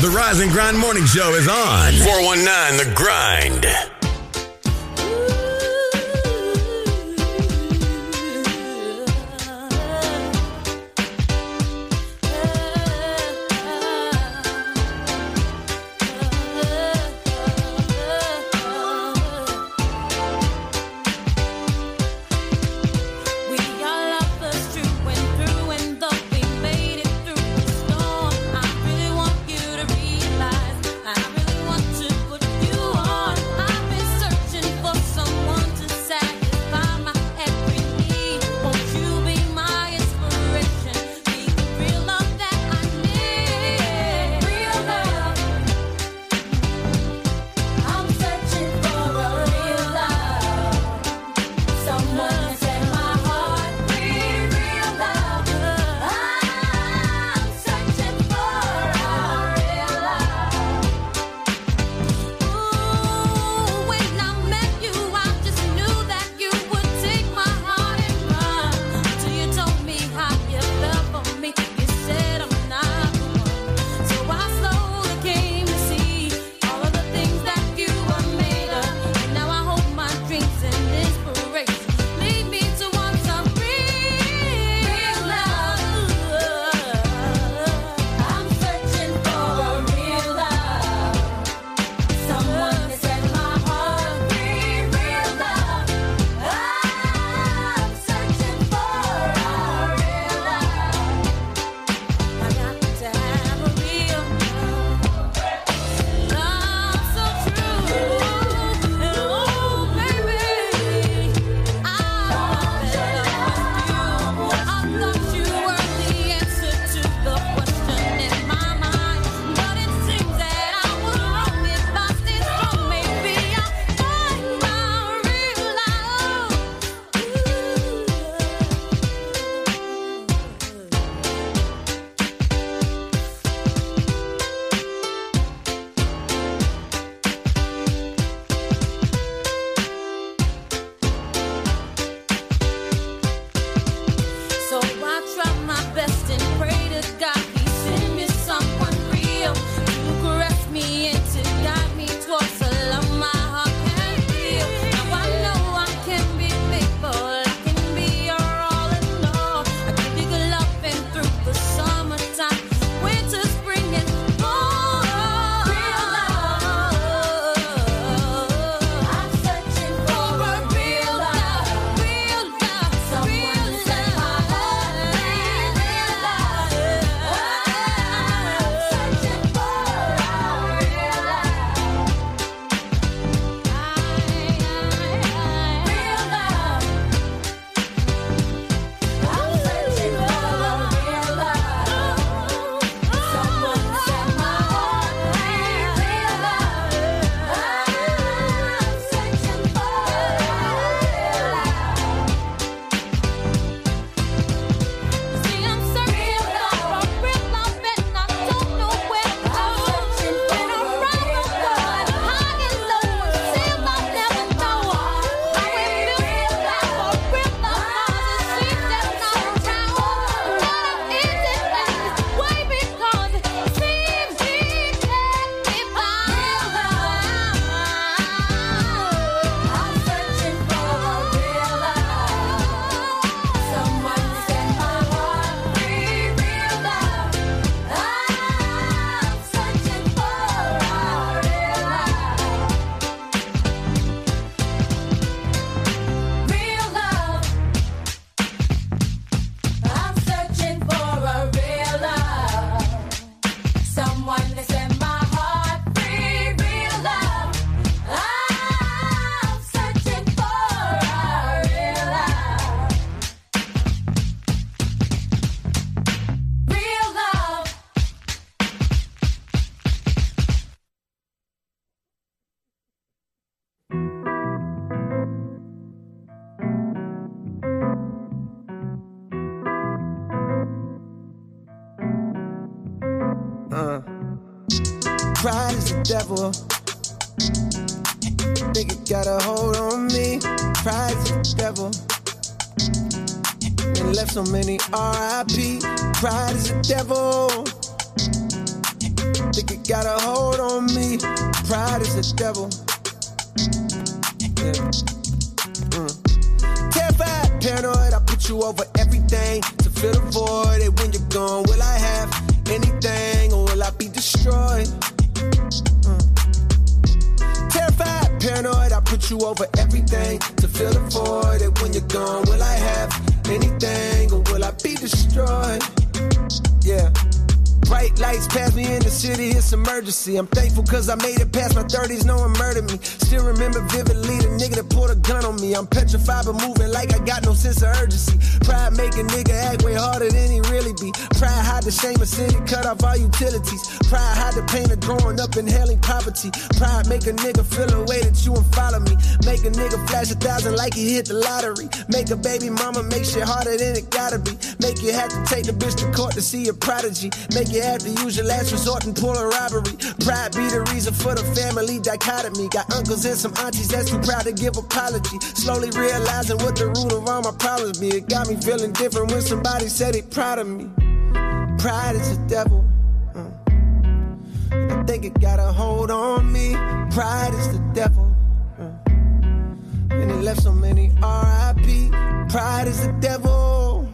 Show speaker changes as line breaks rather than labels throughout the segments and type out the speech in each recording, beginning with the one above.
The Rise and Grind Morning Show is on. 419 The Grind.
We are lovers through and through, and though we made it through the storm, I really want you to realize. I really want to put you on. I've been searching for someone to satisfy my every need. Won't you be my inspiration? Be the real love that I need. Real love. I'm searching for a real love. Someone set my heart free, real love. I'm searching for a real love. when I met you, I just knew that you would take my heart and run. Till you told me how you felt for me, you said I'm not the one. So I slowly came to see all of the things that you were made of. And now I hope my dreams and inspiration lead me to want some real love. I'm searching for a real love. Someone to set my heart free, real love. I'm searching for a real love. I got to have a real love, so true. And oh, baby, I fell with you. I thought you were the answer to the question in my mind, but it seems that I was wrong. If I stayed strong, maybe I'd find my real love. So I try my best and pray to God He send me someone real to caress me and to guide me towards a love my heart can feel. Now I know I can be faithful, I can be your all in all. I give you good love and through the summertime, winter, spring and fall. Real love, I'm searching for a real love, real love, someone to set my heart free. Real love, I'm searching for a real love. Real love. I'm searching for a real love. Someone to set my heart free. Real love. I'm searching for a real love. See, I'm searching for a real love and I don't know where to go. Been around the world, high and low, still I never know. I've been for real love, it seems that's not around. What is it that is way beyond? Seems he can't I'm searching for a real love. Someone set my heart free, real love. I'm searching for a real love. Real love. I'm searching for a real love. Someone to set my heart free, real love. I'm searching for a real love. Real love.
Uh. Pride is the devil. Think it got a hold on me. Pride is the devil. And left so many RIP. Pride is the devil. Think it got a hold on me. Pride is a devil. Yeah. Mm. Terrified, paranoid, I put you over everything to fill the void. And when you're gone, will I have anything or will I be destroyed? Terrified, paranoid, I put you over everything to fill the void. And when you're gone, will I have anything or will I be destroyed? Yeah. Bright lights pass me in the city, it's emergency. I'm thankful cause I made it past my 30s, no one murdered me. Still remember vividly the nigga that pulled a gun on me. I'm petrified but moving like I got no sense of urgency. Pride make a nigga act way harder than he really be. Pride hide the shame of sin, it cut off all utilities. Pride hide the pain of growing up inhaling poverty. Pride make a nigga feel a way that you and follow me. Make a nigga flash a thousand like he hit the lottery. Make a baby mama make shit harder than it gotta be. Make you have to take the bitch to court to see a prodigy. Make you have to use your last resort and pull a robbery. Pride be the reason for the family dichotomy. Got uncles and some aunties that's too proud to give apology. Slowly realizing what the root of all my problems be. It got me feeling different when somebody said they proud of me. Pride is the devil. Mm. I think it got a hold on me. Pride is the devil. Mm. And it left so many RIP. Pride is the devil.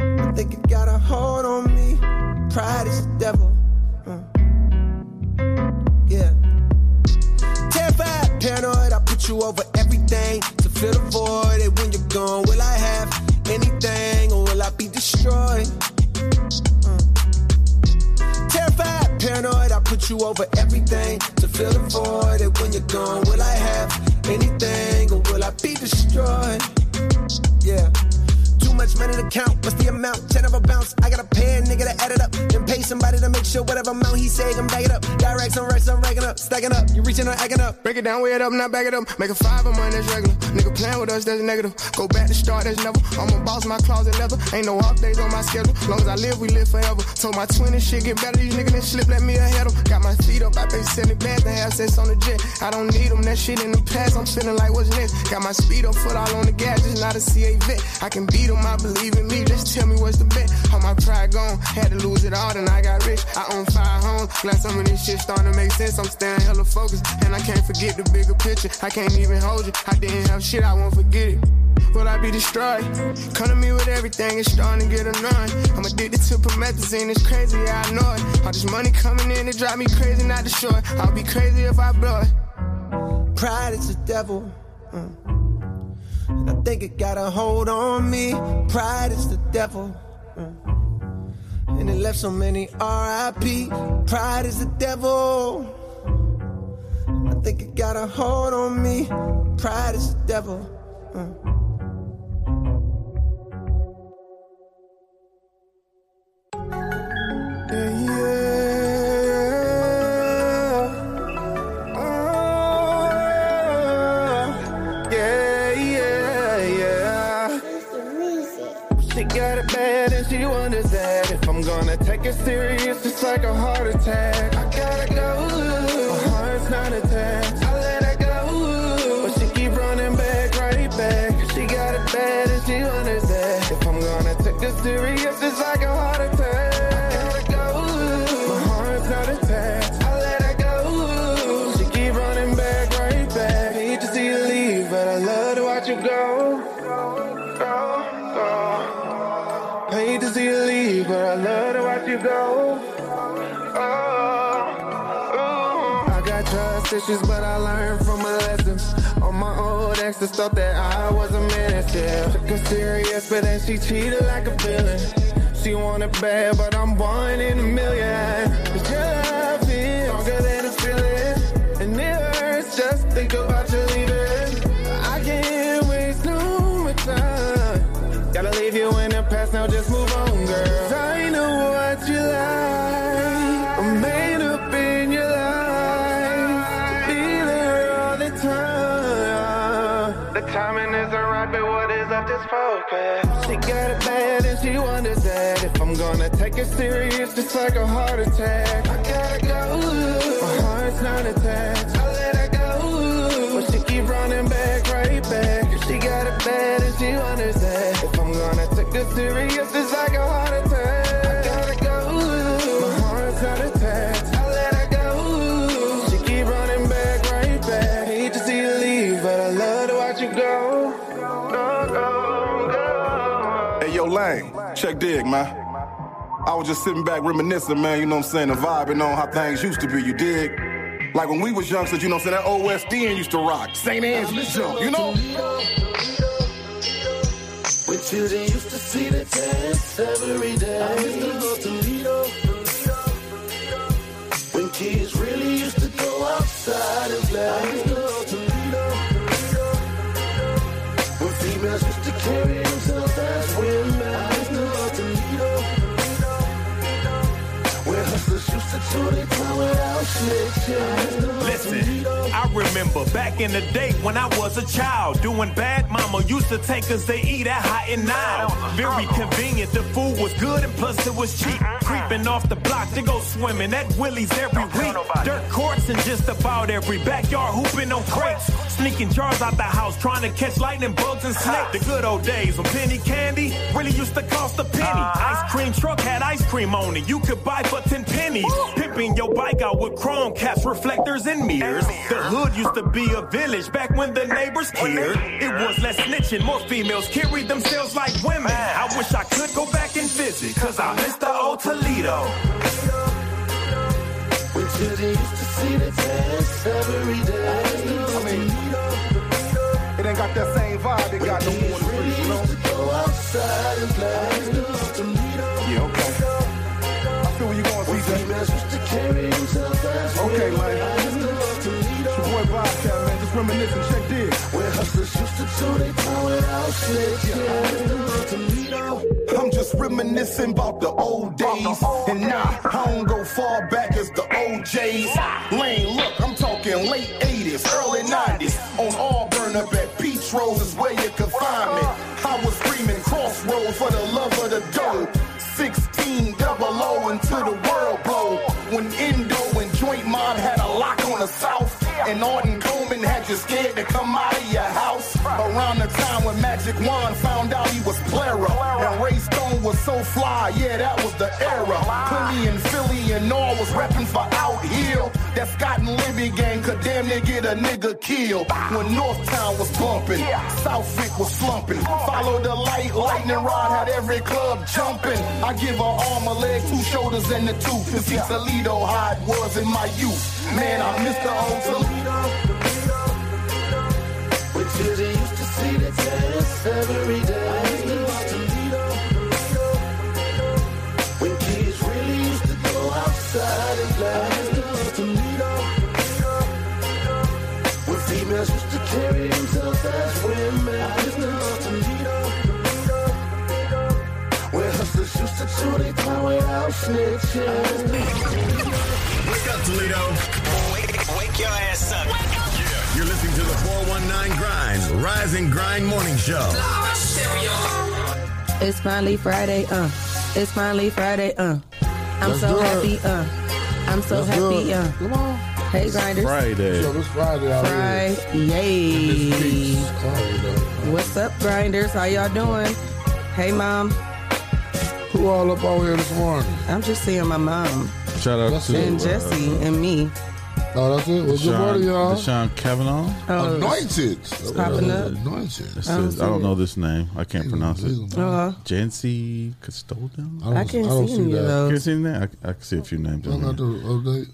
I think it got a hold on me. Pride is the devil. Mm. Yeah. Terrified, paranoid, I put you over everything to fill the void. And when you're gone, will I have anything or will I be destroyed? Mm. Terrified, paranoid, I put you over everything to fill the void. And when you're gone, will I have anything or will I be destroyed? Yeah. Too much money to count. What's the amount? Ten of a bounce. I gotta pay a nigga to add it up. Then pay somebody to make sure whatever amount he say, I'm back it up. Directs, I'm racks, I'm racking up. Stacking up. You reaching, I'm acting up. Break it down, weigh it up, not back it up. Make a five of mine, that's regular. Nigga playing with us, that's negative. Go back to start, that's never. I'm a boss, my closet leather. Ain't no off days on my schedule. Long as I live, we live forever. So my twin and shit get better. These niggas done slip, let me ahead 'em. Got my feet up, I pay 70 bands to have sex on the jet. I don't need 'em, that shit in the past. I'm feeling like what's next. Got my speed up, foot all on the gas, just not a CA vet. I can beat 'em, I believe in me. Just tell me what's the bet. How my pride gone. Had to lose it all, then I got rich. I own five homes. Glad some of this shit starting to make sense. I'm staying hella focused. And I can't forget the bigger picture. I can't even hold you. I didn't have shit, I won't forget it. Will I be destroyed? Come to me with everything, it's starting to get annoying. I'm addicted to promethazine, it's crazy, yeah, I know it. All this money coming in, it drive me crazy, not destroy. it. I'll be crazy if I blow it. Pride is the devil. Mm. And I think it got a hold on me. Pride is the devil. Mm. And it left so many RIP. Pride is the devil. I think it got a hold on me. Pride is the devil. Mm. Yeah, yeah. Oh, yeah, yeah, yeah. She got it bad and she wonders that if I'm gonna take it serious, it's like a heart attack. I gotta go. My heart's not attached. I let her go. But she keep running back, right back. She got it bad and she wonders that if I'm gonna take it serious, it's like a heart attack. I gotta go. My heart's not attached. I let her go. She keep running back, right back. Hate to see you leave, but I love to watch you go. Go, go. I hate to see you leave, but I love to watch you go. Oh, I got trust issues, but I learned from my lessons. On my old exes thought that I was a menace. Yeah. Took her serious, but then she cheated like a villain. She wanted bad, but I'm one in a million. Cause your love is stronger than a feeling, and it hurts just think about you leaving. I can't waste no more time. Gotta leave you in the past, now just move on, girl. 'Cause I know what you like. I'm made up in your life. to Be there all the time. The timing isn't right, but what is up is focus. She got it bad and she wonders that if I'm gonna take it serious, it's like a heart attack. I gotta go. My heart's not attached. I let her go. But she keep running back, right back. She got it bad and she wonders that if I'm gonna take it serious, it's like a heart attack. I gotta go. My heart's not attached.
let you go. Go, go, go.
Hey, yo, Lang, check dig, man. I was just sitting back reminiscing, man, you know what I'm saying, and vibing on how things used to be, you dig? Like when we was youngsters, you know what I'm saying, that OSDN used to rock. St. Anne's used to jump, you know?
With you, they used to see the test every day. I used to go to Lido. When kids really used to go outside and play. I used to go to Lido. When females used to carry themselves as women. I used to go to Lido. Where hustlers used to tour their town without snitching. I used to go to
Listen, I remember back in the day when I was a child doing bad. Mama used to take us to eat at Hot and Now. Very convenient, the food was good and plus it was cheap. Creeping off the block to go swimming at Willie's every week. Dirt courts in just about every backyard, hooping on crates, sneaking jars out the house, trying to catch lightning bugs and snakes. The good old days when penny candy really used to cost a penny. Ice cream truck had ice cream on it. You could buy for ten pennies. Pimping your bike out with chrome caps, reflectors, and mirrors. The hood used to be a village back when the neighbors cared. It was less snitching, more females carried themselves like women. I wish I could go back and visit, cause I miss the old Toledo.
Went to the used to see the test every day. I used to go to Lido.
It ain't got that same vibe, it got no more than free, you know?
Go outside and play. I used to go to Lido.
Yeah, okay. I feel where you going, CJ.
Females used to carry themselves as women.
Okay, man.
I used to go to Lido.
Your boy Bobcat, man, just reminiscing, check dig.
Where hustlers used to do they town without snitching. I used to go to Lido.
I'm just reminiscing about the old days. And nah, I don't go far back as the OJs. Lane, look, I'm talking late 80s, early 90s. On Auburn up at Peach Rose is where you could find me. I was screaming crossroads for the love of the dough. 16 double O until the world blow. When Indo and Joint Mob had a lock on the South. And Orton Coleman had you scared to come out of your house. Around the time when Magic Wand found out he was plera. And Ray Stone was so fly, yeah, that was the era. Philly and Philly and all was repping for out here. That Scott and Libby gang could damn near get a nigga killed. When North Town was bumping, South Vic was slumping. Follow the light, lightning rod had every club jumping. I give her arm, a leg, two shoulders, and a tooth. To see Toledo how it was in my youth. Man, I miss the old Toledo.
Went to the used to see the test every day. I used to go to Lido. When kids really used to go outside and play. I used to go to Lido. When females used to carry themselves as women. I used to go to Lido. Where hustlers used to chew their time without snitching. I used to
Wake
go to Lido.
up, Toledo.
Wake, wake your ass up.
You're listening to the 419 Grinds Rise and Grind Morning Show.
It's finally Friday, uh. It's finally Friday, uh. I'm
Let's
so
do
happy,
it.
uh. I'm so
Let's do
happy,
it.
uh.
Come on.
Hey, grinders.
Yo,
Friday.
this Friday out here. This
Friday.
beat's cold, though.
What's up, grinders? How y'all doing? Hey, mom.
Who all up out here this morning?
I'm just seeing my mom
Shout out
That's
to
it.
and
uh,
Jesse and me.
Oh, that's it. Well, good
Deshaun,
morning, y'all.
Deshaun Kavanaugh.
Oh,
Anointed.
popping up.
Anointed.
This is- I don't know this name. I can't pronounce it.
uh,
Jancy Custodum.
don't,
I can't
don't
see any of
that.
You
those.
ever seen that? I, I can see a few names.
I'm
in
not
there.
doing update.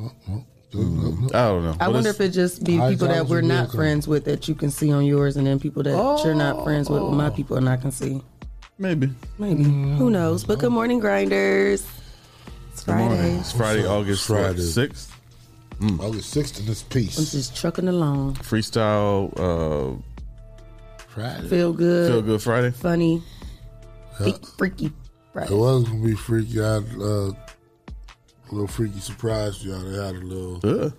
Oh, oh, no, no, no.
I don't know.
I
What
wonder
is-
if it just be
I
people
thought it
that
was
we're
a
not
vehicle.
friends with that you can see on yours, and then people that you're not friends with,
Oh.
my people, and I can see.
maybe.
Maybe.
Mm,
Who knows? But good morning, grinders. It's
Good morning.
Friday.
It's Mm. Friday,
What's up?
August
Friday.
sixth.
August 6th in this
I'm
piece.
just trucking along.
Freestyle uh,
Friday.
Feel good.
Feel Good Friday.
Funny. Freak- Freaky.
It
Friday.
was going to be freaky. I had uh, a little freaky surprise for y'all. They had a little.
Ugh.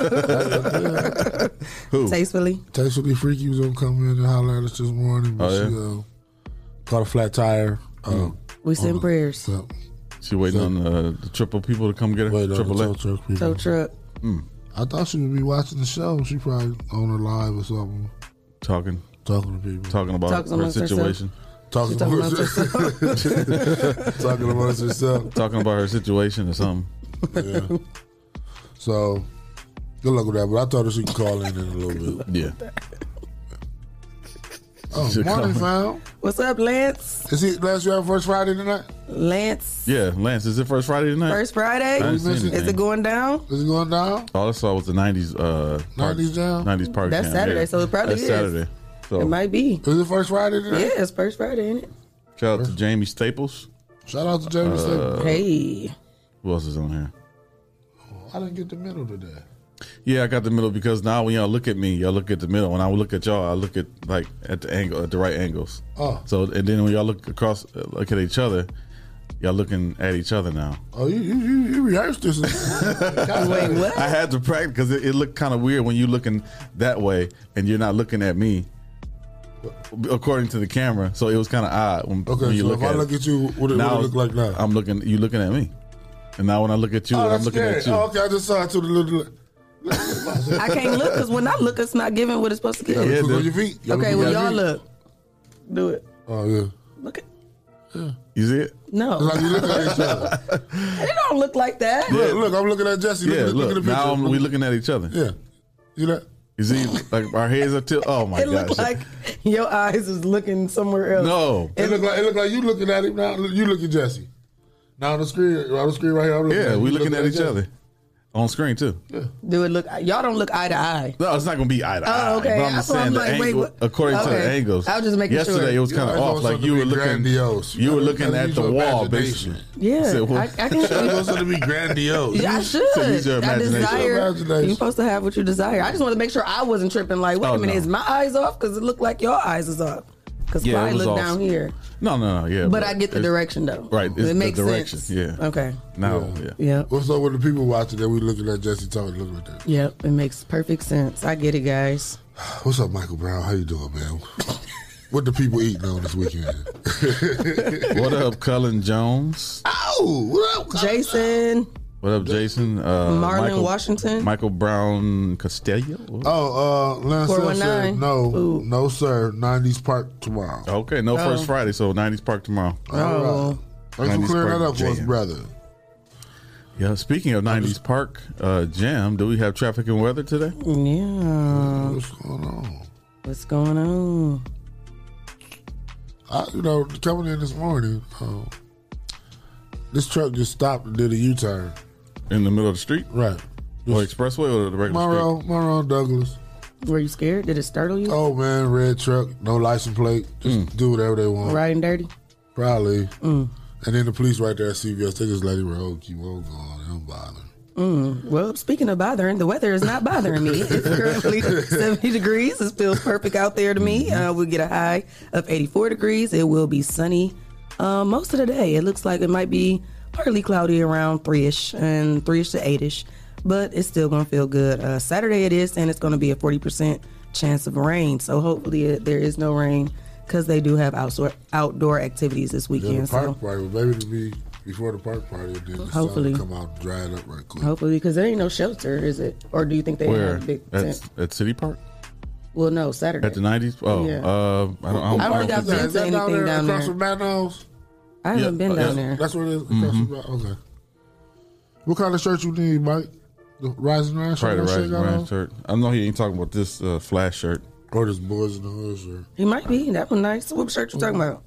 Uh. Who?
Tastefully.
Tastefully Freaky was going to come in and holler at us this morning. But
Oh, Mm.
she uh, caught a flat tire. Uh,
We send prayers.
So,
She waiting on uh, the, the triple people to come get her.
wait, on the
triple
tow
A.
truck
Tow
people.
truck.
Hmm.
I thought she would be watching the show. She probably on her live or something,
Talking,
talking to people,
talking about
Talks
her
amongst herself.
situation.
talking,
Talking
about
about
herself,
yourself.
talking about herself.
Talking about her situation or something.
Yeah. So good luck with that. But I thought that she could call in in a little bit.
Yeah.
Oh, morning, fam.
What's up, Lance?
Is it last year first Friday tonight?
Lance,
Yeah, Lance, is it first Friday tonight?
first Friday.
I didn't
Is
see anything.
it going down?
Is it going down?
All I saw was the nineties. Uh, party-
90s down?
90s party.
That's
jam,
Saturday,
yeah.
so it probably
That's
is.
Saturday. So
It might be.
Is it first Friday tonight?
Yeah, it's first Friday, ain't it?
shout out to Jamie Staples.
Shout out to Jamie
Uh,
Staples.
Hey.
Who else is on here?
I didn't get the middle today.
Yeah, I got the middle because now when y'all look at me, y'all look at the middle. When I look at y'all, I look at like at the angle, at the right angles.
Oh.
So and then when y'all look across, look at each other, y'all looking at each other now.
Oh, you you, you, you rehearsed this. Wait,
what?
I had to practice because it, it looked kind of weird when you looking that way and you're not looking at me, according to the camera. So it was kind of odd when,
Okay,
when you
so
look
if
at
I
it.
look at you, what it,
Now
what it look like now?
I'm looking. You looking at me, and now when I look at you,
oh,
I'm
that's
looking
scary.
at you.
Oh, okay, I just saw it to the little.
I can't look because when I look, it's not giving what it's supposed to
Yeah,
give.
Yeah,
look
dude.
on your feet. Y'all
okay,
look
well,
on your
y'all
feet.
look. Do it.
Oh yeah.
Look at.
You see it?
No.
It's like you looking at each other.
It don't look like that.
Yeah.
Look, look, I'm looking at Jesse. Look,
yeah. Look.
at- look at the picture.
now I'm, we looking at each other.
yeah. You know?
You see, like our heads are till. Oh my
it looked
gosh!
like your eyes is looking somewhere else.
no.
It look like it look like you looking at him now. Look, You look at Jesse. Now on the screen, on the screen right here. I'm looking
Yeah,
at
we
you,
looking at each
Jesse.
other on screen too.
Do it look? Y'all don't look eye to eye.
No, it's not gonna be eye to eye.
Oh, okay.
But I'm just
So I'm
saying the
like, wait,
angle,
what-
according to the
okay.
angles.
I was just making
Yesterday
sure.
it was kind
I
of
know
off.
it's
Like
something
you
to
were
be
looking,
grandiose.
you were
gotta-
looking
gotta
at
use
the
your
wall,
imagination.
basically.
Yeah,
Said
I,
what?
I can.
It's supposed to be grandiose.
Yeah, I
You-
should.
use your
I
imagination.
desire.
Imagination.
You're supposed to have what you desire. I just want to make sure I wasn't tripping. Like, wait
Oh,
a minute,
no.
is my eyes off? Because it looked like your eyes is up. Because
Yeah,
I
it was
look
off.
down here,
No, no, no. Yeah,
but I get the
it's-
direction though.
Right, it's
it
the
makes
direction,
sense.
yeah.
Okay.
Now, yeah.
Yeah.
What's up with the people watching that we looking at Jesse talking? Look at that.
Yep, it makes perfect sense. I get it, guys.
What's up, Michael Brown? How you doing, man? what the people eating on this weekend?
What up, Cullen Jones?
oh, what up?
Jason,
What up, Jason? Uh,
Marlon Washington?
Michael Brown Castello.
Oh, uh, Lance Hill said
419.
no,
Ooh.
no, sir. Nineties Park tomorrow.
Okay, no first Friday, so 90s Park tomorrow.
All
oh,
right. Thanks for
90s
clearing
Park
that up for us,
jam.
brother.
Yeah, speaking of 90s Park uh, Jam, do we have traffic and weather today?
yeah.
What's going on?
What's going on?
I, you know, coming in this morning, uh, this truck just stopped and did a U turn.
In the middle of the street?
Right.
Or expressway or the regular
Monroe, Monroe Douglas.
Were you scared? Did it startle you?
Oh man, red truck, no license plate. Just do whatever they want.
Riding dirty?
Probably.
Mm.
And then the police right there at CVS, they just let it roll, keep on going, they don't bother.
Mm. Well, speaking of bothering, the weather is not bothering me. It's currently 70 degrees. It feels perfect out there to me.
Mm-hmm.
Uh, we'll get a high of 84 degrees. It will be sunny uh, most of the day. It looks like it might be partly cloudy around 3 ish and 3 ish to 8 ish, but it's still going to feel good. Uh, Saturday it is, and it's going to be a 40% chance of rain. So hopefully it, there is no rain because they do have outdoor, outdoor activities this
Yeah,
weekend.
the park
So
party, but maybe to be before the park party, and then the
Hopefully.
sun will come out and dry it up right quick.
hopefully, because there ain't no shelter, is it? Or do you think they
Where?
have a big tent?
At, at City Park?
Well, no, Saturday.
At the 90s? Oh,
Yeah.
uh, I don't, I don't,
I don't think I've
Is that-
been to
is that
anything
there
down
across
there.
from Manos?
I haven't
Yeah, uh,
been
yeah.
down there.
That's where it is. Across
Mm-hmm.
from Manos. Okay. What kind of shirt you need, Mike? The Rising Ryan shirt?
Friday,
that shit
Rising
got
Ryan
on?
shirt. I know he ain't talking about this uh, flash shirt.
Or this Boys in the Hood shirt?
He might be. That one nice. What shirt you talking about?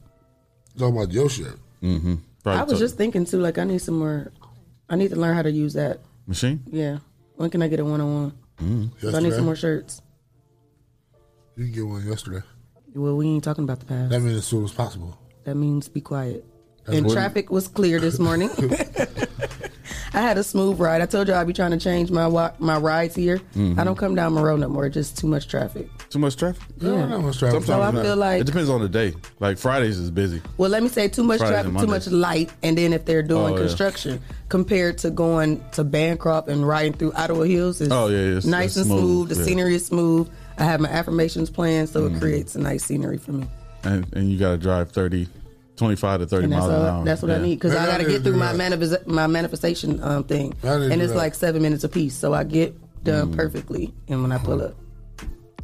Talking about your shirt.
Mm-hmm. Probably
I was
took-
just thinking too. Like I need some more. I need to learn how to use that.
Machine? Mm.
Yeah. When can I get a one on one?
Yesterday.
I need some more shirts.
You can get one yesterday.
Well, we ain't talking about the past.
That means as soon as possible.
That means be quiet. And
what-
traffic was clear this morning. I had a smooth ride. I told you I'd be trying to change my wa- my rides here. I don't come down Monroe no more. It's just too much traffic.
Mm-hmm. Too much traffic?
Yeah. I don't know what's traffic.
So I
it's not.
feel like-
It depends on the day. Like, Fridays is busy.
Well, let me say too much
Fridays and
traffic, too much
Mondays.
light, and then if they're doing
Oh, yeah.
construction, compared to going to Bancroft and riding through Ottawa Hills, is
Oh, yeah, it's-
nice
it's
and
smooth,
smooth. The
yeah. Mm-hmm.
scenery is smooth. I have my affirmations plan, so it creates a nice scenery for me.
And, and you got to drive 30, 25 to 30
And that's
miles an hour.
all, that's what I
Yeah.
need because
Maybe
I
I
got to
need to
get through
do
my
that.
manifest, my manifestation um, thing,
I need to
and
do
it's
that. Mm.
like seven minutes a piece. So I get done perfectly, and when I pull up,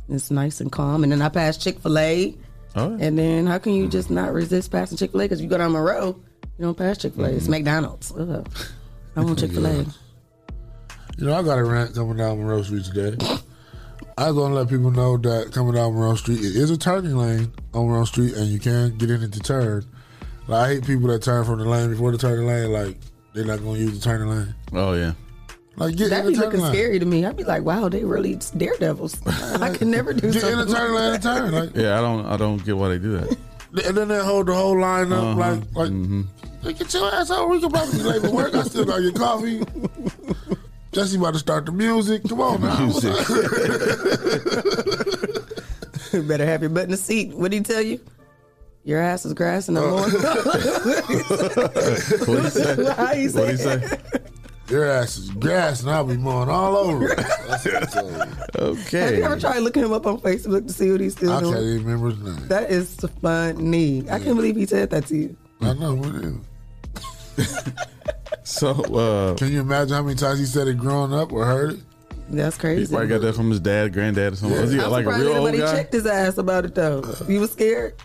it's nice and calm. And then I pass Chick Fil A.
Oh, yeah.
And then how can
Mm.
you just not resist passing Chick Fil A? Because you go down Monroe, you don't pass Chick Fil A.
Mm-hmm.
It's McDonald's. Ugh. I want Chick Fil A.
You know, I got a rant coming down Monroe Street today. I just want to let people know that coming down Monroe Street, it is a turning lane on Monroe Street, and you can get in at the turn. Like, I hate people that turn from the lane before the turning lane. Like they're not gonna use the turning lane.
Oh yeah.
Like get
That'd
in
be
the turning
looking
lane.
scary to me. I'd be like, wow, they really daredevils. I could never do
Get in
something
the turning lane
like
at the turn. Like,
Yeah, I don't. I don't get why they do that.
and then they hold the whole line up.
Uh-huh.
Like like
Mhm.
Hey, Get your ass out. We can probably be late for work. I still got your coffee. Jesse about to start the music. Come on now.
that. Better have your butt in the seat. What did he tell you? Your ass is grass and I'm
Uh,
What he say?
Why he
What he say?
Your ass is grass and I'll be mowing all over. it. That's what I told you.
Have
Okay.
you ever tried looking him up on Facebook to see what he's still
I can't
doing?
even remember his name.
That is funny. I can't believe he said that to you.
I know what it is.
So uh,
Can you imagine how many times he said it growing up or heard it?
That's
he
crazy.
probably got that from his dad, granddad, or something. Was he
I'm
like a
surprised
real old
anybody
guy?
checked his ass about it though. You was scared?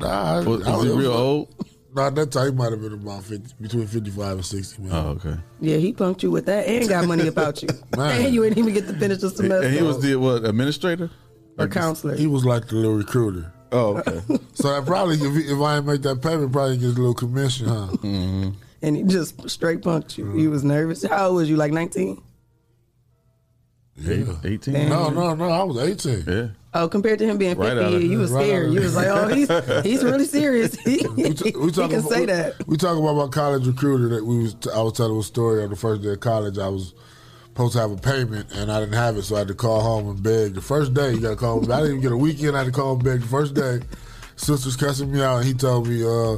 Nah, I,
Was,
I
was he real old?
Nah, at that time he might have been about 50, between fifty-five and sixty. Man.
Oh, okay.
Yeah, he punked you with that and got money about you.
Man.
And you didn't even get to finish the
And
semester
he was the what administrator?
or counselor.
He was like the little recruiter.
Oh, okay.
So that probably, if, he- if I didn't make that payment, probably gets a little commission, huh?
Mm-hmm.
and he just straight punked
Mm.
you. He was nervous. How old was you? Like 19?
Eight- Eighteen.
No, no, no. I was eighteen.
Yeah.
Oh, compared to him being 50,
Right out of-
you was
right out
scared.
of-
you was like, oh, he's he's really serious. He,
We, t- we
he
talk
can
about,
say
we,
that.
We talk about my college recruiter that we was. T- I was telling a story on the first day of college. I was supposed to have a payment and I didn't have it, so I had to call home and beg. The first day, you got to call. I didn't even get a weekend. I had to call and beg. The first day, sister's cussing me out, and he told me uh,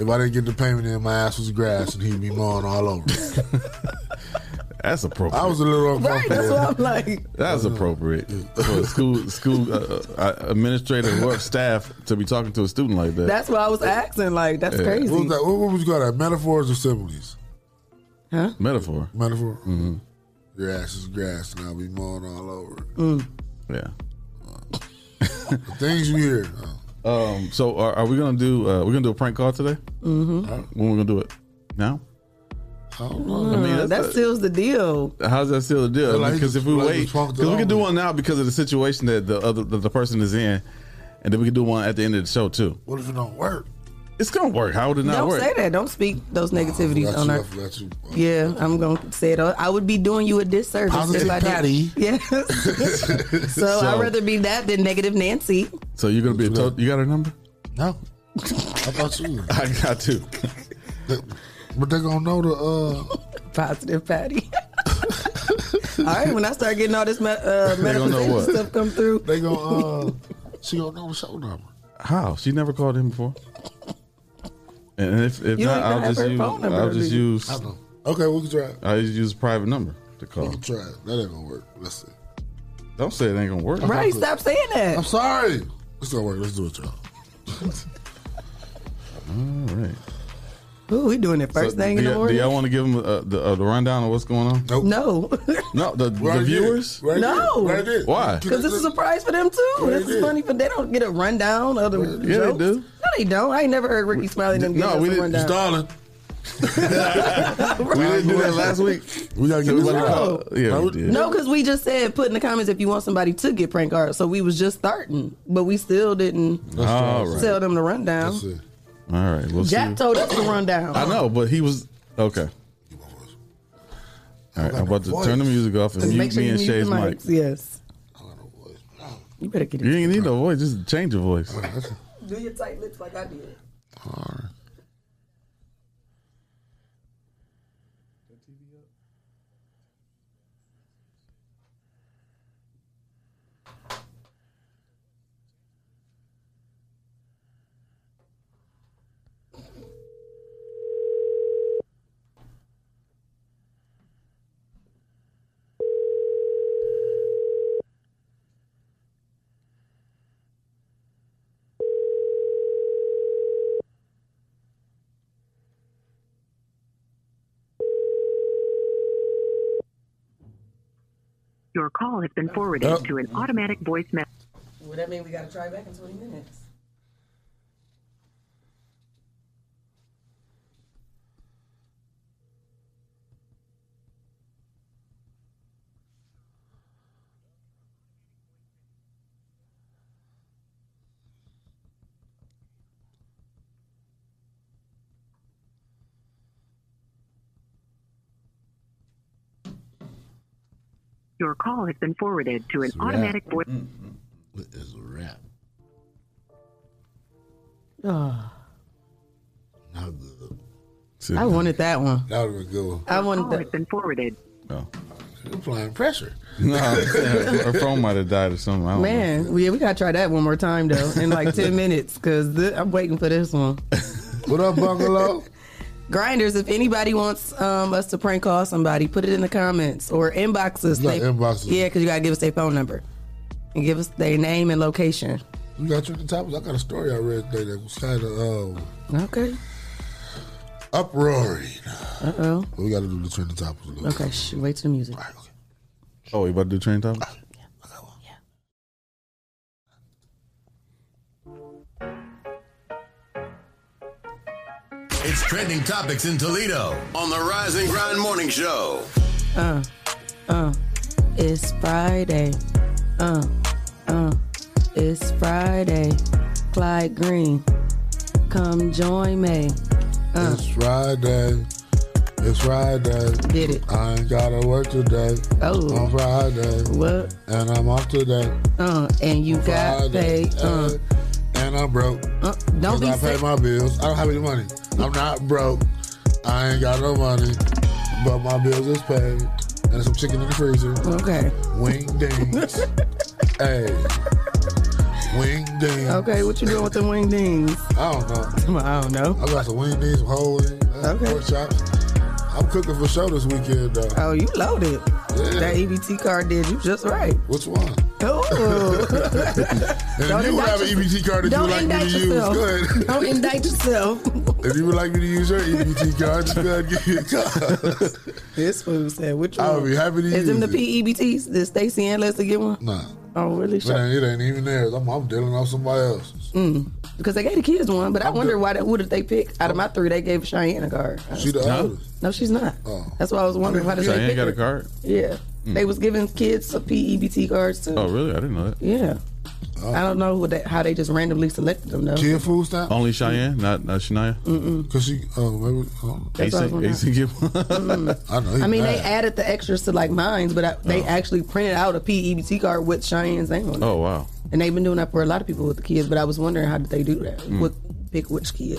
if I didn't get the payment in, my ass was grass, and he'd be mowing all over. it.
That's appropriate.
I was a little
Right, that's
uncomfortable.
why I'm like,
That's appropriate for a school school uh, uh, administrator or staff to be talking to a student like that.
that's why I was asking. Like, that's crazy.
what was that? What, what was you call that? Metaphors or similes?
Metaphor.
Metaphor. Mm-hmm. Your ass is grass, and I'll be mowing all over. it.
Yeah.
The things you hear. uh,
Um. So are, are we gonna do? Uh, we're gonna do a prank call today. Mm-hmm. When we gonna do it? Now?
I don't know.
I mean,
Uh,
that's
that
a-
seals the deal.
How's that still a deal?
Well, like,
Because if
he
we
just-
wait,
like, just
because
walked
we
along
can do
with
one now because of the situation that the other that the person is in, and then we can do one at the end of the show too.
What if it don't work?
It's gonna work. How would it not
Don't
work?
say that. Don't speak those negativities
Got
on
you,
our
I forgot you.
Yeah, I'm gonna say it. I would be doing you a disservice
Positive
if I did.
Patty.
Yes. so, I'd rather be that than negative Nancy.
So you're gonna be a to- you got her number?
No. I thought you.
I got two.
But they're gonna know the uh
Positive Patty. all right, when I start getting all this me- uh,
gonna know
medical
what?
stuff come through,
they gonna uh she gonna know the show number.
How? She never called him before. And if if
You don't
not,
even
I'll
have
just
her
use
phone number,
I'll
do
just
you?
use
I don't know. Okay, we can try it.
I'll just use a private number to
We
call.
can try it. That ain't gonna work. Let's see.
Don't say it ain't gonna work.
right? Stop saying
I'm
that.
sorry. It's gonna work. Let's do it, y'all.
All right.
Ooh, we doing it first
So
thing in the
do y'all- do
morning.
y'all want to give them uh, the, uh, the rundown of what's going on?
Nope.
no,
No, the,
We
the
already did.
viewers.
We already
No.
did. We already did.
Why?
because this is a prize for them too.
Right,
this
yeah.
is funny, but they don't get a rundown of the
they
jokes.
do.
No, they don't. I ain't never heard Ricky Smiley them give
No,
us
we
a
didn't.
rundown.
Stalling.
We didn't do that last week.
We gotta get
It was
this
like,
out.
oh, yeah,
No,
we did.
No, because we just said put in the comments if you want somebody to get prank cards. So we was just starting, but we still didn't
All right.
tell them the
Let's
rundown.
see.
All right. We'll
Jack
see.
told us the rundown.
I know, but he was okay.
Give my voice.
All right.
got
I'm about
no
to turn the
voice.
music off and
Just
mute me and
mute the
Shay's mic.
mics. Yes,
I got no voice.
you better get
You
it.
ain't need no voice. Just change your voice.
Do your tight lips like I did.
Your call has been forwarded
Oh.
to an automatic voice message.
Well, that mean we got to try back in twenty minutes.
Your call has been forwarded to an
It's a wrap.
automatic voice.
Mm.
It is a wrap.
Oh,
Not good.
I wanted that one.
That would have been good.
I wanted that.
been forwarded.
Oh.
You're applying pressure.
No, I'm saying her phone might have died or something. I don't
Man, well, yeah, we gotta try that one more time though in like ten minutes because I'm waiting for this one.
What up, Bungalow?
Grinders, if anybody wants um, us to prank call somebody, put it in the comments or inbox us.
You got
They-
inbox us.
Yeah, because you gotta give us their phone number and give us their name and location.
You got you at the top. I got a story I read today that was kind of
um, okay,
uproaring.
Uh oh.
We got to do the trending topics a little.
Okay, sh- wait to the music.
know. Oh, you about to do train topics?
It's trending topics in Toledo on the Rise and Grind Morning Show.
Uh, uh, it's Friday. Uh, uh, it's Friday. Clyde Green, come join me. Uh,
It's Friday. It's Friday.
Did it.
I ain't gotta work today.
Oh.
On Friday.
What?
And I'm off today.
uh, and you got
Friday.
paid. Uh,
And I'm broke.
uh, don't
'Cause
be
I pay
sick.
my bills. I don't have any money. I'm not broke. I ain't got no money. But my bills is paid. And some chicken in the freezer.
Okay.
Wing dings. hey. Wing dings.
Okay, what you doing with the wing dings?
I don't know.
I don't know.
I got some wing dings, some whole wings, uh, pork chops. I'm cooking for show this weekend though.
Oh, you loaded. That EBT card did you just right.
Which one?
Oh.
And
Don't
if you would
indict
have
yourself.
an EBT card that you
Don't
would like me
indict
to
yourself.
use, good.
Don't indict yourself.
If you would like me to use your EBT card, just go ahead and give me a call.
This fool said, which
I'll be happy to
Is
use
them the E
it.
PEBTs? Did Stacy and Leslie get one?
Nah.
Oh, really?
It ain't, it ain't even theirs. I'm, I'm dealing off somebody else.
Mm. Because they gave the kids one, but i wonder why. That, who did they pick out of my three? They gave Cheyenne a card.
She the
No.
oldest. Oh.
No, she's not. That's why I was wondering why did
So
they
you ain't
pick
got a
her.
card?
Yeah,
Mm.
they was giving kids some PEBT cards too.
Oh, really? I didn't know that.
Yeah. I don't know what they, how they just randomly selected them though.
Oh. Kid food stamp.
Only Cheyenne, not, not Shania.
Mm-mm.
Cause she, oh, maybe. Um,
That's what I was wondering.
get one.
I know. he
I mean, they
mad.
added the extras to like mines, but I, they actually printed out a PEBT card with Cheyenne's name on it.
Oh, wow.
And they've been doing that for a lot of people with the kids, but I was wondering how did they do that?
Mm.
What pick which kid?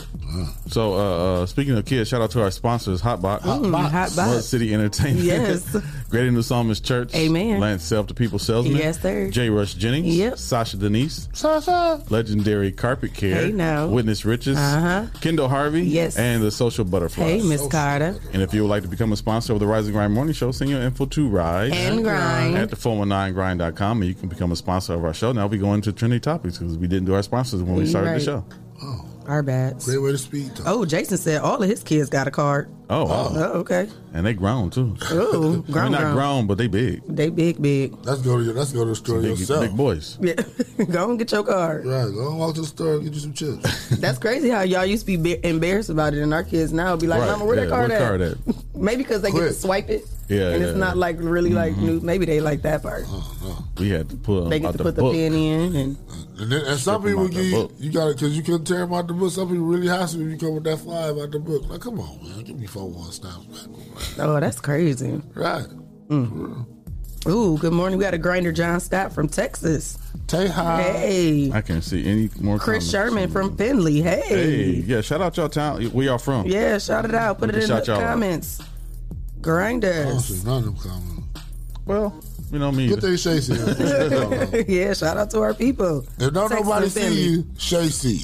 So, uh, uh, speaking of kids, shout out to our sponsors, Hotbox,
Mm, Hotbox.
Mud City Entertainment,
Yes.
Greater New Psalmist Church,
Amen.
Lance Self, the People Salesman,
Yes, sir.
J. Rush Jennings, Sasha Denise,
Sasha.
Legendary Carpet Care,
Hey, now.
Witness Riches,
Uh-huh.
Kendall Harvey,
Yes.
and the Social Butterfly.
Hey, Miss Carter.
And if you would like to become a sponsor of the Rising Grind Morning Show, send your info to Rise
And Grind.
at the 419grind.com and you can become a sponsor of our show. Now we go into trendy topics because we didn't do our sponsors when we started
Right. Oh.
the show.
Our bad. Great
way to speak.
Oh, Jason said all of his kids got a card.
Oh, wow.
Oh, okay.
And they grown too.
Oh,
I mean,
grown,
not
grown.
grown. but they big.
They big, big.
Let's go to your, let's go to the store
Big,
yourself.
big boys.
Yeah. go and get your card.
Right. Go and walk to the store and get you some chips.
That's crazy how y'all used to be be embarrassed about it, and our kids now be like,
Right,
"Mama, where
yeah,
that card
where
at?"
card at?
Maybe because they get to
Quick.
swipe it,
Yeah,
and it's
yeah,
not
yeah.
like really like new. Maybe they like that part.
Oh.
We had to pull them
they get
um, out
to
the
put
book.
the pen in, and
And, then, and some
Strip 'em
people
out
give
that
you,
book.
you got it because you couldn't tear them out the book. Some people really hostile when you come with that fly about the book. Like, come on, man, give me four one stamps back.
oh, that's crazy. Mm.
Right.
Ooh, good morning. We got a grinder, John Scott from Texas.
Tay hi.
Hey,
I can't see any more.
Chris
comments.
Sherman from Finley. Hey.
Hey, yeah, shout out y'all town. Where y'all from?
yeah, shout it out. Put
We
it
can
in
shout
the
y'all out.
comments. Grinders.
None of them comments.
Well, you know me.
Get their shades in.
yeah, shout out to our people.
If don't
Texas
nobody
and Finley.
see you, Shay see.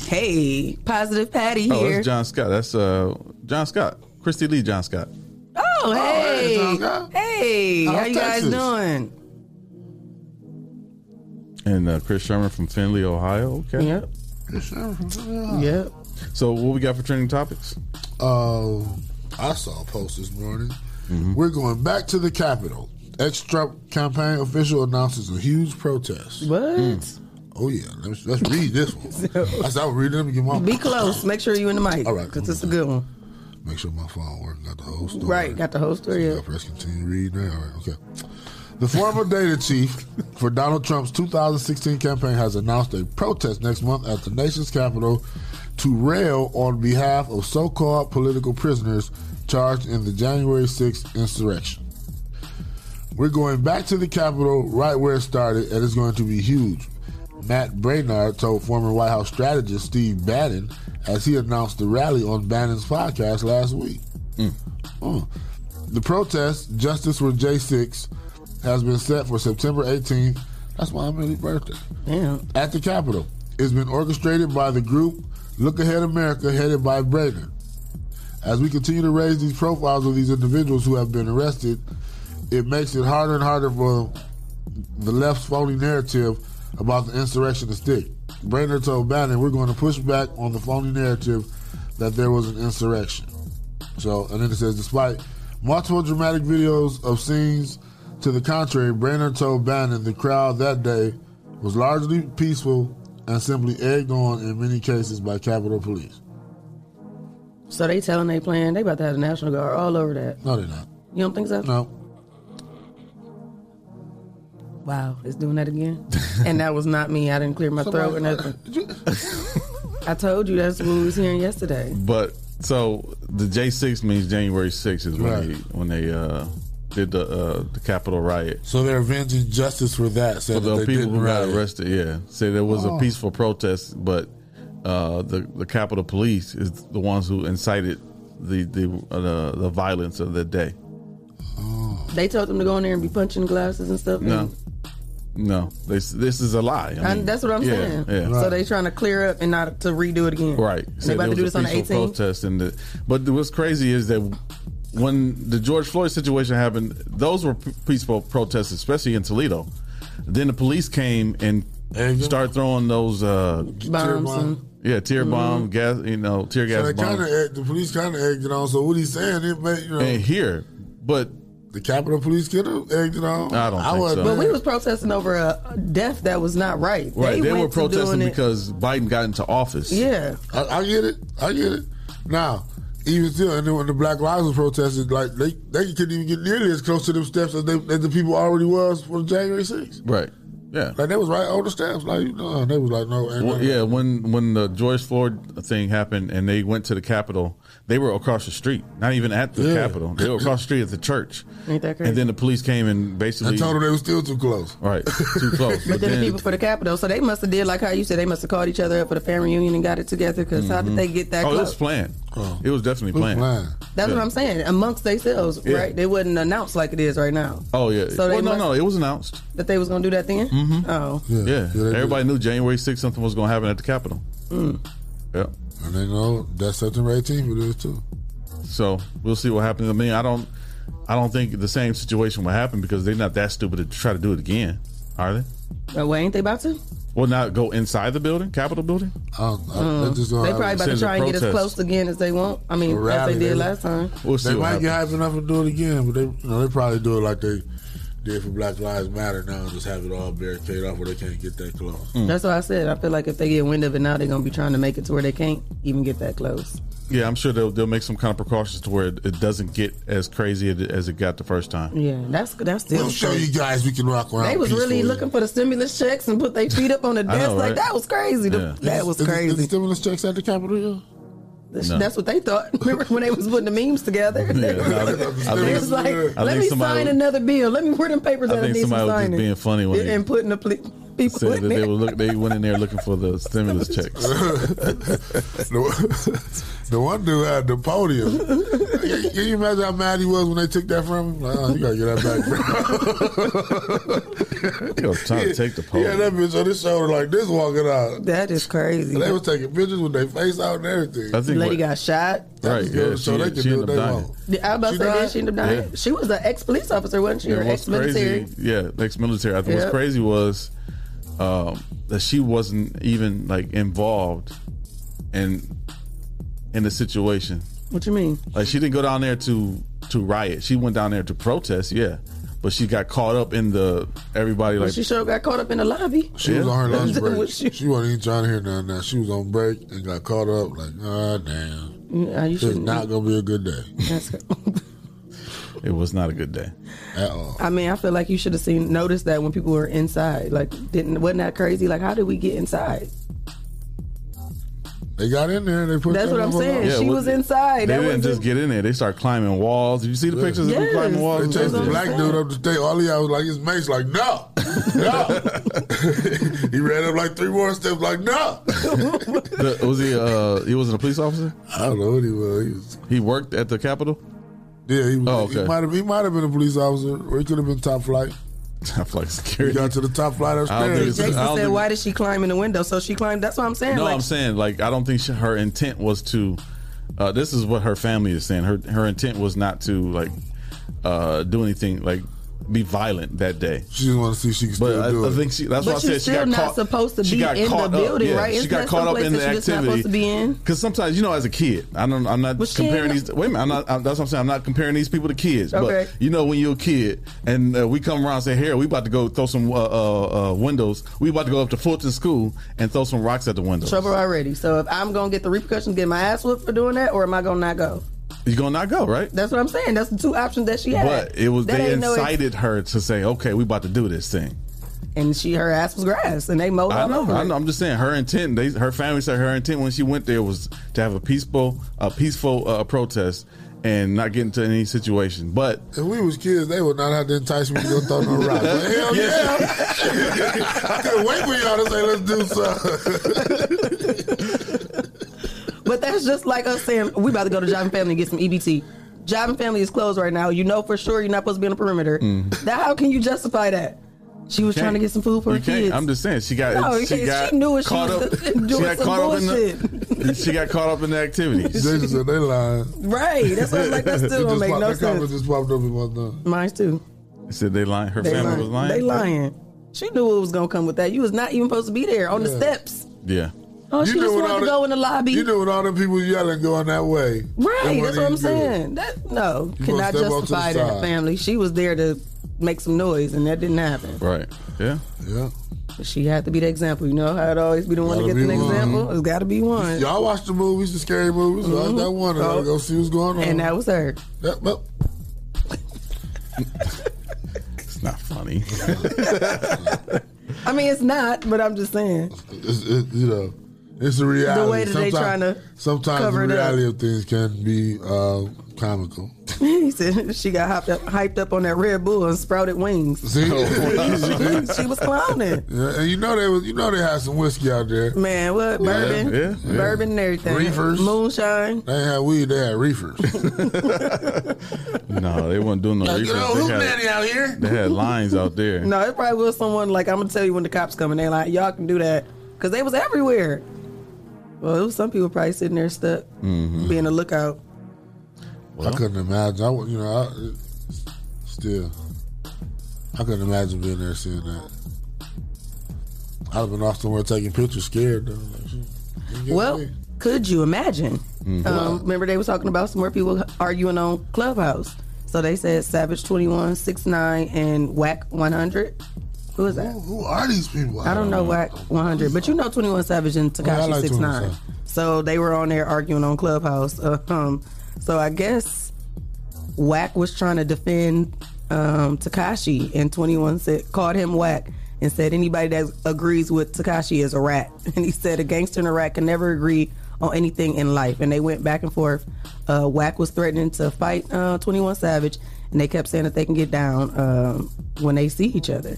Hey, positive Patty
Oh,
here.
that's John Scott. That's uh John Scott. Christy Lee John Scott.
Oh,
hey,
hey.
John Scott.
hey,
Out
how
of
you guys
Texas.
doing?
And uh, Chris Sherman from Findlay, Ohio. Okay.
Yep. Yep.
So what we got for trending topics?
Uh, I saw a post this morning. We're going back to the Capitol. Ex Trump campaign official announces a huge protest.
What?
Oh, yeah. Let's, let's read this one. I said, I'll read it. Let me get my
Be close. Make sure you in the mic.
All right.
Because it's a good one.
Make sure my phone works. Got the whole story.
Right. Got the whole story.
Yeah, press continue reading. All right, okay. The former data chief for Donald Trump's 2016 campaign has announced a protest next month at the nation's capital to rail on behalf of so called political prisoners charged in the January 6th insurrection. We're going back to the Capitol right where it started, and it's going to be huge. Matt Brainard told former White House strategist Steve Bannon as he announced the rally on Bannon's podcast last week. Mm. The protest, Justice for J6, has been set for September 18th. That's my mini birthday. At the Capitol. It's been orchestrated by the group Look Ahead America, headed by Brainerd. As we continue to raise these profiles of these individuals who have been arrested, it makes it harder and harder for the left's phony narrative about the insurrection to stick. Brainerd told Bannon, we're going to push back on the phony narrative that there was an insurrection. So, and then it says, despite multiple dramatic videos of scenes to the contrary, Brainerd told Bannon the crowd that day was largely peaceful and simply egged on in many cases by Capitol Police.
So they telling they plan they about to have the National Guard all over that.
Oh,
No, they're not.
You don't think so?
No.
Wow, it's doing that again. and that was not me. I didn't clear my
Somebody-
throat or nothing. I told you that's what we was hearing yesterday.
But so the J six means January sixth is when
Right.
they when they uh, did the uh, the Capitol riot.
So they're avenging justice for that.
So
Said that
the
they
people
didn't
who
riot.
got arrested, yeah, say there was
Oh.
a peaceful protest, but uh, the the Capitol Police is the ones who incited the the uh, the, the violence of the day.
They told them to go in there and be punching glasses and stuff.
No, no, this this is a lie. I
And
mean,
that's what I'm
yeah,
saying.
Yeah.
So they trying to clear up and not to redo it again.
Right.
And
Said
they about
there
to do
was
this
a
on the
peaceful
18th.
Protest and the, but what's crazy is that when the George Floyd situation happened, those were p- peaceful protests, especially in Toledo. Then the police came and started throwing those uh,
Bombs and-
yeah, tear
Mm-hmm.
bomb, gas, you know, tear
So
gas
they
bombs
kind of the police kind of egged it on. So what he's saying, it may you know.
and here, but
the Capitol Police could have egged it on.
I don't
I
think
wasn't
so.
But we was protesting over a death that was not right.
right, they,
went
were
to doing
protesting
it-
because Biden got into office.
Yeah.
I, I get it. I get it. Now, even still, and then when the Black Lives Matter protested, like they they couldn't even get nearly as close to them steps as, they, as the people already was for January 6th.
Right. Yeah.
Like they was right on the steps. Like you know, they was like no. ain't
Well,
nothing.
yeah, when when the George Floyd thing happened and they went to the Capitol, they were across the street, not even at the
Yeah.
Capitol. They were across the street at the church.
Ain't that crazy?
And then the police came and basically
uh, I told them they were still too close.
right too close.
But then the people for the Capitol, so they must have did like how you said they must have called each other up for the family reunion and got it together. Because how did
Mhm.
they get that
oh, it
close?
was planned. It was definitely planned.
That's
Yeah.
what I'm saying. Amongst themselves,
Yeah.
right? They wasn't announced like it is right now
Oh yeah.
So they
well, no,
must-
no, it was announced.
that they was gonna do that then. Mm-hmm. Oh,
Yeah, everybody knew January 6th something was going to happen at the Capitol.
mm.
Yeah,
and they know that's September 18th. It is too.
So we'll see what happens. I mean, I don't, I don't think the same situation will happen because they're not that stupid to try to do it again, are they?
Uh, well, ain't they about to?
Well, not go inside the building, Capitol building.
Oh,
Mm. they probably about to try and get as close again as they want. I mean, as they did last time.
they might get hyped enough to do it again, but they you know, they probably do it like they did for Black Lives Matter now and just have it all barricaded off where they can't get that close.
That's what I said. I feel like if they get wind of it now, they're gonna be trying to make it to where they can't even get that close.
Yeah, I'm sure they'll they'll make some kind of precautions to where it, it doesn't get as crazy as it- as it got the first time.
Yeah, that's that's still.
We'll show you guys we can rock around.
They was really
peacefully.
looking for the stimulus checks and put their feet up on the
I
desk
know, right?
like that was crazy. The-
Yeah.
That was
Is- is-
crazy.
is stimulus checks at the Capitol Hill?
That's,
No.
that's what they thought. Remember when they was putting the memes together?
Yeah,
they
no, I
was,
think-
they
I think-
was like,
I think
let me
somebody-
sign another bill. Let me where them papers
I
that I
think
need
somebody
some
was just
signing.
being funny when
and,
they-
putting the pl- people
Said that
in
they
there.
were look, they went in there looking for the stimulus checks.
the, the one dude at the podium. Can, can you imagine how mad he was when they took that from him? Like, oh, you gotta get that back.
Yo, trying to take the
Bro.
podium.
Yeah, that bitch on his shoulder like this walking out.
That is crazy.
They was taking pictures with their face out and everything.
I think
Lady
what-
got shot.
Right, yeah, she-
so they can
she
do what
ended
they
up dying.
want.
I was about to
She
say
died?
did she end up dying.
Yeah.
She was an ex police officer, wasn't she?
Yeah,
Or
what's
ex military.
crazy? Yeah, ex-military. I think
Yep.
what's crazy was um, that she wasn't even like involved in in the situation.
What you mean?
Like she didn't go down there to to riot. She went down there to protest. Yeah, but she got caught up in the everybody
Well,
like
she sure got caught up in the lobby.
She was on her lunch break.
Was she-
she, wasn't even trying to hear none of that. She was on break and got caught up. Like, ah, damn.
Yeah, you
This is
shouldn't-
not gonna be a good day
That's cra-
it was not a good day
at all.
I mean, I feel like you should have seen noticed that when people were inside. Like, didn't wasn't that crazy? Like, how did we get inside?
They got in there. They put.
That's
that
what I'm
motherfucker
saying.
out.
She was inside.
They
That
didn't
wasn't-
just get in there. They start climbing walls. Did you see the pictures of them climbing walls?
They chased the black
dude.
dude up the stage. All he had was like his mates, like no, no. he ran up like three more steps, like no.
The- was he? Uh, he wasn't a police officer. I don't know what he was. He, worked at the Capitol.
Yeah, he was.
Oh, okay.
He might have. He might have been a police officer, or he could have been top flight.
Top flight security.
He got to the top flight
I don't think it's-
upstairs.
I
Jason
don't
said,
think-
"Why did she climb in the window?" So she climbed. That's what I'm saying.
No,
like,
I'm saying like I don't think she, her intent was to. Uh, this is what her family is saying. Her her intent was not to like uh, do anything like be violent that day.
She just want to see if she can
But
still
I,
do
I
it.
think she. That's
but
why I
you're
said she
still
got
not
caught.
supposed to
she
be
got
in the
caught up-
building,
yeah,
right?
She
Isn't
got
that
caught up
someplace
in
that
the
you're just not supposed
activity.
to be in?
Because sometimes, you know, as a kid, I don't, I'm not
she
comparing
ain't-
these. Wait a minute, I'm not, I'm, that's what I'm saying. I'm not comparing these people to kids.
Okay.
But you know, when you're a kid, and uh, we come around and say, "Here, we about to go throw some uh, uh, uh, windows. We about to go up to Fulton School and throw some rocks at the windows."
trouble already. So if I'm gonna get the repercussions, get my ass whooped for doing that, or am I gonna not go?
You're gonna not go, right?
That's what I'm saying. That's the two options that she had.
But it was
That
they
ain't no ex-
incited her to say, "Okay, we about to do this thing."
and she her ass was grass, and they mowed
I
all
know,
over.
I
it.
know. I'm just saying her intent. They, her family said her intent when she went there was to have a peaceful, a peaceful uh, protest and not get into any situation. But
If we was kids, they would not have to entice me to go throw no rocks. But hell yeah! I couldn't wait for y'all to say let's do something.
But that's just like us saying we about to go to Job and Family and get some E EBT. Job and Family is closed right now. You know for sure you're not supposed to be on the perimeter. That how can you justify that? She was trying to get some food for
Mm. you
her
can't.
kids.
I'm just saying she got.
No, you
she,
can't.
got
She knew what she
caught
was
up.
doing,
she got
some
caught up in the. She got caught up in the activities.
Jason said they lying.
right. That's what I'm like. That still
It just
don't make
popped-
no
that comment
sense.
just popped up in my thumb.
Mine's too.
said they lying. Her
They
family
lying.
was lying.
They lying. She knew what was gonna come with that. You was not even supposed to be there on the
Yeah.
steps.
Yeah.
Oh, she just
when
wanted
all
to go in the lobby.
You knew when all them people yelling going that way.
Right,
It
that's what I'm
wasn't even good.
saying. That no,
You
cannot
gonna step off to the
justify that
side.
family. She was there to make some noise, and that didn't happen.
Right. Yeah.
Yeah.
But she had to be the example. You know how it always be the one to
Gotta
get the
be one.
example. It's got to be one.
Y'all watch the movies, the scary movies. so
Mhm.
I, that one,
Oh.
I'll go see what's going on.
And that was her.
That- well,
It's not funny.
I mean, it's not, but I'm just saying.
it's, it, you know, it's the reality.
The way that they
Sometime-
tryna
sometimes
cover it
the
up.
reality of things can be uh, comical.
he said she got hyped up, hyped up on that Red Bull and sprouted wings.
See,
Oh,
she, she was clowning.
Yeah, and you know they was, you know they had some whiskey out there.
Man, what bourbon,
yeah, yeah.
bourbon and everything,
Reefers.
moonshine.
They had weed. They had reefers.
no, they weren't doing no
Like, you
research.
know, who's
They
daddy
had,
out here?
they had lines out there.
No, it probably was someone like I'm gonna tell you when the cops come and they like y'all can do that because they was everywhere. Well, it was some people probably sitting there stuck, being a lookout.
I couldn't imagine. I would- you know, I, still, I couldn't imagine being there seeing that. I'd have been off somewhere taking pictures, scared though. Like, shit, you get
Well,
away.
could you imagine?
Mhm.
Um, remember they was talking about some more people arguing on Clubhouse. So they said Savage 21, 69, and Whack 100. Who is that? Who,
are these people?
I don't know Whack 100, but you know 21 Savage and
yeah, Oh, I
Takashi
like
69.
21
So they were on there arguing on Clubhouse. Uh, um, so I guess Whack was trying to defend um, Takashi, and 21 said called him Whack and said anybody that agrees with Takashi is a rat. And he said a gangster and a rat can never agree on anything in life. And they went back and forth. Uh, Whack was threatening to fight uh, 21 Savage, and they kept saying that they can get down um, when they see each other.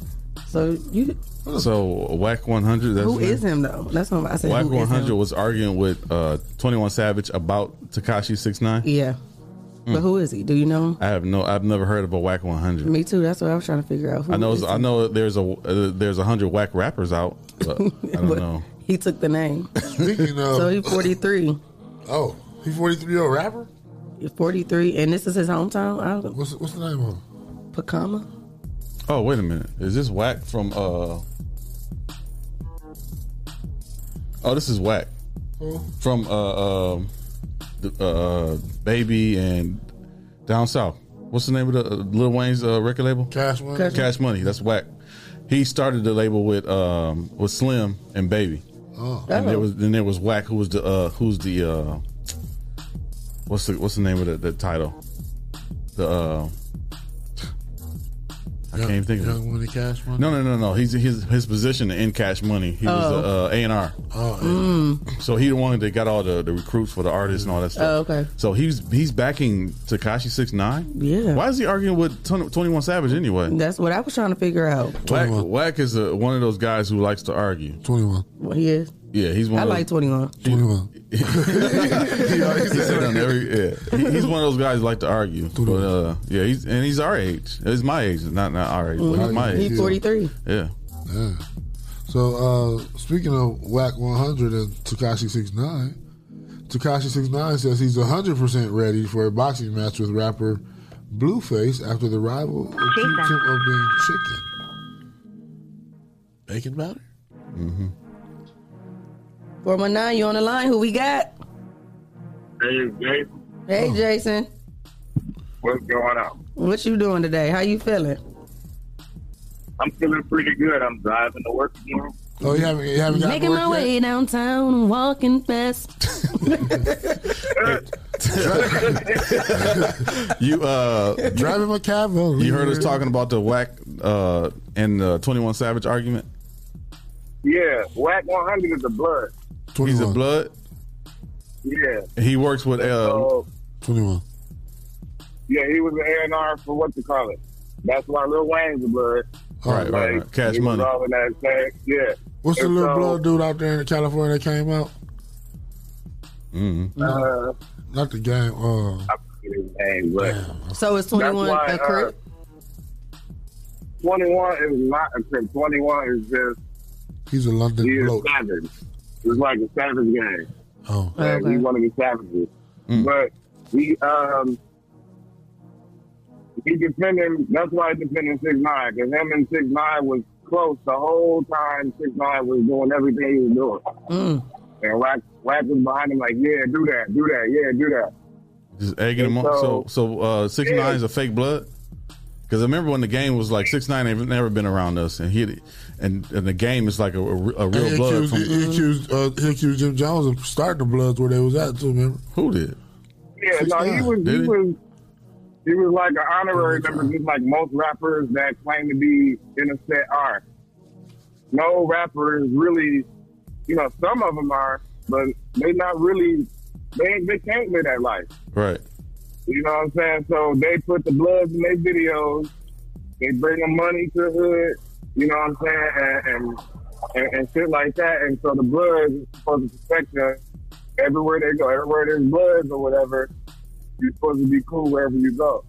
So you,
So Whack 100. That's
who
his name?
is him though? That's what I said.
Black
who is him?
100 was arguing with uh, 21 Savage about Takashi 69.
Yeah. But who is he? Do you know him?
I have no I've never heard of a whack 100.
Me too. That's what I was trying to figure out. Who
I know
is
I
he?
know there's a uh, there's a 100 whack rappers out, but I don't know.
He took the name.
Speaking of,
so he's 43.
Oh, he's 43 year old rapper.
He's 43, and this is his hometown. I don't
What's what's the name of him?
Pacama.
Oh, wait a minute. Is this whack from uh Oh, this is whack.
Who?
From uh um the, uh Baby and Down South. What's the name of the uh, Lil Wayne's uh, record label?
Cash Money.
Cash, Money. That's whack. He started the label with um with Slim and Baby.
Oh.
And there was then there was Whack who was the uh who's the uh what's the what's the name of the, the title? The uh I I can't even think of
Young
it.
Money Cash Money.
No, no, no, no. He's his his position in Cash Money. He
Oh.
was uh, A and R.
Oh,
So he the one that got all the, the recruits for the artists and all that stuff.
Oh, okay.
So he's he's backing Takashi Six Nine.
Yeah.
Why is he arguing with Twenty One Savage anyway?
That's what I was trying to figure out.
Wack, Wack is a, one of those guys who likes to argue.
Twenty One.
What he is?
Yeah, he's one.
I
of
like
those,
21.
21.
he's, every, yeah. He- he's one of those guys who like to argue. But uh, yeah, he's and he's our age. He's my age, not not our age, but he's my age.
He's 43.
Yeah.
Yeah. So uh, speaking of WAC 100 and Takashi 69, Takashi 69 says he's 100% ready for a boxing match with rapper Blueface after the rival accused him of being chicken. Bacon batter? Mm-hmm.
419, you on the line. Who we got?
Hey, Jake,
Oh.
Hey, Jason.
what's going on?
What you doing today? How you feeling?
I'm feeling pretty good. I'm driving to work tomorrow.
Oh, you haven't, you haven't
Making my way downtown, walking fast.
You uh
driving my cavalry.
You heard us talking about the whack uh and uh, Twenty One Savage argument.
Yeah, Whack 100 is the blood.
He's a blood.
Yeah,
He works with uh,
Twenty One.
yeah, he was an A&R for what you call it. That's why Lil Wayne's the blood.
Right, right, right. Cash
he
Money.
Was all in that same, yeah.
What's the
And
little
so,
blood dude out there in California that came out?
Mm-hmm.
Uh,
Not the game. Uh,
his name, but
So it's
uh, That's
21
why,
a crib?
uh, 21 is not a crib. 21 is just,
he's a London
he is
bloke.
savage. It's like a savage game.
Oh.
and he's one of the savages. But he um he defending that's why he defending six nine because him and six nine was close the whole time six nine was doing everything he was doing. And Wack Wack was behind him like, Yeah, do that, do that, yeah, do that.
Just egging him on. So so uh, six nine is a fake blood. Because I remember when the game was like six nine ain't never been around us, and he and, and the game is like a, a re- a
And
real
he
blood.
accused,
From,
he, accused, uh, he accused Jim Jones of starting the Bloods where they was at too. Remember
who did?
Yeah, no, he was he,
Did he?
was he was like an honorary member, just like most rappers that claim to be innocent are. No rapper is really, you know, some of them are, but they not really. They they can't live that life.
Right.
You know what I'm saying? So they put the bloods in their videos. They bring the money to the hood. You know what I'm saying? And and, and, and shit like that. And so the bloods is supposed to protect them everywhere they go. Everywhere there's bloods or whatever, you're supposed to be cool wherever you go.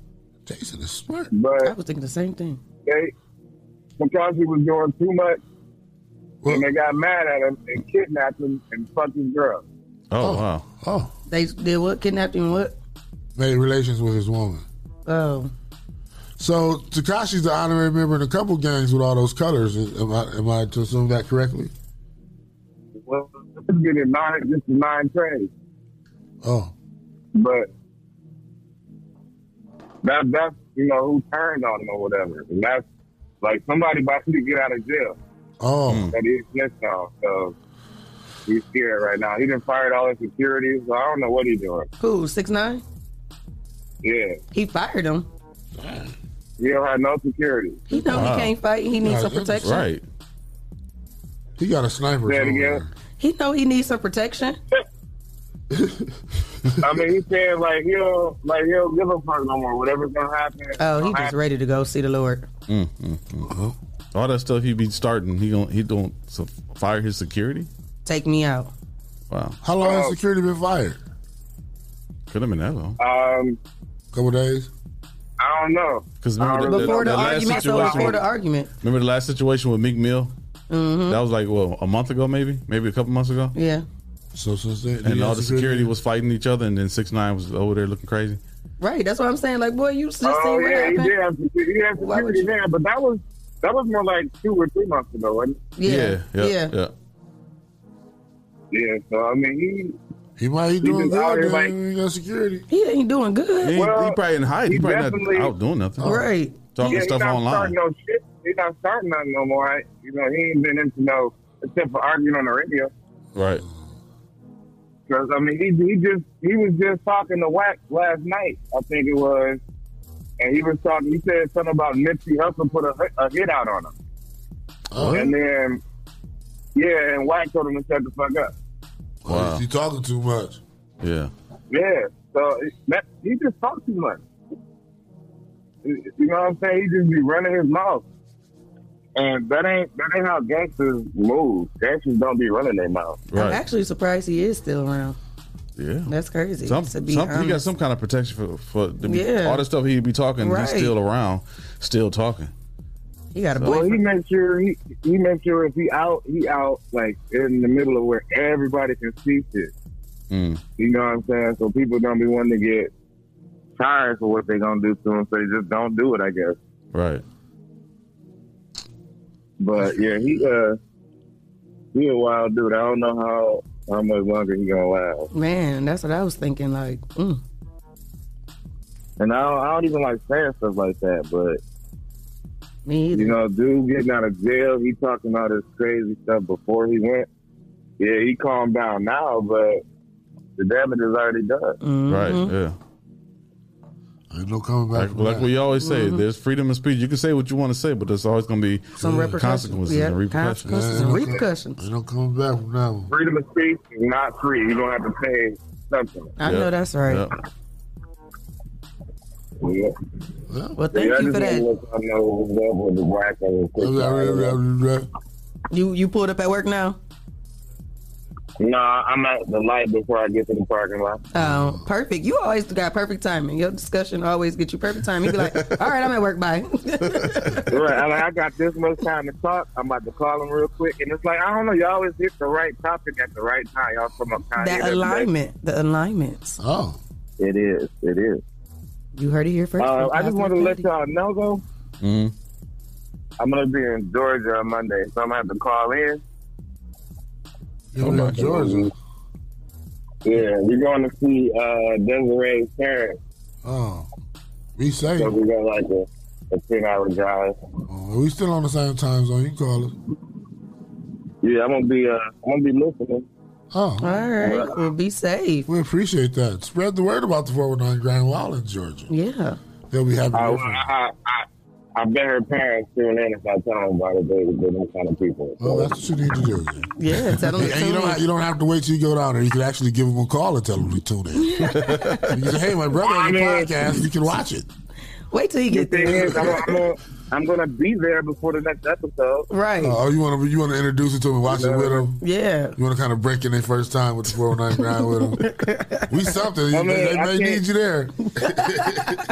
Jason is smart.
But
I was thinking the same thing.
they Takashi was doing too much, and they got mad at him and kidnapped him and fucked his girl.
Oh, wow.
Oh.
They did what? Kidnapped him what?
made relations with his woman.
Oh.
So Takashi's the honorary member in a couple gangs with all those colors. Am I, am I to assume that correctly?
Well, just getting nine, just nine trades.
Oh,
But that that's you know who turned on him or whatever, and that's like somebody about to get out of jail
oh,
Hmm.
that he exists now. So he's scared right now. He done fired all his security, so I don't know what he's doing.
Who? Six nine?
Yeah,
He fired him.
he don't have no security.
He know
Wow.
he can't fight. He needs
Nah,
some
that's
protection.
right. he got a sniper.
Say it
somewhere.
again.
He know he needs some protection.
I mean, he's saying like he'll like he'll give a fuck no more. Whatever's gonna happen.
Oh, he just ready to go see the Lord.
Mm, mm, mm.
Uh-huh.
All that stuff he be starting. He don't he don't so fire his security.
Take me out.
Wow.
How long has security been fired?
Could have been that long.
Um,
couple days.
I don't know.
'Cause remember the-
Before the
the last
argument. So
situation-
before the argument.
Remember the last situation with Meek Mill?
Mm-hmm.
That was like well a month ago, maybe maybe a couple months ago.
yeah.
So since then,
And all the security was fighting each other, and then six nine was over there looking crazy.
Right. That's what I'm saying. Like, boy, you just seen
Oh
what
yeah, he
happened.
did have security. He had security there, but that was that was more like two or three months ago, wasn't it?
yeah, yeah.
yeah.
yeah.
Yeah, so I mean,
he he might be doing
just out
good.
here
man.
like
he got security.
He ain't doing good.
He, ain't- he probably in hiding. He
he
probably
definitely-
not out doing nothing.
Right.
Talking
yeah, he
stuff
not
online.
Starting no shit. He's not starting nothing no more. I, you know, he ain't been into no except for arguing on the radio.
Right.
Because I mean, he he just he was just talking to Wack last night. I think it was and he was talking. He said something about Nipsey Hussle put a, hit- a hit out on him, and then yeah, and Wack told him to shut the fuck up.
You talking too much.
Yeah.
Yeah, so it- that, he just talk too much. You know what I'm saying? He just be running his mouth, and that ain't that ain't how gangsters move. Gangsters don't be running their mouth.
I'm actually surprised he is still around.
Yeah.
That's crazy.
Some,
to
some,
be
he
honest.
got some kind of protection for, for to be-
Yeah.
all the stuff he'd be talking.
Right.
He's still around, still talking.
He got
a
Well, he make sure he he make sure if he out he out like in the middle of where everybody can see shit.
Mm.
You know what I'm saying? So people gonna be wanting to get tired for what they gonna do to him. So they just don't do it, I guess.
Right.
But yeah, he uh he a wild dude. I don't know how how much longer he gonna last.
Man, that's what I was thinking. Like, mm.
And I don't, I don't even like saying stuff like that, but
me
You know, dude getting out of jail, he talking all this crazy stuff before he went. Yeah, he calmed down now, but the damage is already done.
Mm-hmm.
Right. Yeah.
Ain't no coming
back. Like,
from
like
that.
we always say,
Mm-hmm.
Mhm.
there's freedom of speech. You can say what you want to say, but there's always going to be
Some repercussions.
consequences
Yeah,
and repercussions.
consequences and Yeah. repercussions. Ain't no coming back from that one.
Freedom of speech is not free. You're going to have to pay something.
I know that's right.
Yeah.
Well, thank
yeah, I
you for
just wanna
that.
let y'all know what's up with the whack and the
You you pulled up at work now?
Nah, I'm at the light before I get to the parking lot.
Oh, perfect. You always got perfect timing. Your discussion always get you perfect timing. You be like, all right, I'm at work. Bye.
right. I'm like, I got this much time to talk. I'm about to call him real quick. And it's like, I don't know. Y'all always hit the right topic at the right time. Y'all from up Kanye
that
today.
alignment, the alignments.
Oh,
It is. It is.
You heard it here first.
Uh, I just want to let y'all know, though,
Mm.
I'm going to be in Georgia on Monday, so I'm going to have to call in.
You're in Georgia.
Yeah, we're going to see uh, Desiree's parents.
Oh, we safe.
So we got like a, a 10 hour drive.
Oh, we still on the same time zone. You can call us.
Yeah, I'm going to be uh, I'm gonna be listening.
Oh, all
right. Well, be safe.
We appreciate that. Spread the word about the 419 Grand Wall in Georgia.
Yeah.
They'll be happy. to
I,
hear from you.
Oh, I, I, I bet her parents tune in if I tell them about it. They, they're them kind of people.
Well, Oh, that's what you need to do.
Yeah, tell them.
And you don't, have, you don't have to wait till you go down there. You can actually give them a call and tell them to tune in. you can say, hey, my brother on the podcast. You can watch it.
Wait till you
get there. I'm, gonna- I'm, gonna- I'm going to be there before the next episode.
Right.
oh, you want to you want to introduce it to them and watch it with them?
Yeah.
You want to kind of break in their first time with the 409 Grand with them? We something.
I mean,
they they
I
may
can't-
need you there.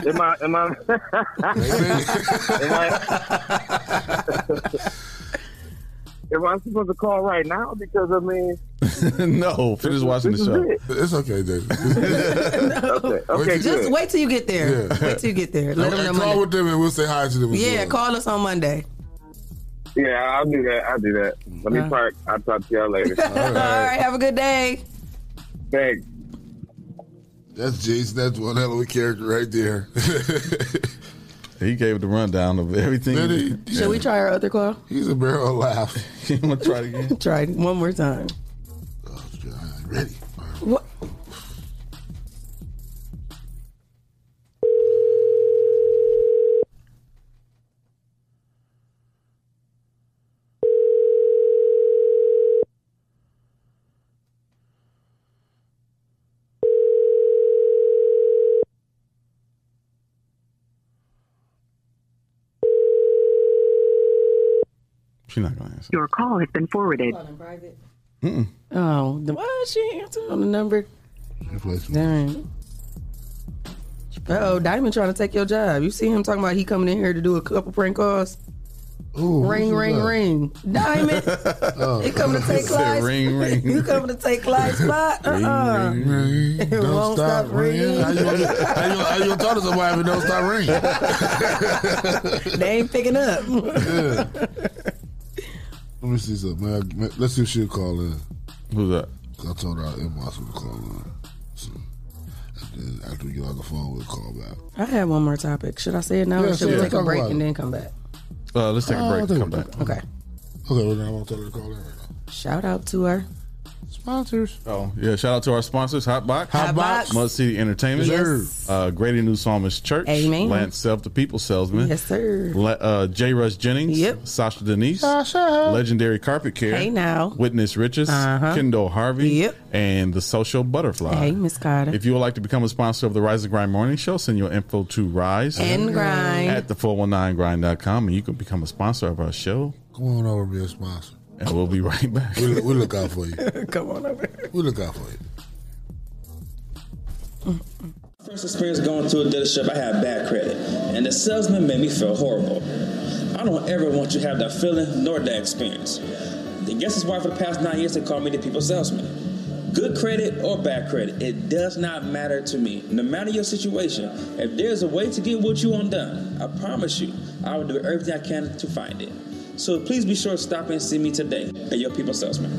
Am I? Am I? am I? Am I supposed to call right now? Because I mean,
no, finish watching the
this is
show.
it.
It's okay, David.
okay,
just wait till you get there. Wait till you get there. Let
and,
them know.
and call
Monday.
with them and we'll say hi to them. as
Yeah,
well.
call us on Monday.
yeah, I'll do that. I'll do that. Let
Uh-huh.
me park. I'll talk to y'all later.
All right. Have a good day.
Thanks.
That's Jason. That's one hell of a character right there.
He gave the rundown of everything.
Should we try our other call?
He's a barrel of laugh.
you want to try it again?
Try it one more time.
Oh,
ready. What?
She's not going to answer.
Your call has been forwarded.
Mm-mm.
Oh, the, what? She answered on the number. Dang. Oh, Diamond trying to take your job. You see him talking about he coming in here to do a couple prank calls.
Ooh,
ring,
who's
ring,
that? Oh.
ring. Diamond, you coming to take
Said
Clyde's?
ring, ring.
you coming to take Clyde's spot? Uh-uh.
Ring, ring,
It
don't
won't
stop,
stop
ringing.
ringing.
How you gonna- how you how you gonna talk to somebody if it don't stop ringing?
they ain't picking up.
Yeah. Let me see something. Man, man, let's see if she'll call in.
Who's that?
I told her our inbox would call in. So, and then after we get off the phone, we'll call back.
I have one more topic. Should I say it now
Yeah,
or should
say
we
it.
take a
Talk
break
about
and
it.
then come back?
Uh, let's take a
Oh,
break.
I
Come back.
Okay.
Okay, well, then I won't tell her to call in right now.
Shout out to our
Sponsors.
Oh yeah! Shout out to our sponsors: Hotbox,
Hotbox.
Must City Entertainment,
Yes.
uh, Greater New Psalmist Church,
Amen.
Lance Self, the People Salesman,
Yes, sir.
Le- uh, J. Rush Jennings, yep. Sasha Denise,
Sasha.
Legendary Carpet Care,
Hey, now.
Witness Riches,
Uh-huh.
Kendall Harvey, yep. and the Social Butterfly.
Hey, Miss Carter.
If you would like to become a sponsor of the Rise and Grind Morning Show, send your info to Rise
And Grind.
at the419grind.com and you can become a sponsor of our show.
Come on over and be a sponsor.
And we'll be right back.
We look, we look out for you.
Come on over.
We look out for you.
First experience going to a dealership, I had bad credit, and the salesman made me feel horrible. I don't ever want you to have that feeling nor that experience. I guess it's why for the past nine years they call me the people salesman. Good credit or bad credit, it does not matter to me. No matter your situation, if there's a way to get what you want done, I promise you, I will do everything I can to find it. So please be sure to stop and see me today at your people salesman.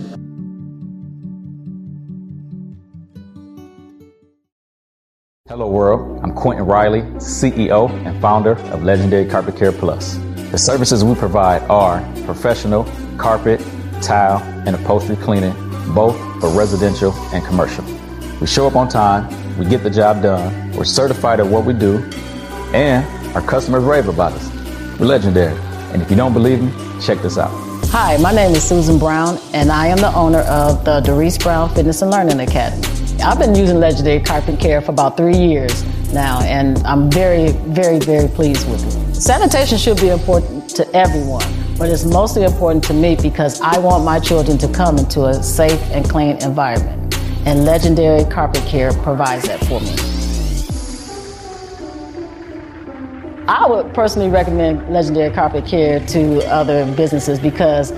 Hello, world. I'm Quentin Riley, CEO and founder of Legendary Carpet Care Plus. The services we provide are professional carpet, tile, and upholstery cleaning, both for residential and commercial. We show up on time, we get the job done, we're certified at what we do, and our customers rave about us. We're legendary. And if you don't believe me, check this out.
Hi, my name is Susan Brown, and I am the owner of the Doris Brown Fitness and Learning Academy. I've been using Legendary Carpet Care for about three years now, and I'm very, very, very pleased with it. Sanitation should be important to everyone, but it's mostly important to me because I want my children to come into a safe and clean environment, and Legendary Carpet Care provides that for me. I would personally recommend Legendary Carpet Care to other businesses because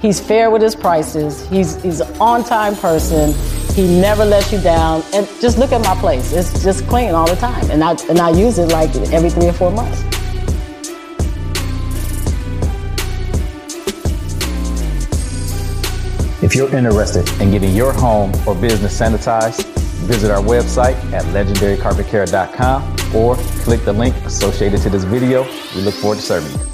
he's fair with his prices. He's he's an on-time person. He never lets you down. And just look at my place; it's just clean all the time, and I and I use it like every three or four months.
If you're interested in getting your home or business sanitized, visit our website at legendarycarpetcare.com or click the link associated to this video. We look forward to serving you.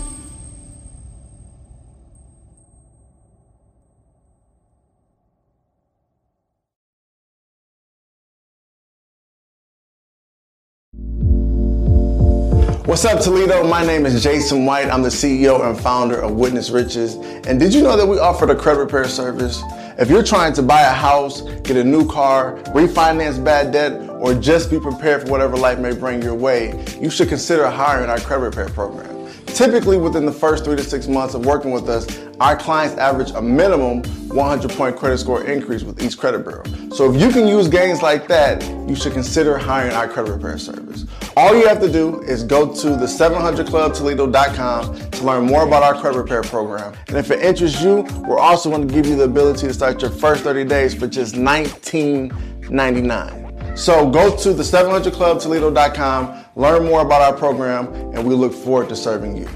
What's up, Toledo? My name is Jason White. I'm the CEO and founder of Witness Riches. And did you know that we offer the credit repair service? If you're trying to buy a house, get a new car, refinance bad debt, or just be prepared for whatever life may bring your way, you should consider hiring our credit repair program. Typically, within the first three to six months of working with us, our clients average a minimum 100 point credit score increase with each credit bureau. So, if you can use gains like that, you should consider hiring our credit repair service. All you have to do is go to the 700clubtoledo.com to learn more about our credit repair program. And if it interests you, we're also going to give you the ability to start your first 30 days for just $19.99. So go to the 700clubtoledo.com, learn more about our program, and we look forward to serving you.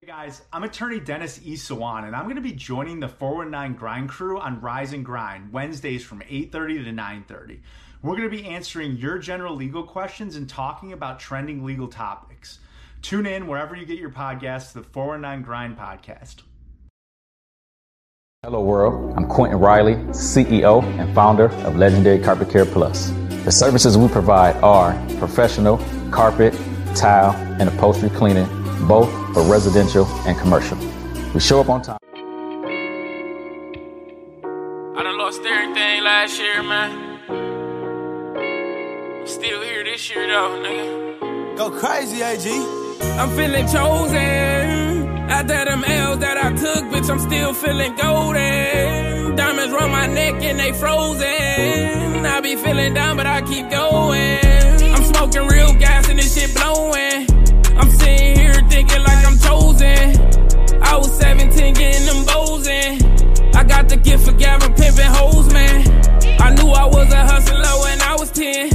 Hey guys, I'm attorney Dennis E. Sawan, and I'm going to be joining the 419 Grind crew on Rise and Grind Wednesdays from 8:30 to 9:30. We're going to be answering your general legal questions and talking about trending legal topics. Tune in wherever you get your podcasts to the 419 Grind podcast.
Hello, world. I'm Quentin Riley, CEO and founder of Legendary Carpet Care Plus. The services we provide are professional carpet, tile, and upholstery cleaning, both for residential and commercial. We show up on time.
I done lost everything last year, man. I'm still here this year, though, nigga. Go crazy, AG. I'm feeling chosen. After them L's that I took, bitch, I'm still feeling golden. Diamonds round my neck and they frozen. I be feeling down, but I keep going. I'm smoking real gas and this shit blowing. I'm sitting here thinking like I'm chosen. I was 17 getting them bows in. I got the gift for Gavin pimping hoes, man. I knew I was a hustler when I was 10.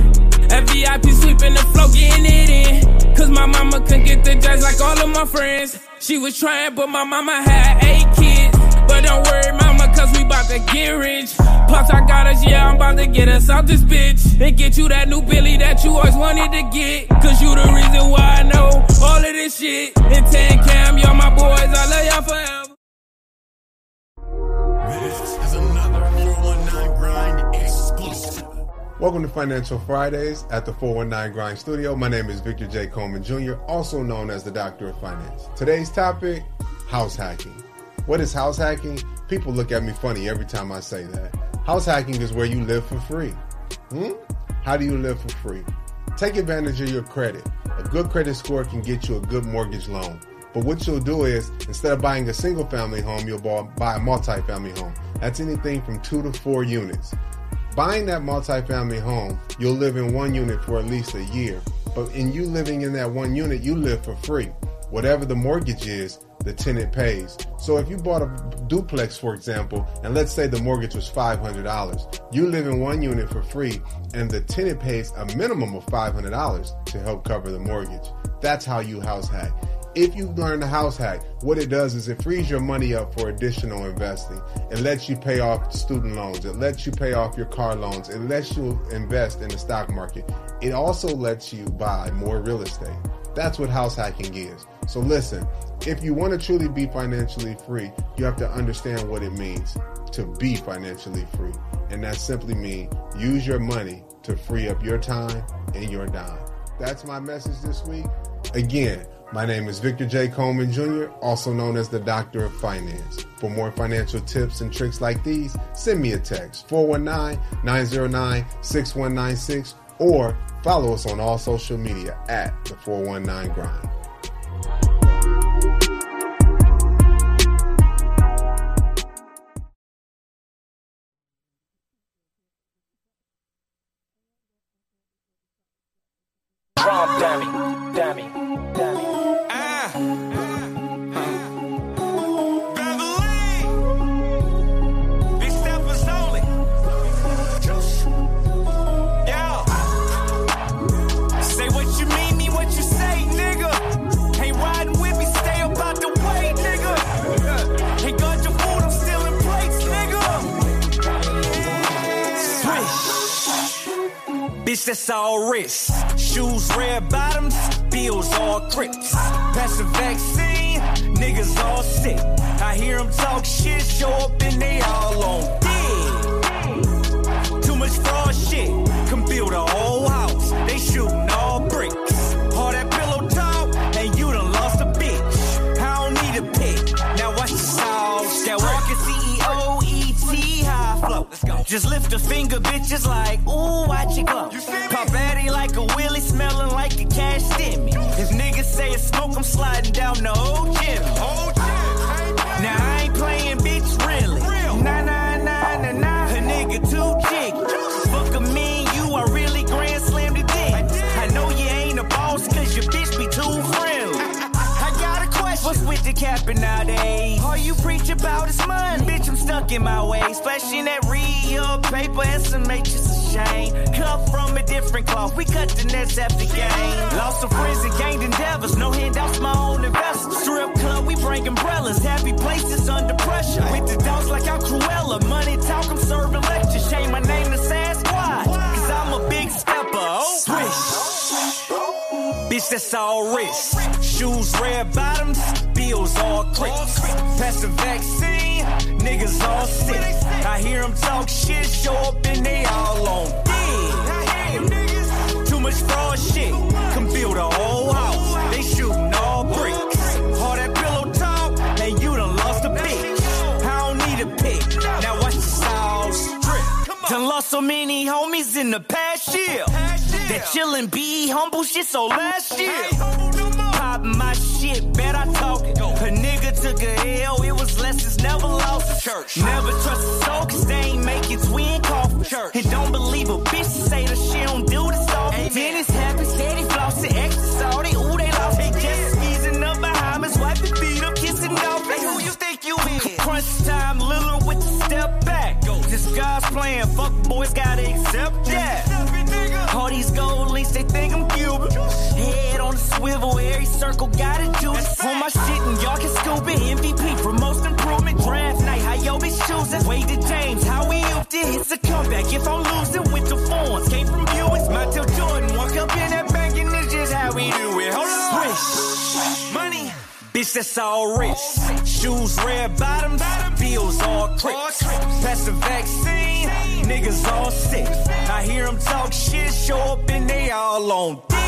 At VIP sweeping the floor, getting it in. Cause my mama couldn't get the judge like all of my friends. She was trying, but my mama had eight kids. But don't worry, mama, cause we bout to get rich. Pops, I got us, yeah, I'm about to get us out this bitch. And get you that new Billy that you always wanted to get. Cause you the reason why I know all of this shit. And 10 Cam, y'all my boys, I love y'all forever.
Welcome to Financial Fridays at the 419 Grind Studio. My name is Victor J. Coleman Jr., also known as the Doctor of Finance. Today's topic house hacking. What is house hacking? People look at me funny every time I say that. House hacking is where you live for free. Hmm? How do you live for free? Take advantage of your credit. A good credit score can get you a good mortgage loan. But what you'll do is, instead of buying a single family home, you'll buy buy a multifamily home. That's anything from two to four units. Buying that multifamily home, you'll live in one unit for at least a year. But in you living in that one unit, you live for free. Whatever the mortgage is, the tenant pays. So if you bought a duplex, for example, and let's say the mortgage was $500, you live in one unit for free, and the tenant pays a minimum of $500 to help cover the mortgage. That's how you house hack. If you learn the house hack, what it does is it frees your money up for additional investing. It lets you pay off student loans. It lets you pay off your car loans. It lets you invest in the stock market. It also lets you buy more real estate. That's what house hacking is. So listen, if you want to truly be financially free, you have to understand what it means to be financially free. And that simply means use your money to free up your time and your dime. That's my message this week. Again, my name is Victor J. Coleman Jr., also known as the Doctor of Finance. For more financial tips and tricks like these, send me a text 419 909 6196 or follow us on all social media at the 419 Grind.
Rob Dammy, Dammy.
Big steppers only. Yeah. Say what you mean, mean what you say, nigga. Ain't riding with me, stay up out the way, nigga. Ain't got your food, I'm stealing plates, nigga. Swish. Bitch, that's all wrist. Shoes, red bottoms, bills, all crips. Pass a vaccine, niggas all sick. I hear 'em talk shit, show up and they all on dick. Too much fraud shit, can build a whole house. They shooting all bricks. All that pillow talk, and you done lost a bitch. I don't need a pick, now watch the sauce. That walking E CEO, ET, high flow. Just lift a finger, bitches like, ooh, watch it go. Pop Addy like a wheelie, smelling like a cash stimmy. If niggas say it's smoke, I'm sliding down the old gym. Now I ain't playing, bitch, really. Nah, nah, nah, nah, nah. A nigga too chick. Fuck a mean, you are really grand slam the dick. I know you ain't a boss, cause your bitch be too friendly. I got a question. What's with the capping nowadays? All you preach about is money. Bitch, I'm stuck in my ways. Flashing that real paper and some matrix of shame. Cut from a different cloth. We cut the nets after game. Lost some friends and gained endeavors. No handouts, my own investment. Strip club, we bring umbrellas. Happy places under pressure. With the dogs like I'm Cruella. Money talk, I'm serving lectures. Shame my name is Sasquatch. Cause I'm a big stepper. Oh, swish. Bitch, that's all wrist. Shoes, red bottoms, bills, all crips. Pass the vaccine, niggas all sick. I hear 'em talk shit, show up and they all on dick. Too much fraud shit, can build a whole house. They shooting all bricks. All that pillow talk, and you done lost a bitch. I don't need a pick, now watch the sauce drip. Done lost so many homies in the past year. That chillin' be humble shit so last year pop my shit, bet I talk it. A nigga took a L, it was lessons never lost. Church. Never trust a soul, cause they ain't make it twin coffee. Church. And don't believe a bitch to say that she don't do this all. Dennis happy, said he flossed and exercised. They, ooh, they lost. They just squeezing up behind his wife and beat up, kissing off. Hey, who you think you is? Crunch time, Lillard with the step back. This guy's playing, fuck boys gotta accept that. All these gold links, they think I'm Cuban. Head on a swivel, every circle got a juice. On my shit, and y'all can scoop it. MVP for most improvement. Draft night, how yo bitch choosing. Wade to James, how we hooped it. His Bitch, that's all wrist. Shoes red bottoms, bills all cricks. Pass the vaccine, niggas all sick. I hear 'em talk shit, show up and they all on dick.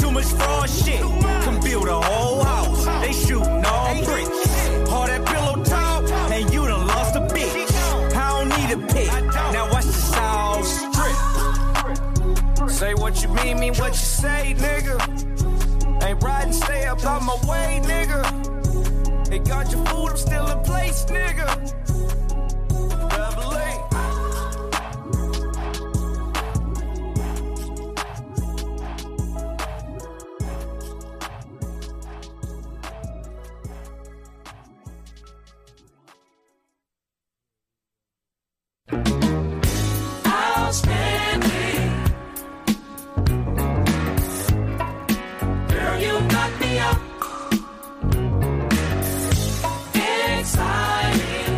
Too much fraud shit, can build a whole house. They shooting all bricks. All that pillow talk, and you done lost a bitch. I don't need a pick, now watch this all strip. Say what you mean, mean what you say, nigga. Ain't riding, stay up out my way, nigga. They got your food, I'm still in place, nigga. Double A.
Outstanding. Girl, you got me up. Exciting.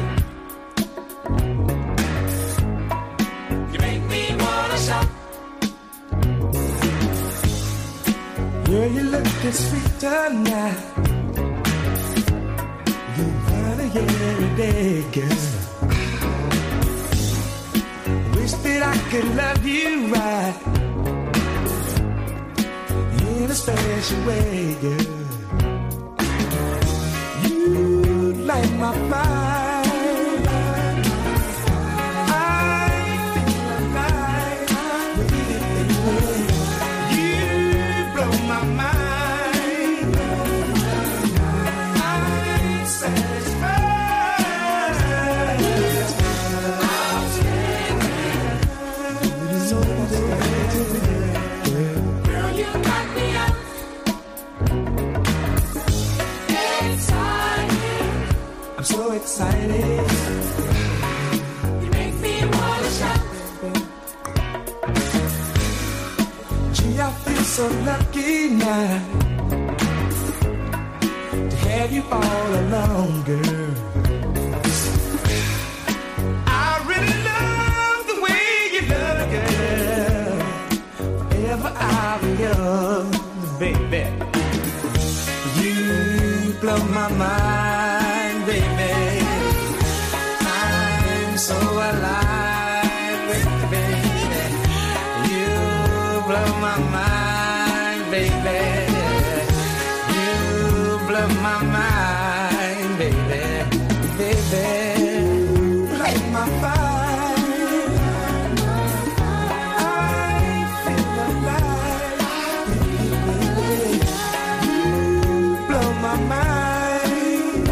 You make me wanna shout.
Yeah, you looking sweet tonight. You gotta hear every day, girl. Wish that I could love you right in a special way, girl. You light my fire. I feel alive within you. You blow my mind. I'm satisfied. I'm standing. It is all that I do. Yeah.
Girl, you got me up. Exciting.
I'm so excited.
You make me wanna shout.
Gee, I feel so lucky now to have you all alone, girl. I really love the way you love, girl. Forever I'll be yours, baby. You blow my mind, baby. I'm so alive, baby. You blow my mind, baby. You blow my mind, baby. Baby, light my fire. I feel alive. You blow my mind.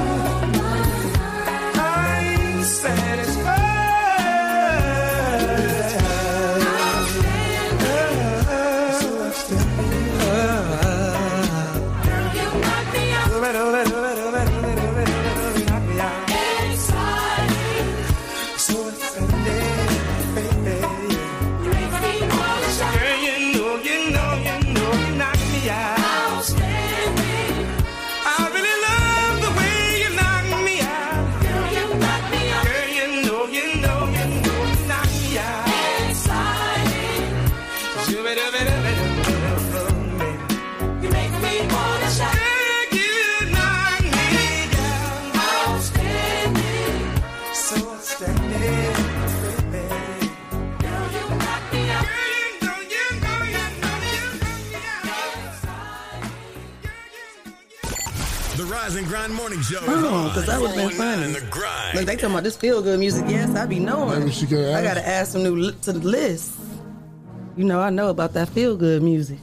I'm satisfied. So
You make me wanna shout. Outstanding. Girl, you got me up.
The Rise and Grind Morning Show. is
Oh,
on.
because that would have been
419
fun.
The grind.
Look, they talking about this feel good music. Yes, I be knowing.
Maybe she could
I
ask.
gotta add some new li- to the list. You know, I know about that feel good music.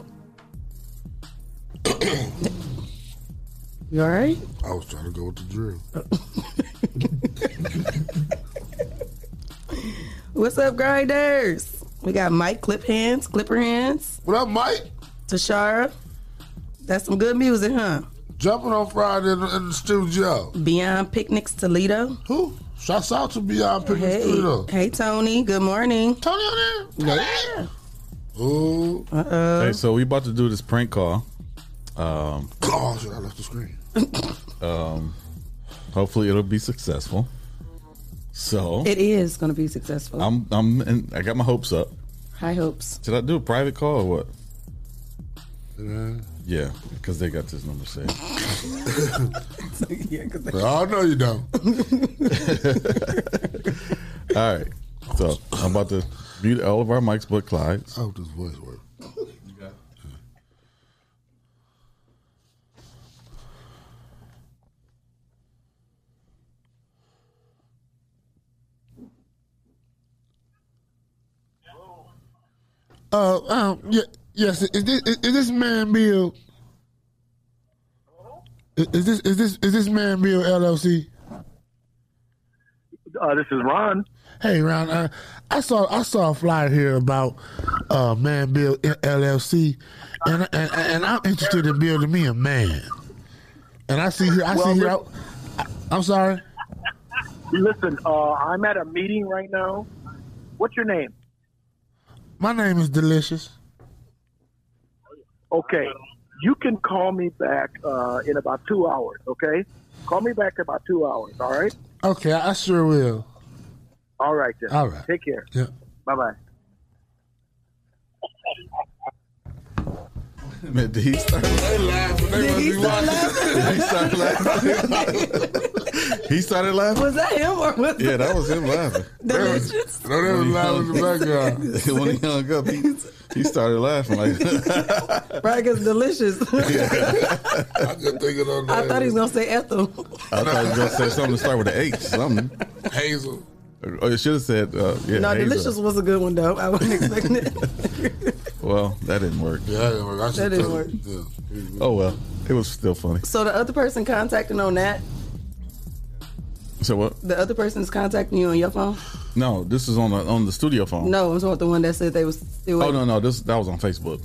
you all right?
I was trying to go with the drill.
What's up, grinders? We got Mike Clip Hands, Clipper Hands.
What up, Mike?
Tashara. That's some good music, huh?
Jumping on Friday in the, in the studio.
Beyond Picnics Toledo.
Who? Shouts out to Beyond Picnics
hey.
Toledo.
Hey, Tony. Good morning.
Tony on there? Yeah. Ooh.
Uh-oh.
Hey, so we about to do this prank call. Um,
Oh, shit, I left the screen.
um, hopefully it'll be successful. So
It is going to be successful.
I'm I'm in, I got my hopes up.
High hopes.
Should I do a private call or what? Yeah, because they got this number saved.
yeah, because
I know you don't.
All right, so I'm about to mute all of our mics but Clyde's.
I hope Oh, this voice works. Uh, um, yeah, yes. Is this is, is this man Bill? Is is this is this is this man Bill LLC?
Ah,
Uh, this is Ron.
Hey, Ron. Uh, I saw I saw a flyer here about uh, man Bill LLC, and and, and I'm interested in building me a man. And I see here. I
Well,
see here. I, I, I'm sorry.
Listen, uh, I'm at a meeting right now. What's your name?
My name is Delicious.
Okay, you can call me back uh, in about two hours. Okay, call me back in about two hours. All right.
Okay, I, I sure will.
All right then.
All right.
Take care.
Yeah.
Bye bye.
Man, did he start?
They laughing. They must be
he started laughing. he started laughing.
Was that him or was
Yeah, that was him laughing.
Delicious.
No, they was laughing in the
background. when he hung up, he, he started laughing. Like,
Right, because delicious.
I just thinking on
I thought he was gonna say Ethel.
I thought he was going to say something to start with an H, something.
Hazel.
Or it should have said, uh, yeah,
no,
Hazel.
delicious was a good one though. I wasn't expecting it.
Well, that didn't work.
Yeah, that didn't work. I
That didn't work.
Oh, well. It was still funny.
So the other person contacting on that,
So what?
the other person's contacting you on your phone.
No, this is on the, on the studio phone.
No, I'm talking about the one that said they was still.
Oh, no, no. This That was on Facebook.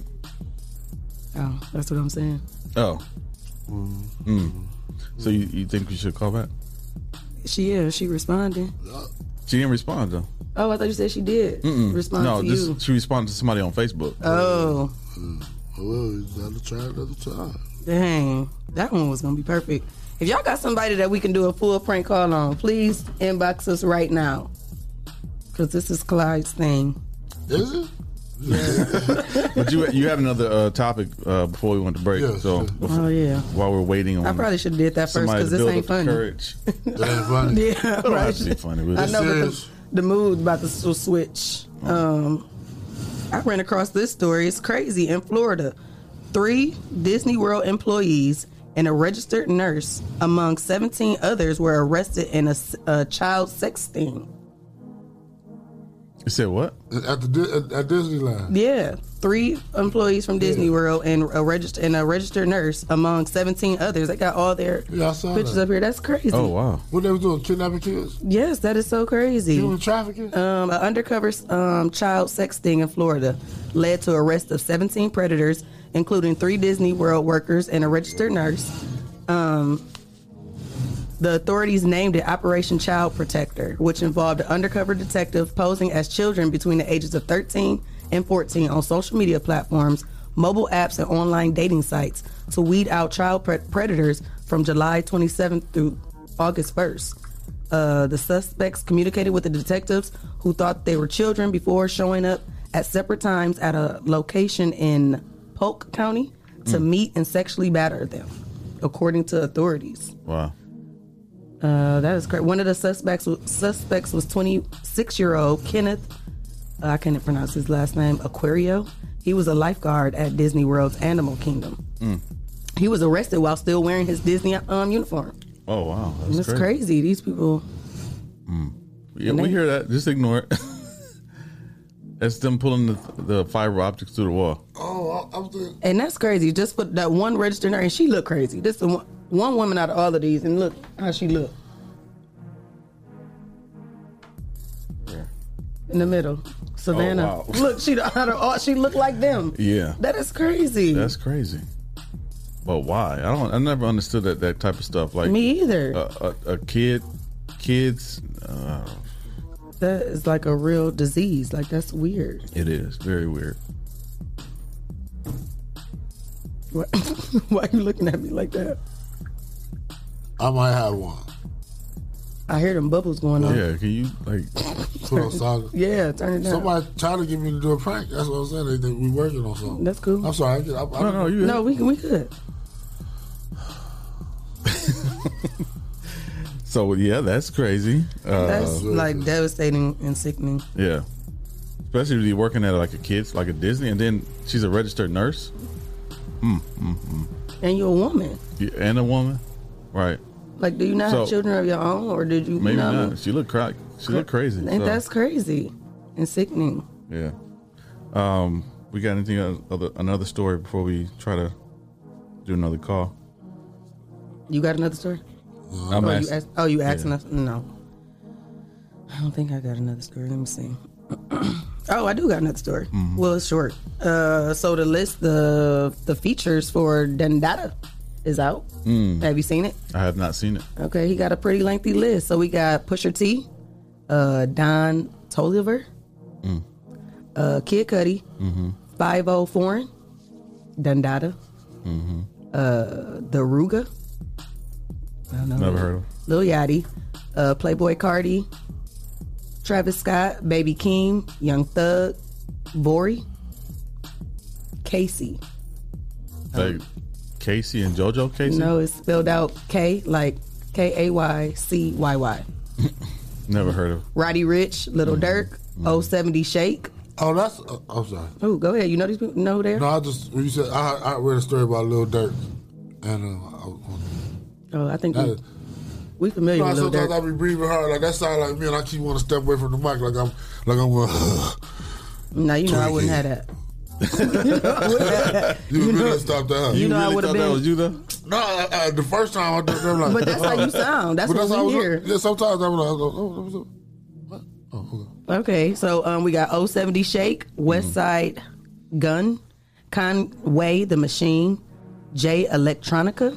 Oh, that's what I'm saying.
Oh. Mm. So you, you think we should call back?
She yeah, she responded.
She didn't respond, though.
Oh, I thought you said she did
Mm-mm.
respond
no,
to
this,
you.
she responded to somebody on Facebook.
Oh,
Well, he's got to try another time.
dang, that one was gonna be perfect. If y'all got somebody that we can do a full prank call on, please inbox us right now, because this is Clyde's thing.
Is it?
but you you had another uh, topic uh, before we went to break.
Yeah,
so
sure.
before-
Oh, yeah.
while we're waiting on,
I probably should have did that first
somebody
because
to
this
build
ain't
up the
funny.
Courage.
Yeah,
It don't
right.
have to be funny, but
I
it's
know, but the,
serious.
the mood about to s- switch. Um, I ran across this story. It's crazy. In Florida, three Disney World employees and a registered nurse, among 17 others, were arrested in a, s- a child sex thing.
You said what?
At the Di- at, at Disneyland.
Yeah, three employees from Disney World and a registered and a registered nurse, among 17 others. They got all their
Yeah, I saw
pictures
that.
up here. That's crazy.
Oh wow!
What they was doing? Kidnapping kids?
Yes, that is so crazy.
Human trafficking.
Um, an undercover um, child sex sting in Florida led to arrest of 17 predators, including three Disney World workers and a registered nurse. Um, the authorities named it Operation Child Protector, which involved an undercover detective posing as children between the ages of 13 and 14 on social media platforms, mobile apps, and online dating sites to weed out child pre- predators from July 27th through August 1st. Uh, the suspects communicated with the detectives who thought they were children before showing up at separate times at a location in Polk County to meet and sexually batter them, according to authorities.
Wow.
Uh, that is correct. One of the suspects suspects was 26 year old Kenneth. uh, I can't pronounce his last name. Aquario. He was a lifeguard at Disney World's Animal Kingdom.
Mm.
He was arrested while still wearing his Disney um, uniform.
Oh wow!
And
That's
It's
crazy. Mm.
crazy. These people.
Yeah, we hear that. Just ignore it. That's them pulling the, the fiber optics through the wall.
Oh, I, I'm thinking.
And that's crazy. Just for that one registered nurse, and she looked crazy. This is one, one woman out of all of these, and look how she looked
Yeah. Oh,
in the middle. Savannah,
wow.
look, she out of all, she looked like them.
Yeah.
That is crazy.
That's crazy. But why? I don't. I never understood that that type of stuff. Like
Me either.
A, a, a kid, kids. Uh,
That is like a real disease. Like that's weird.
it is very weird.
Why, why are you looking at me like that?
I might have one.
I hear them bubbles going on.
Yeah, can you like
put on solid?
Yeah, turn it down.
Somebody trying to get me to do a prank. That's what I'm saying. They think we working on something.
That's cool.
I'm sorry. I, I, I,
No, no, you- No, we can- we could.
So yeah, that's crazy. Uh,
That's like devastating and sickening.
yeah, especially if you're working at like a kids, like a Disney, and then she's a registered nurse. Mm, mm, mm.
And you're a woman.
Yeah, and a woman, right?
Like, do you not
So-
have children of your own, or did you?
Maybe
no.
not. She looked cra- She looked crazy.
And
so,
that's crazy and sickening.
yeah. Um, we got anything else- other another story before we try to do another call?
You got another story?
I'm
oh,
ask-
you asked, oh, you
Yeah.
asking us? No. I don't think I got another story. Let me see. oh, I do got another story.
Mm-hmm.
Well, it's short. Uh, so the list, the the features for Dandata is out.
Mm.
Have you seen it?
I have not seen it.
Okay, he got a pretty lengthy list. So we got Pusher T, uh, Don Toliver,
Mm.
uh, Kid Cudi,
Mm-hmm.
Five oh O Foreign, Dundada,
Mm-hmm.
uh, The Ruga. I don't know.
Never heard of.
Lil Yachty, uh, Playboy Cardi, Travis Scott, Baby Keem, Young Thug, Vori, Casey.
Like Casey and JoJo Casey.
Uh-huh. No, it's spelled out K like K A Y C Y Y.
Never heard of.
Roddy Rich, Little Dirk, O seventy 070 Shake.
Oh, that's. I'm sorry.
Oh, go ahead. You know these people? Know who they are?
No, I just when you said I, I read a story about Lil Durk, and uh, I was-
Oh, I think
That
we,
is-
we familiar
No,
with Little
sometimes
Dirk.
I be breathing hard. Like that sound like me, and I keep want to step away from the mic, like I'm, like I'm going.
No, you know I wouldn't have that.
You, really know, stopped that.
You You know I really would've thought that been- was
you though.
No, I, I, the first time I did that, I'm like,
But that's how you sound. That's
But
what we
how I was-
hear.
Yeah, sometimes I'm like, oh, oh, oh,
Okay, so um, we got 070 Shake, West Side Gun, Conway the Machine, J Electronica,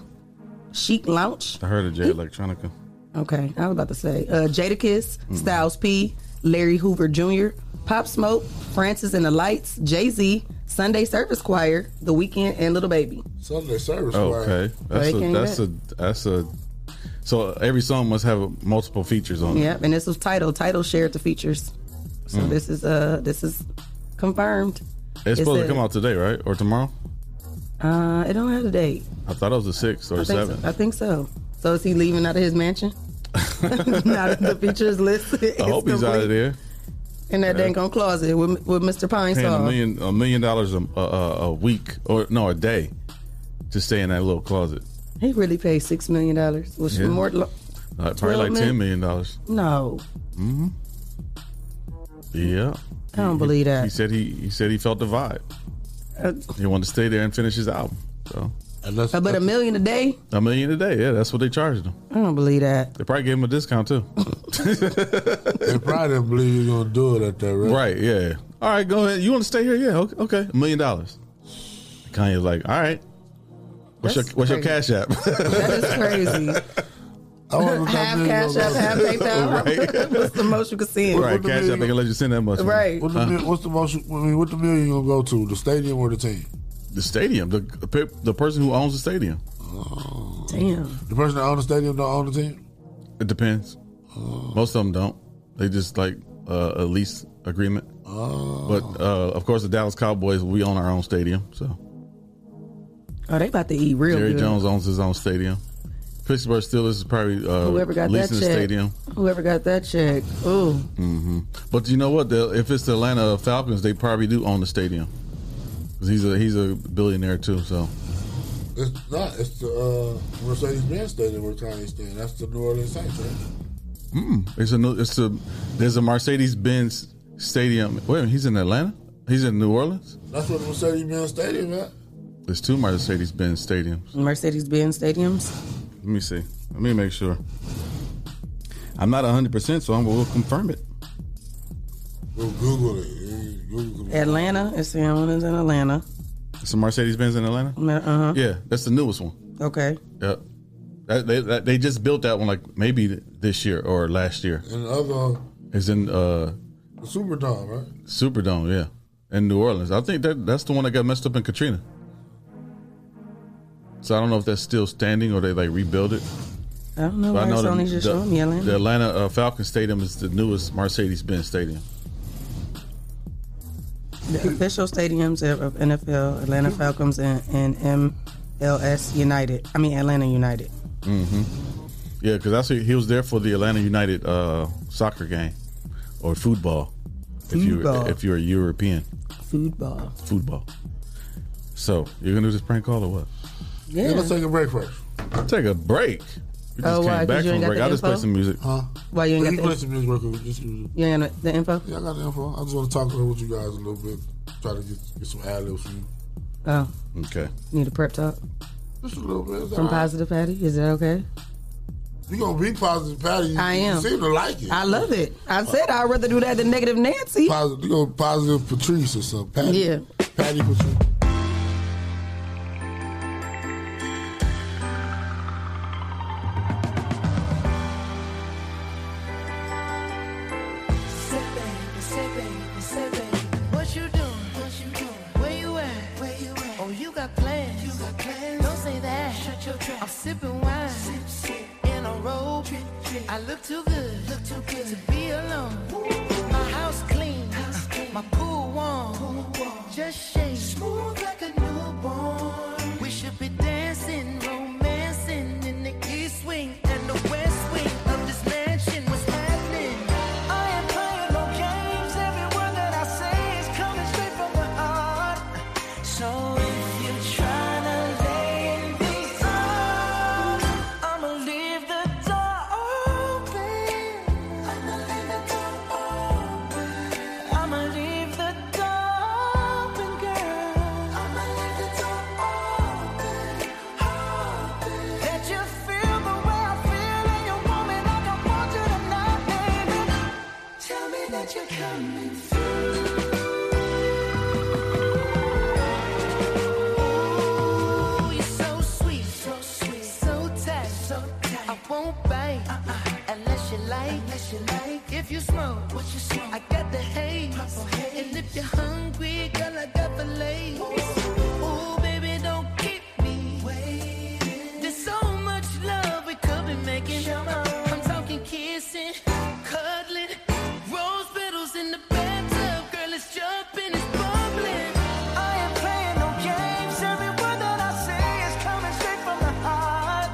Chic Lounge.
I heard of Jay Electronica.
Okay, I was about to say uh, Jada Kiss,
Mm.
Styles P, Larry Hoover Jr., Pop Smoke, Francis and the Lights, Jay Z, Sunday Service Choir, The Weeknd, and Little Baby.
Sunday Service
Okay, that's
They
a
came
that's
back.
a that's a. So every song must have multiple features on it.
Yep, and this was title. Title shared the features, so
um, Mm.
this is uh this is confirmed.
It's supposed to
a-
come out today, right, or tomorrow?
Uh, it don't have a date.
I thought it was the sixth or
I
the
think,
seventh.
So. I think so. So is he leaving out of his mansion? Now that the features list. is
I hope he's
complete.
out of there.
in that dang on closet with, with Mr. Pine
Paying a
Sol.
million a million dollars a, a, a week or no a day to stay in that little closet.
He really paid six million dollars. Which
Yeah.
more? Lo-
Like, Uh, probably
12
like
mil-
ten million dollars.
No,
Mm-hmm. Yeah.
I don't believe that.
He said he he said he felt the vibe.
Uh,
He wanted to stay there and finish his album. So
uh, but a million a day?
a million a day. Yeah, that's what they charged him.
I don't believe that.
They probably gave him a discount too.
they probably didn't believe you're gonna do it at that, right?
Right. Yeah. All right. Go ahead. You want to stay here? Yeah. Okay. okay. A million dollars. Kanye's like, all right. What's
That's
your What's your cash
crazy.
app?
That is crazy. half cash app, half PayPal. What's the most you could send?
right. Cash app. They can let you send that much.
Right. Uh-huh.
What the,
Huh?
mil- what's the most? I mean, what the million you gonna go to? The stadium or the team?
The stadium. The pe- the person who owns the stadium.
Oh.
Damn.
The person that owns the stadium don't own the team.
It depends. Most of them don't. They just like uh, a lease agreement.
Oh.
But uh, of course, the Dallas Cowboys. We own our own stadium. So
Oh, they about to eat real
Jerry
good.
Jones owns his own stadium. Pittsburgh Steelers is probably uh,
Whoever got that
leasing the
check.
stadium.
Whoever got that check. Ooh.
hmm But you know what? The, if it's the Atlanta Falcons, they probably do own the stadium. 'Cause he's a he's a billionaire too. So
It's not. It's the uh, Mercedes-Benz Stadium where Kanye staying. That's the New Orleans Saints, right? Hmm.
mm, it's a new- it's a there's a Mercedes Benz stadium. Wait, a minute, he's in Atlanta. He's in New Orleans.
That's what the Mercedes-Benz Stadium at.
There's two Mercedes Benz stadiums.
Mercedes Benz Stadiums.
Let me see. Let me make sure. I'm not 100, percent so I'm, we'll confirm it.
We'll Google it. Yeah, Google it.
Atlanta. It's the one is in Atlanta.
It's a Mercedes Benz in Atlanta.
Uh-huh.
Yeah, that's the newest one.
Okay.
Yeah, That- they that- they just built that one like maybe this year or last year.
And the other one,
It's in uh,
the Superdome, right?
Superdome, yeah, in New Orleans. I think that that's the one that got messed up in Katrina. So I don't know if that's still standing or they like rebuild it.
I don't know
But
why it's
the-
only just
the,
showing me Atlanta.
the Atlanta uh, Falcon Stadium is the newest Mercedes-Benz Stadium.
The official stadiums of, of NFL, Atlanta Falcons, and, and MLS United. I mean, Atlanta United.
hmm Yeah, because I see he was there for the Atlanta United uh, soccer game or football. If you
Football.
if you're a European
Football.
football. So you're gonna do this prank call or what?
Yeah. let's take a break first.
Take a break. We just
Oh,
came
why? 'Cause
back
you
from
ain't got
break.
the
I just play
info?
some music.
Huh?
Why you ain't got
you
the-
play some music real quick. Just- just-
You ain't got the info?
Yeah, I got the info. I just want to talk about with you guys a little bit. Try to get, get some ad libs from you.
Oh.
Okay.
Need a prep talk?
Just a little bit. It's
From
all right.
Positive Patty? Is that okay?
You gonna be positive, Patty? You,
I am.
You seem to like it.
I love it. I said I'd rather do that than negative Nancy.
Positive, you go positive Patrice or something. Patty.
Yeah.
Patty Patrice.
Say baby, say baby, say baby, what you doing? What you doing? Where you at? Where you at? Oh, you got plans. You got plans. Don't say that. Shut your trap. I'm sipping wine. Sip, sip. In a robe. Drip, drip. I look too good. Look too good to be alone. My house clean. House clean. My pool warm. Pool warm. Just shake. Smooth like a newborn. We should be dancing, romancing in the east wing and the west wing of this mansion. What's happening? I am playing no games. Every word that I say is coming straight from the heart. So if you're trying to lay in these arms, I'ma leave the door open. I'ma leave the door open. I'ma leave the door open, girl. I'ma leave the door open. That you feel the way I feel, and you're woman like I want you tonight, baby. Tell me that you're coming through. Ooh, you're so sweet, so sweet, so tight, so tight. I won't bite unless you like, unless you like. If you smoke, what you smoke, I got the haze. And if you're hungry, girl, I got the lace. Ooh, baby, don't keep me waiting. There's so much love we could be making. I'm talking kissing, cuddling, rose petals in the bathtub, girl, it's jumping, it's bubbling. I am playing no games. Every word that I say is coming straight from the heart.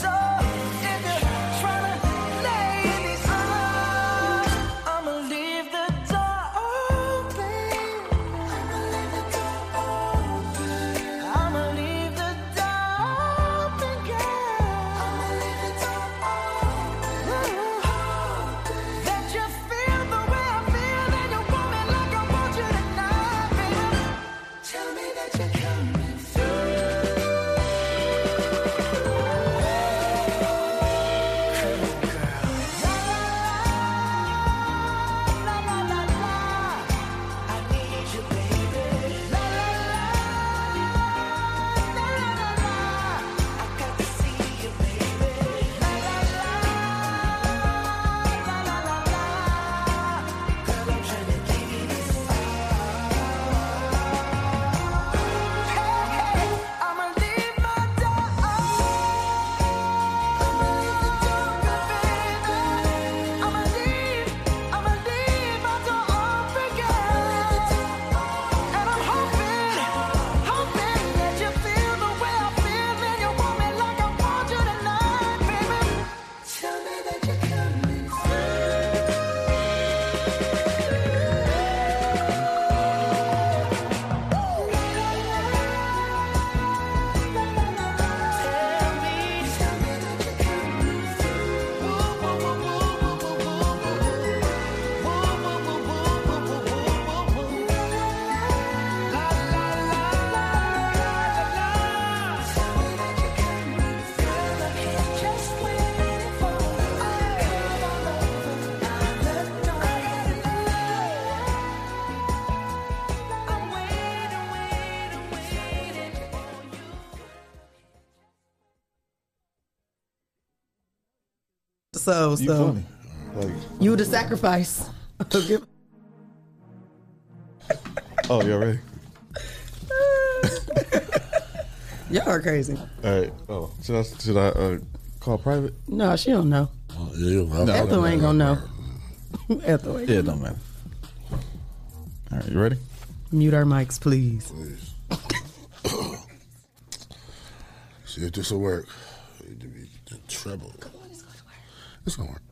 So if you're trying to lay in these arms, I'ma leave the door open. I'ma leave the door open. I'ma leave the door open, girl. I'ma leave the door open. That you feel the way I feel, and you're woman like I want you tonight, baby. Tell me that you're coming
So,
You
so.
funny.
You the sacrifice. Okay.
Oh, you all ready?
Y'all are crazy.
All right. Oh, should I should I uh,
call private?
No, she don't know.
Oh, yeah, you don't know.
Ethel ain't gonna know. Ethel ain't gonna
Yeah, it don't matter. All right, you ready?
Mute our mics, please.
See if this will work. Need to be in trouble. It's gonna work.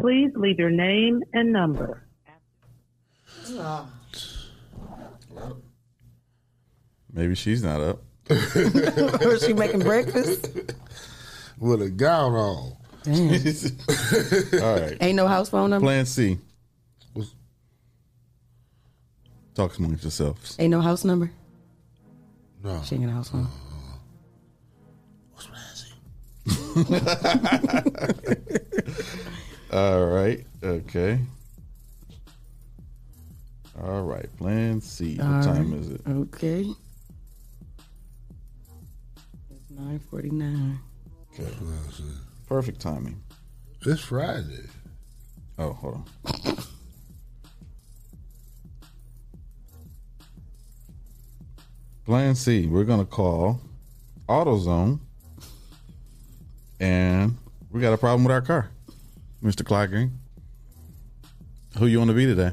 Please leave your name and number.
Maybe she's not up.
Was she making breakfast?
With a gown on.
All right.
Ain't no house phone number.
Plan C. Talk amongst yourselves.
Ain't no house number.
No.
She ain't got a house phone.
Uh-uh. All right. Okay. All right. Plan C. What
All
time
right.
is it?
Okay. It's nine forty nine.
Okay. Perfect timing.
It's Friday.
Oh, hold on. Plan C. We're gonna call AutoZone, and we got a problem with our car, Mister Clyde Green. Who you want to be today?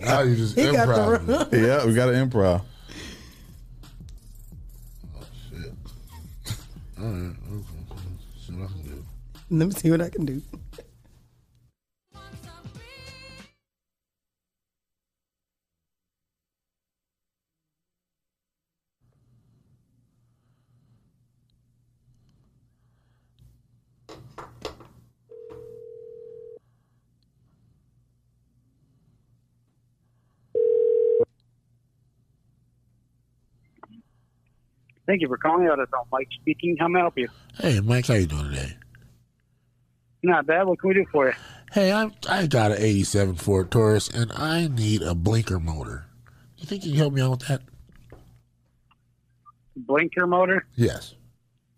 now you just
He got the
improv.
room. Yeah, we got an improv.
All right. Okay. See what I can do.
Let me see what I can do.
Thank you for calling out. It's on Mike speaking. How may I help you?
Hey, Mike, how you doing today?
Not bad. What can we do for you?
Hey, I'm, I got an 87 Ford Taurus, and I need a blinker motor. You think you can help me out with that?
Blinker motor.
Yes.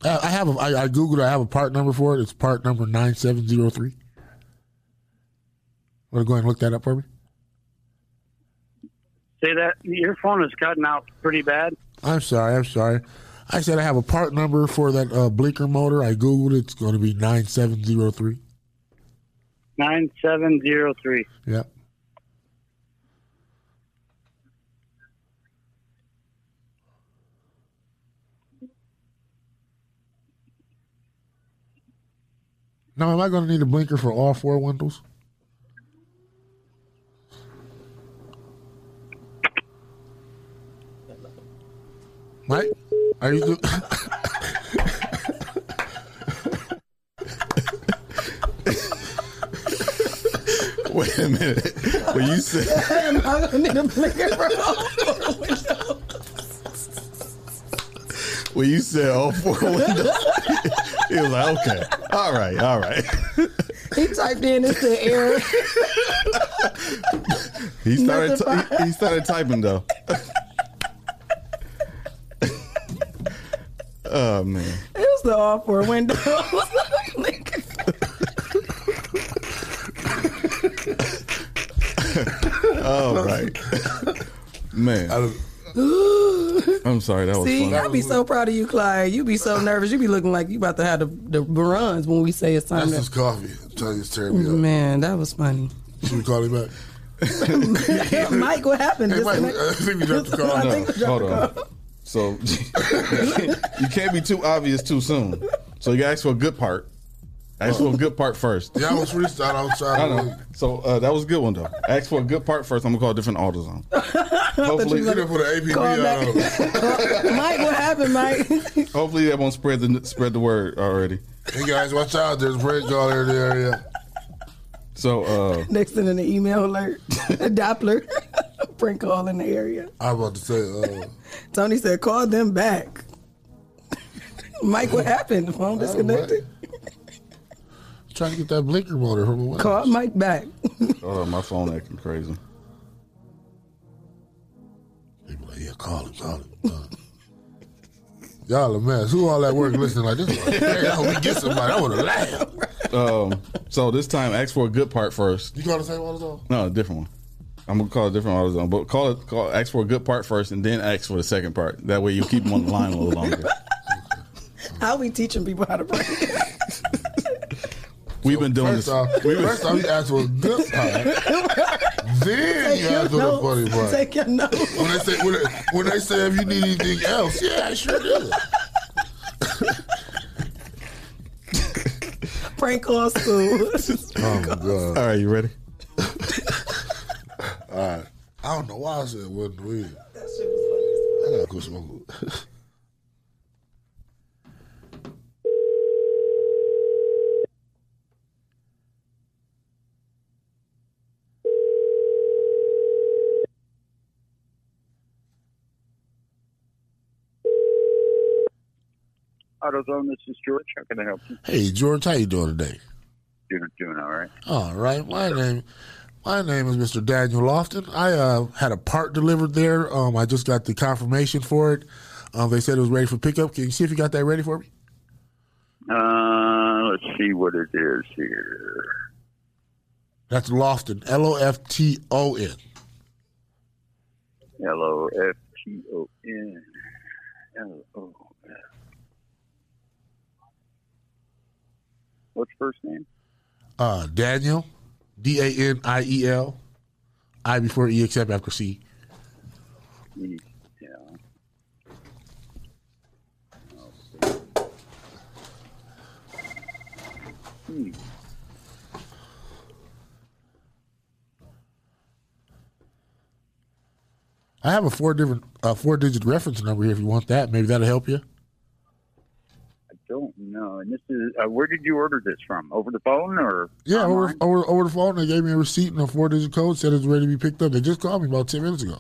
Uh, I, I have a, I, I Googled, I have a part number for it. It's part number 9703. Want to go ahead and look that up for me?
Say that your phone is cutting out pretty bad.
I'm sorry. I'm sorry. I said I have a part number for that uh, blinker motor. I Googled it. It's going to be 9703.
Nine seven zero three.
Yeah. Now, am I going to need a blinker for all four windows? Mike, are you? Still-
Wait a minute. When you said
I'm gonna need a blinker for all four windows.
when you said all four windows, he was like, okay, all right, all right.
He typed in it's the error.
He started.
Nothing
T- he- he started typing though. oh man.
It was the all four windows.
All Oh, right, man. I'm sorry. That was
See,
funny.
I'd be so proud of you, Clyde. You'd be so nervous. You'd be looking like you about to have the, the runs when we say it's time
That's
to.
his coffee. I'm telling you, it's tearing me up.
Man, that was funny.
Should we call him back?
Mike, what happened?
Hey, Mike,
Disconnect-
I think we dropped the call.
I
No,
think we dropped
hold
the
on. So you can't be too obvious too soon. So you gotta ask for a good part. Ask for a good part first.
Yeah, I was freestyle. I was
I
trying to.
know. So uh, that was a good one though. Ask for a good part first. I'm gonna call a different AutoZone. Hopefully,
you were gonna put an APB on.
Mike, what happened, Mike?
Hopefully that won't spread the spread the word already.
Hey guys, watch out! There's red all over the area.
So uh,
Next thing in the email alert, a Doppler prank call in the area.
I was about to say, uh,
Tony said, "Call them back." Mike, what happened? The phone disconnected.
Trying to get that blinker motor from away.
Call Mike back.
Hold on, my phone acting crazy.
Yeah, call him, call him. call him. Y'all a mess. Who all that work listening like this? Like, hey, I hope we get somebody. I would have laughed.
Um, so this time, ask for a good part first.
You call the same one as all?
No, a different one. I'm gonna call it a different AutoZone, but call it call ask for a good part first, and then ask for the second part. That way, you keep them on the line a little longer.
How we teaching people how to break?
We've been doing
First
this.
off,
we've been-
first off, you asked for a good part. Then
Take
you
your
asked for the
notes.
funny part.
Take your notes.
When they say when they, when they say if you need anything else, yeah, I sure do.
Prank call school.
Oh my god!
All right, you ready?
All right. I don't know why I said it wasn't weird. I gotta go smoke.
AutoZone, this is George. How can I help you?
Hey George, how you doing today?
You're doing all right.
All right, my name, my name is Mr. Daniel Lofton. I uh, had a part delivered there. Um, I just got the confirmation for it. Um, they said it was ready for pickup. Can you see if you got that ready for me?
Uh, let's see what it is here.
That's Lofton, L O F T O N.
L O F T O N. L O F. What's first name?
Uh, Daniel, D A N I E L, I before E except after C.
E. Yeah. Hmm.
I have a four different, uh, four digit reference number here. If you want that, maybe that'll help you.
I don't know. And this is uh, where did you order this from? Over the phone or?
Yeah, over, over over the phone, they gave me a receipt and a four digit code. Said it's ready to be picked up. They just called me about ten minutes ago.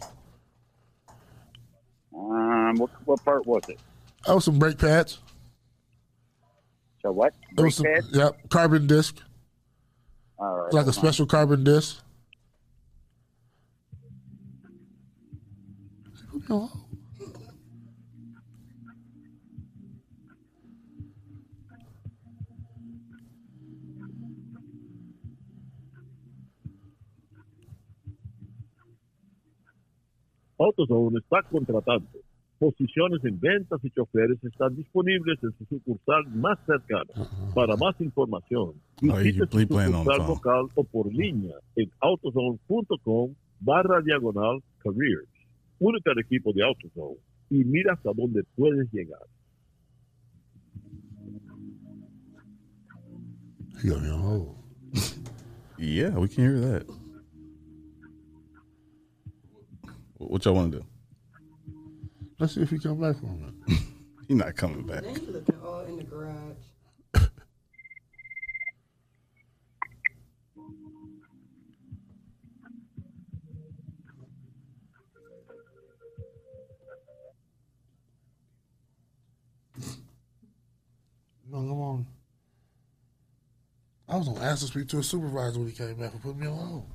Um, what, what part was it?
Oh, some brake pads.
So what?
It was some, Yep, carbon disc.
All right.
It's like a
hold on.
special carbon disc.
AutoZone está contratando. Posiciones en ventas y choferes están disponibles en su sucursal más cercana. Para más información,
No, you
visite su
keep playing on the
sucursal
phone.
local o por línea en autozone.com barra diagonal careers. Únete al equipo de AutoZone y mira hasta dónde puedes llegar.
You got me on hold.
yeah, we can hear that. What what y'all want to do?
Let's see if he come back for me.
He's not coming back.
looking all in the garage.
No, come on. I was gonna ask to speak to a supervisor when he came back and put me on hold.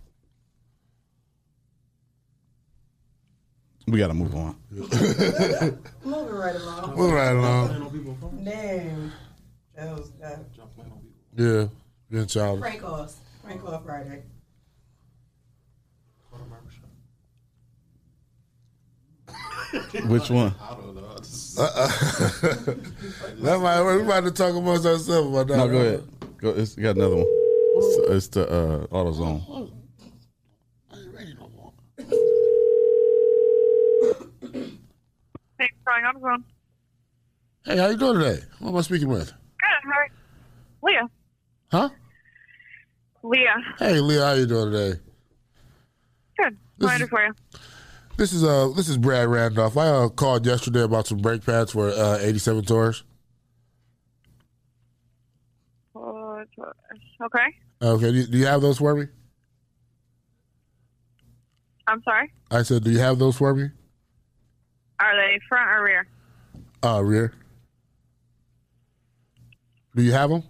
We got to move on.
Moving right along.
Moving right along.
Damn. That was that.
Yeah, been childish.
Prank calls. Prank call Friday.
Which one?
I don't know.
Uh-uh. that might, we're about to talk amongst ourselves about that.
No, go ahead. Go. It's you got another one. It's, it's the uh, AutoZone.
Thanks for calling AutoZone.
Hey, how you doing today? Who am I speaking with?
Good, how are Leah.
Huh?
Leah.
Hey, Leah, how you doing today?
Good. What do for you?
This is uh, this is Brad Randolph. I uh, called yesterday about some brake pads for uh, 87 Taurus.
Oh, it's- Okay.
Uh, Okay, do, do you have those for me?
I'm sorry.
I said, do you have those for me?
Are they front or rear?
Uh, rear. Do you have them?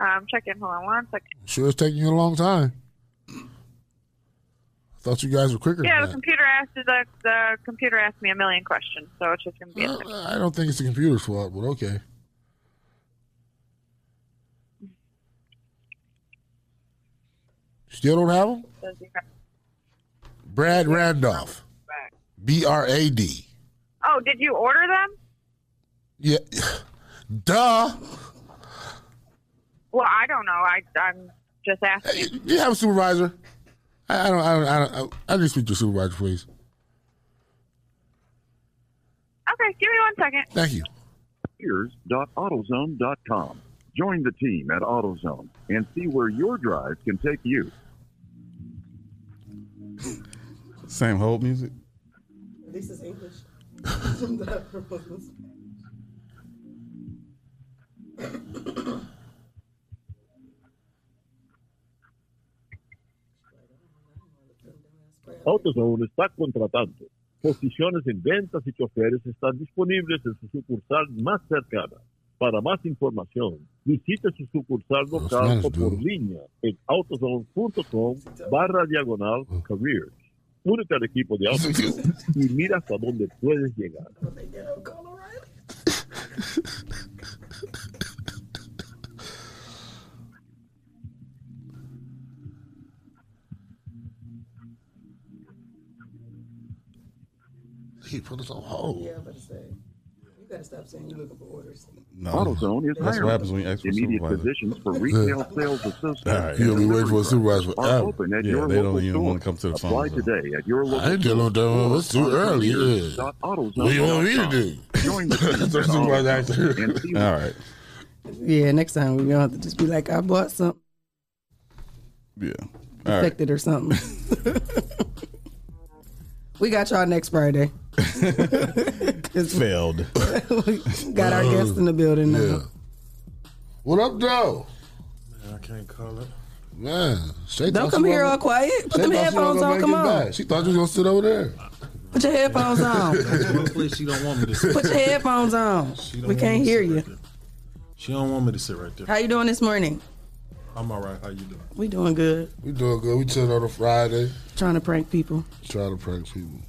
Um, check in. Hold on one second.
Sure, it's taking you a long time. I thought you guys were quicker. than
Yeah, the
that.
computer asked the, the computer asked me a million questions, so it's just gonna be. a second.
Uh, I don't think it's the computer's fault, but okay. Still don't have them?
Says you got-
Brad Randolph. B R A D.
Oh, did you order them?
Yeah. Duh.
Well, I don't know. I I'm just asking.
Do you have a supervisor? I, I don't. I don't. I, don't I, I need to speak to your supervisor, please.
Okay, give me one second.
Thank you.
Careers.autozone.com. Join the team at AutoZone and see where your drive can take you.
Same whole music.
This is English.
AutoZone está contratando. Posiciones en ventas y choferes están disponibles en su sucursal más cercana. Para más información, visite su sucursal local
nice,
o por
dude.
línea en autozone.com barra diagonal careers. Únete al equipo de AutoZone y mira hasta dónde puedes llegar.
He put us on hold.
Yeah, I'm about to say. You gotta stop saying you're looking for orders.
AutoZone is
That's
hiring.
what happens when you ask for
Immediate
supervisor.
positions for retail sales associates.
Alright.
You'll be waiting for a
Delivery
supervisor
trucks are
forever.
open at
Yeah,
your
they
local
don't even
store.
wanna come to the phone,
Apply
so.
today at your
I
local
ain't dealing with that one. It's too early, yeah. What do you want me to do?
Join the team
That's what I
at AutoZone
said.
and see
All right.
Yeah, next time we're gonna have to just be like, I bought something
Yeah. All right.
infected or something. we got y'all next Friday.
Failed.
we got our guests in the building now.
What up, though?
I can't call it.
Man, Shay
Don't
thought
come
she
here
wasn't-
all quiet. Put
Shay
them
thought she
headphones
wasn't
on.
gonna
Come
make it
on.
back. She thought you was gonna sit over there.
Put your headphones on.
Hopefully she don't want me to sit.
Put your headphones on.
don't
We
want
can't
to
hear
sit
you.
She don't want me to sit right there.
How you doing this morning?
I'm all right. How you doing?
We doing good.
We doing good. We chilled on a Friday.
Trying to prank people.
Trying to prank people.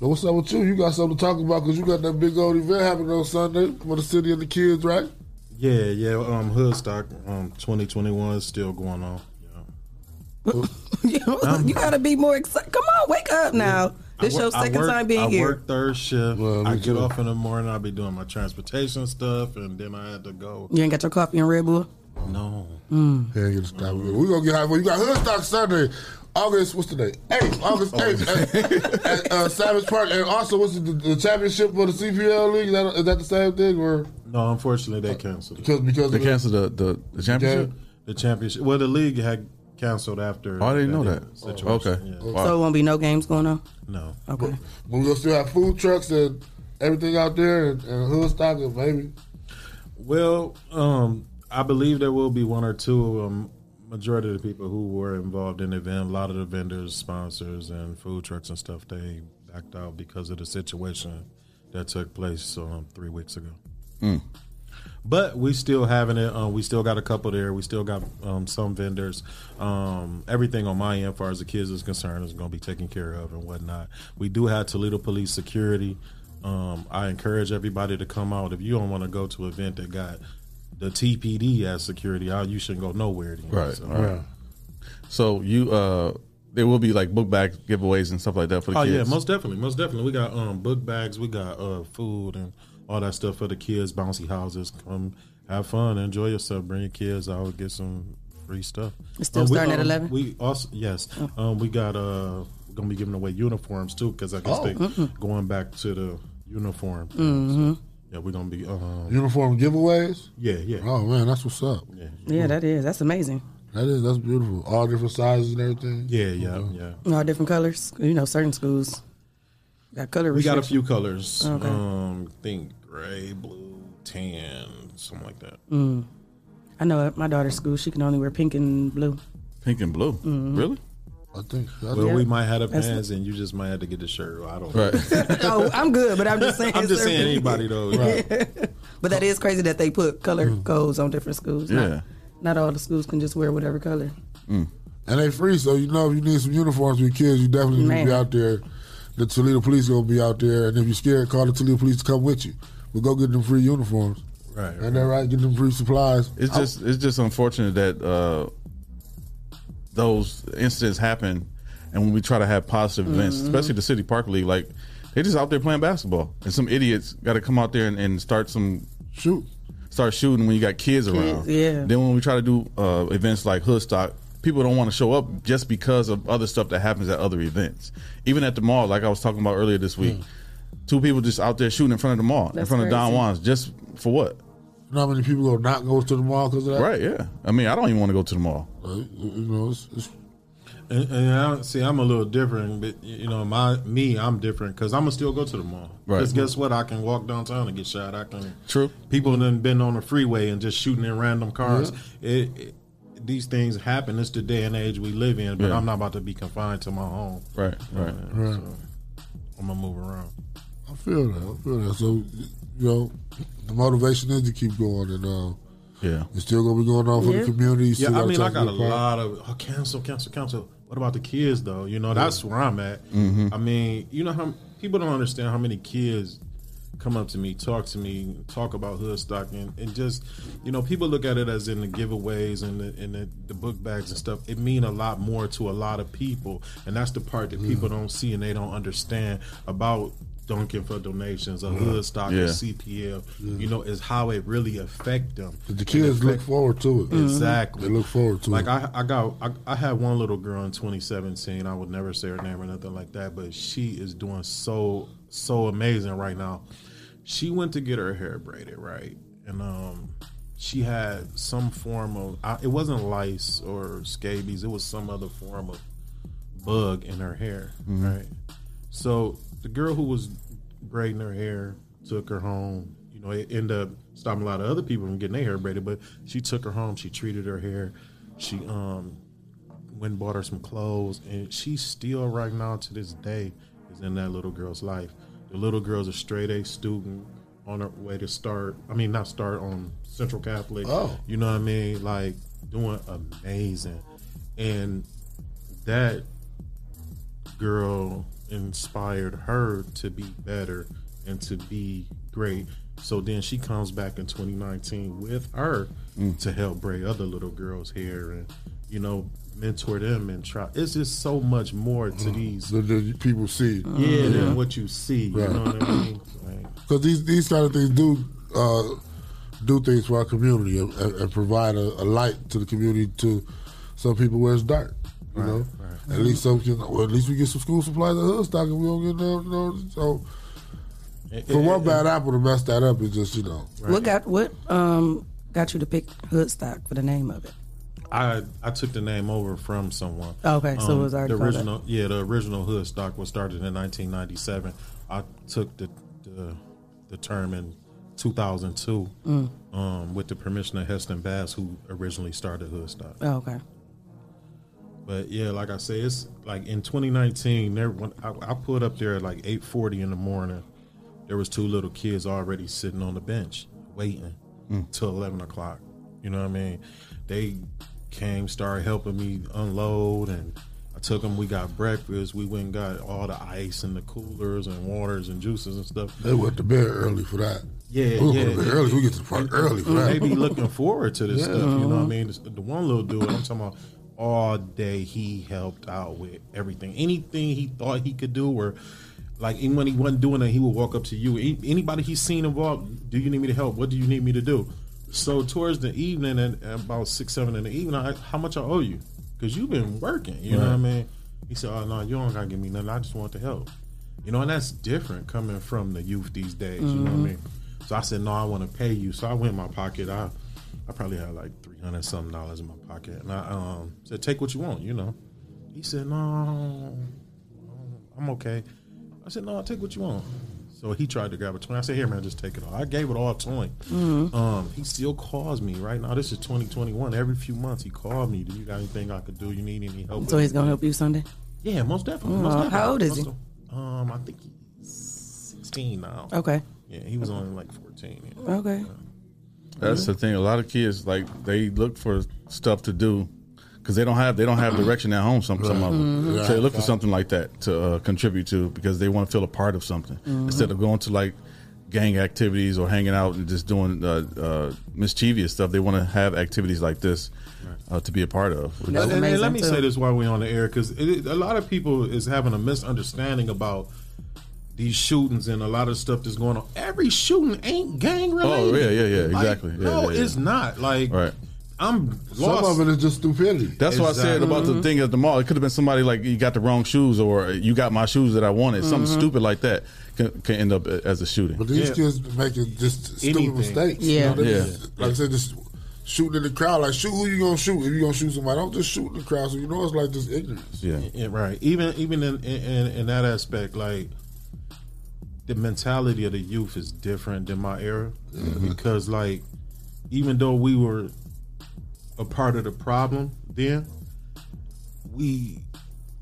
Now, what's up with you? You got something to talk about because you got that big old event happening on Sunday for the city and the kids, right?
Yeah, yeah. Um, Hoodstock, um, 2021 is still going on.
you gotta be more excited. Come on, wake up now. This
I
your
work- I
second
work-
time being
I
here.
work third shift. I
me
get
too.
off in the morning. I'll be doing my transportation stuff, and then I had to go.
You ain't got Mm. your coffee and Red Bull.
No.
Yeah, you gotta stop. it. We gonna get high. You got Hoodstock Sunday, August. What's today? Eighth, August
Oh.
eighth at, at uh, Savage Park. And also, what's the, the championship for the CPL league? Is that, is that the same thing or
No, unfortunately, they canceled it.
because because
They
of the-
canceled the, the, the championship?
The championship. Well, the league had canceled after.
Oh, I didn't know that.
situation,
Okay.
yeah.
Wow.
So it won't be no games going on.
No.
Okay.
But we gonna still have food trucks and everything out there and, and Hoodstock and maybe.
Well, um, I believe there will be one or two. Um, majority of the people who were involved in the event, a lot of the vendors, sponsors, and food trucks and stuff, they backed out because of the situation that took place um, three weeks ago.
Mm.
But we still having it. Um, we still got a couple there. We still got um, some vendors. Um, everything on my end, as far as the kids is concerned, is going to be taken care of and whatnot. We do have Toledo Police Security. Um, I encourage everybody to come out. If you don't want to go to an event that got the TPD as security out, you shouldn't go nowhere. Then,
Right.
So-
All right. So you uh there will be like book bag giveaways and stuff like that for the
oh
kids.
yeah, most definitely, most definitely. We got um book bags, we got uh food and all that stuff for the kids. Bouncy houses, come have fun, enjoy yourself, bring your kids out, get some free stuff.
It's still
Um, we-
starting at Oh.
um,
11?
We also yes, um we got uh we're gonna be giving away uniforms too because I guess
Oh.
they
Mhm.
going back to the uniform. thing.
Mhm.
So, yeah, we're gonna be um
Uniform giveaways.
Yeah, yeah.
Oh man, that's what's up.
Yeah, that is. That's amazing.
That is that's beautiful. All different sizes and everything. Uh-huh.
Yeah, yeah, yeah.
All different colors. You know, certain schools got color.
We got a
restrictions.
few colors.
Okay.
Um, think gray, blue, tan, something like that.
Mm. I know at my daughter's school, she can only wear pink and blue.
Pink and blue.
Mhm.
Really?
I think.
Mm-hmm. Well, we might have the
That's-
pants, and you just might have to get the shirt. I don't.
Right.
oh, I'm good, but I'm just saying.
I'm just
certain
saying
people-
anybody though.
Yeah. But that is crazy that they put color codes on different schools. Not-
Yeah.
Not, all the schools can just wear whatever color.
Mm. And they free, so you know if you need some uniforms for your kids, you definitely need to
Man.
be out there. The Toledo police gonna be out there, and if you're scared, call the Toledo police to come with you. But go get them free uniforms.
Right,
Ain't that right? Get them free supplies.
It's just it's just unfortunate that uh, those incidents happen, and when we try to have positive events,
Mm-hmm.
Mhm.
especially the city park league, like they just out there playing basketball, and some idiots got to come out there and, and start some
shoot,
start shooting when you got kids around.
yeah.
Then when we try to do uh, events like Hoodstock, people don't want to show up just because of other stuff that happens at other events. Even at the mall, like I was talking about earlier this week, two people just out there shooting in front of the mall, in
Mm. That's
front of Don
crazy.
Juan's, just for what?
You know how many people gonna not go to the mall because of that?
Right, yeah. I mean, I don't even want to go to the mall.
Right, You you know, it's, it's
And, and I, see, I'm a little different, but you know, my me, I'm different because I'm gonna still go to the mall.
Right.
Because guess what? I can walk downtown and get shot. I can.
True.
People done been on the freeway and just shooting in random cars. It, it- these things happen. It's the day and age we live in. But
Yeah.
I'm not about to be confined to my home.
Right, right.
Right.
So I'm gonna move around.
I feel that. I feel that. So, you know, the motivation is to keep going, and uh,
yeah,
you're still gonna be going on for the community. You
Yeah,
still
I
gotta
mean,
try
I
to
got
be
a
part.
lot of oh, cancel, cancel, cancel. What about the kids though? You know,
Yeah.
that's where I'm at.
Mhm.
I mean, you know how people don't understand how many kids come up to me, talk to me, talk about hood stock, and, and just you know, people look at it as in the giveaways and the, and the, the book bags and stuff. It mean a lot more to a lot of people, and that's the part that
Mm.
people don't see and they don't understand about. Dunking for donations, a
Yeah.
hood stock,
Yeah.
or CPF, you know, is how it really affect them.
The
It
kids look
affect-
forward to it.
Exactly.
They look forward to
Like
it.
I, I got, I, I had one little girl in 2017. I would never say her name or nothing like that, but she is doing so, so amazing right now. She went to get her hair braided, right, and um, she had some form of, I, it wasn't lice or scabies. It was some other form of bug in her hair,
Mhm.
right. So the girl who was braiding her hair took her home. You know, it ended up stopping a lot of other people from getting their hair braided, but she took her home. She treated her hair. She um went and bought her some clothes, and she still right now to this day is in that little girl's life. The little girl's a straight A student on her way to start. I mean, not start on Central Catholic.
Oh.
you know what I mean? Like doing amazing, and that girl inspired her to be better and to be great. So then she comes back in 2019 with her to help braid other little girls' hair and you know mentor them and try. It's just so much more to
Mm.
these
that that people see.
yeah, than what you see.
Right.
You know what I mean? Like,
Because these these kind of things do uh, do things for our community and, and, and provide a, a light to the community to some people where it's dark. You
Right,
know, at least some can. Well, at least we get some school supplies at Hoodstock, and we don't get no. no so
It-
for
it-
one
it-
bad apple to mess that up is just you know.
What got what um got you to pick Hoodstock for the name of it?
I I took the name over from someone.
Oh,
Um,
Okay, so it was already
the
called
original. Yeah, the original hood stock was started in 1997. I took the the, the term in 2002
Mm.
um, with the permission of Heston Bass, who originally started hood stock.
Oh, okay.
But yeah, like I say, it's like in 2019. There, when I, I pulled up there at like 8:40 in the morning, there was two little kids already sitting on the bench waiting
Hmm.
till 11 o'clock. You know what I mean? They came, started helping me unload, and I took them. We got breakfast. We went and got all the ice and the coolers and waters and juices and stuff.
They went to bed early for that.
Yeah,
we
yeah.
went to bed early. We get to the park
And-
early for
and
that.
They be looking forward to this
Yeah.
stuff. You know what I mean? This- The one little dude I'm talking about, all day he helped out with everything, anything he thought he could do, or like even when he wasn't doing it, he would walk up to you. Any- Anybody he's seen involved, do you need me to help? What do you need me to do? So towards the evening, and and about six, seven in the evening, I, how much I owe you? Because you've been working. You know what I
Right.
mean? He said, "Oh no, you don't gotta give me nothing. I just want the help." You know, and that's different coming from the youth these days. You know what I
Mhm.
mean? So I said, no, I want to pay you. So I went in my pocket. I, I probably had like three hundred something dollars in my pocket, and I um, said, take what you want. You know. He said, no, I'm okay. I said, no, take what you want. So he tried to grab a twenty. I said, here, man, just take it all. I gave it all to him.
Mm-hmm.
Mhm.
Um, he still calls me right now. This is 2021. Every few months, he called me. Do you got anything I could do? You need any help?
So
with
he's gonna help you Sunday.
yeah, most definitely.
Oh,
most definitely.
how old is
Most
he?
def- Um, I think he's sixteen now.
Okay.
Yeah, he was only like 14. yeah.
Okay.
That's the thing. A lot of kids like they look for stuff to do because they don't have they don't have direction at home. Some some of them,
Mhm.
so they look for something like that to uh, contribute to because they want to feel a part of something
Mhm.
instead of going to like gang activities or hanging out and just doing uh, uh, mischievous stuff. They want to have activities like this uh, to be a part of. which
And,
is-
and- and let me say this while we're on the air, because a lot of people is having a misunderstanding about these shootings and a lot of stuff that's going on. Every shooting ain't gang related.
Oh yeah, yeah, yeah,
Like,
exactly. Yeah,
no,
yeah, yeah.
it's not. Like
right.
I'm
Some
lost.
of it is just stupidity.
That's what I said about the thing at the mall. It could have been somebody like you got the wrong shoes, or you got my shoes that I wanted. Something
Mm-hmm.
Mhm.
stupid like that can, can end up eh, as a shooting.
But these kids making just stupid
Anything.
mistakes.
Yeah.
they
Yeah.
just- like I said, just shooting in the crowd. Like shoot who you gonna shoot? If you gonna shoot somebody, don't just shoot in the crowd. So you know it's like just ignorance.
Yeah.
Yeah, right. Even even in, in in that aspect, like the mentality of the youth is different than my era
Mm-hmm.
because, like, even though we were a part of the problem then, we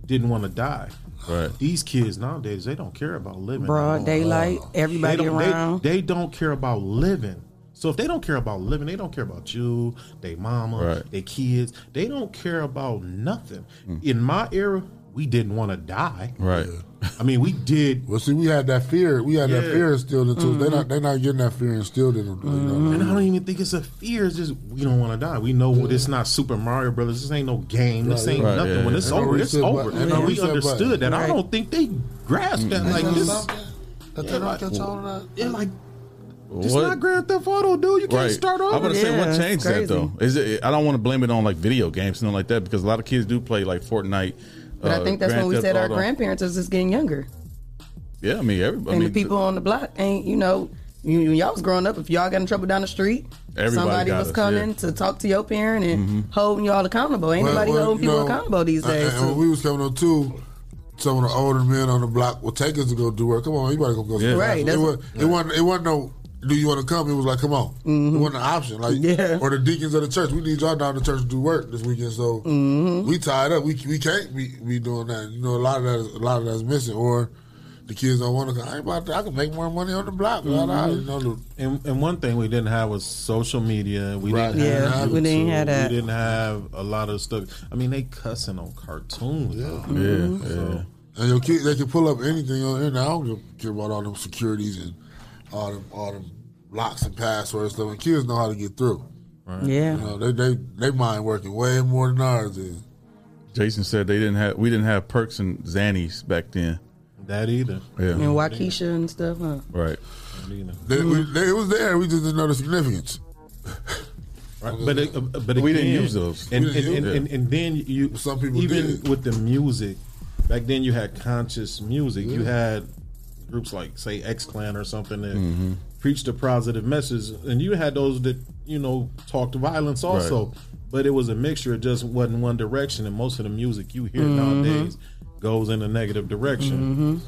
didn't want to die.
Right.
These kids nowadays, they don't care about living.
Broad daylight, everybody
They don't- they-
around.
they don't care about living. So if they don't care about living, they don't care about you, they mama,
Right.
they kids. They don't care about nothing. In my era, we didn't want to die.
Mm. Right.
I mean, we did.
Well, see, we had that fear. We had that
Yeah.
fear instilled into us. They're
Mhm.
not, they not getting that fear instilled in them.
And I don't even think it's a fear. It's just we don't want to die. We know it's not Super Mario Brothers. This ain't no game. This
Right,
ain't
right,
nothing.
yeah,
when
yeah.
it's
And no
over, it's
reset
over.
button. And no
we
reset
understood
button.
that. I
Right.
don't think they
Mm.
grasped that like
Mhm.
this.
That
they don't catch
on that.
Yeah, like it's
What-
not Grand Theft Auto, dude. You can't start over.
I'm gonna say what changed that though. Is it? I don't want to blame it on like video games and like that because a lot of kids do play like Fortnite.
But I
uh,
think that's
Grand
when we
Theft
said our
Auto.
grandparents was just getting younger.
Yeah, I mean, every, I
and
mean,
the people on the block ain't, you know, you, when y'all was growing up, if y'all got in trouble down the street,
Everybody
somebody
got
was
us,
coming
yeah.
to talk to your parent and
Mhm.
holding y'all accountable. Ain't
Well,
nobody
well,
holding
you
people
know,
accountable these
and-
days.
And, when we was coming up too, some of the older men on the block would take us to go do work. Come on, you better go go.
Yeah.
Yeah.
Right,
It,
that's-
was, it wasn't. It wasn't no. Do you want to come? It was like, come on.
Mm-hmm.
It wasn't an option. Like, or the deacons of the church. We need y'all down to church to do work this weekend. So
Mm-hmm.
we tied up. We we can't be, be doing that. You know, a lot of that. Is, a lot of that's missing. Or the kids don't want to. come. I ain't about that. I can make more money on the block. blah, blah,
Mm-hmm.
You know, the-
Mm-hmm. And, and one thing we didn't have was social media. We
Right.
didn't
Yeah,
have
we didn't
YouTube.
have that.
We didn't have a lot of stuff. I mean, they cussing on cartoons. Yeah,
Mhm.
Mm-hmm.
And your kid, they can pull up anything on the internet. I don't give- care about all them securities and all them all them locks and passwords and stuff. And kids know how to get through.
Right.
Yeah.
You know, they they they mind working way more than ours is.
Jason said they didn't have we didn't have perks and Xannies back then.
That either.
Yeah.
and Waukesha and stuff, huh?
Right.
They, we, they, it was there. We just didn't know the significance.
Right. But it- uh, but
We
again-
didn't use those.
And
We
and,
didn't
and,
use
and, and then you some people even with the music back then you had conscious music. You had groups like say X Clan or something that
Mhm.
preached a positive message, and you had those that you know talked violence also. But it was a mixture. It just wasn't one direction, and most of the music you hear
Mhm.
Mm-hmm.
nowadays goes in a negative direction.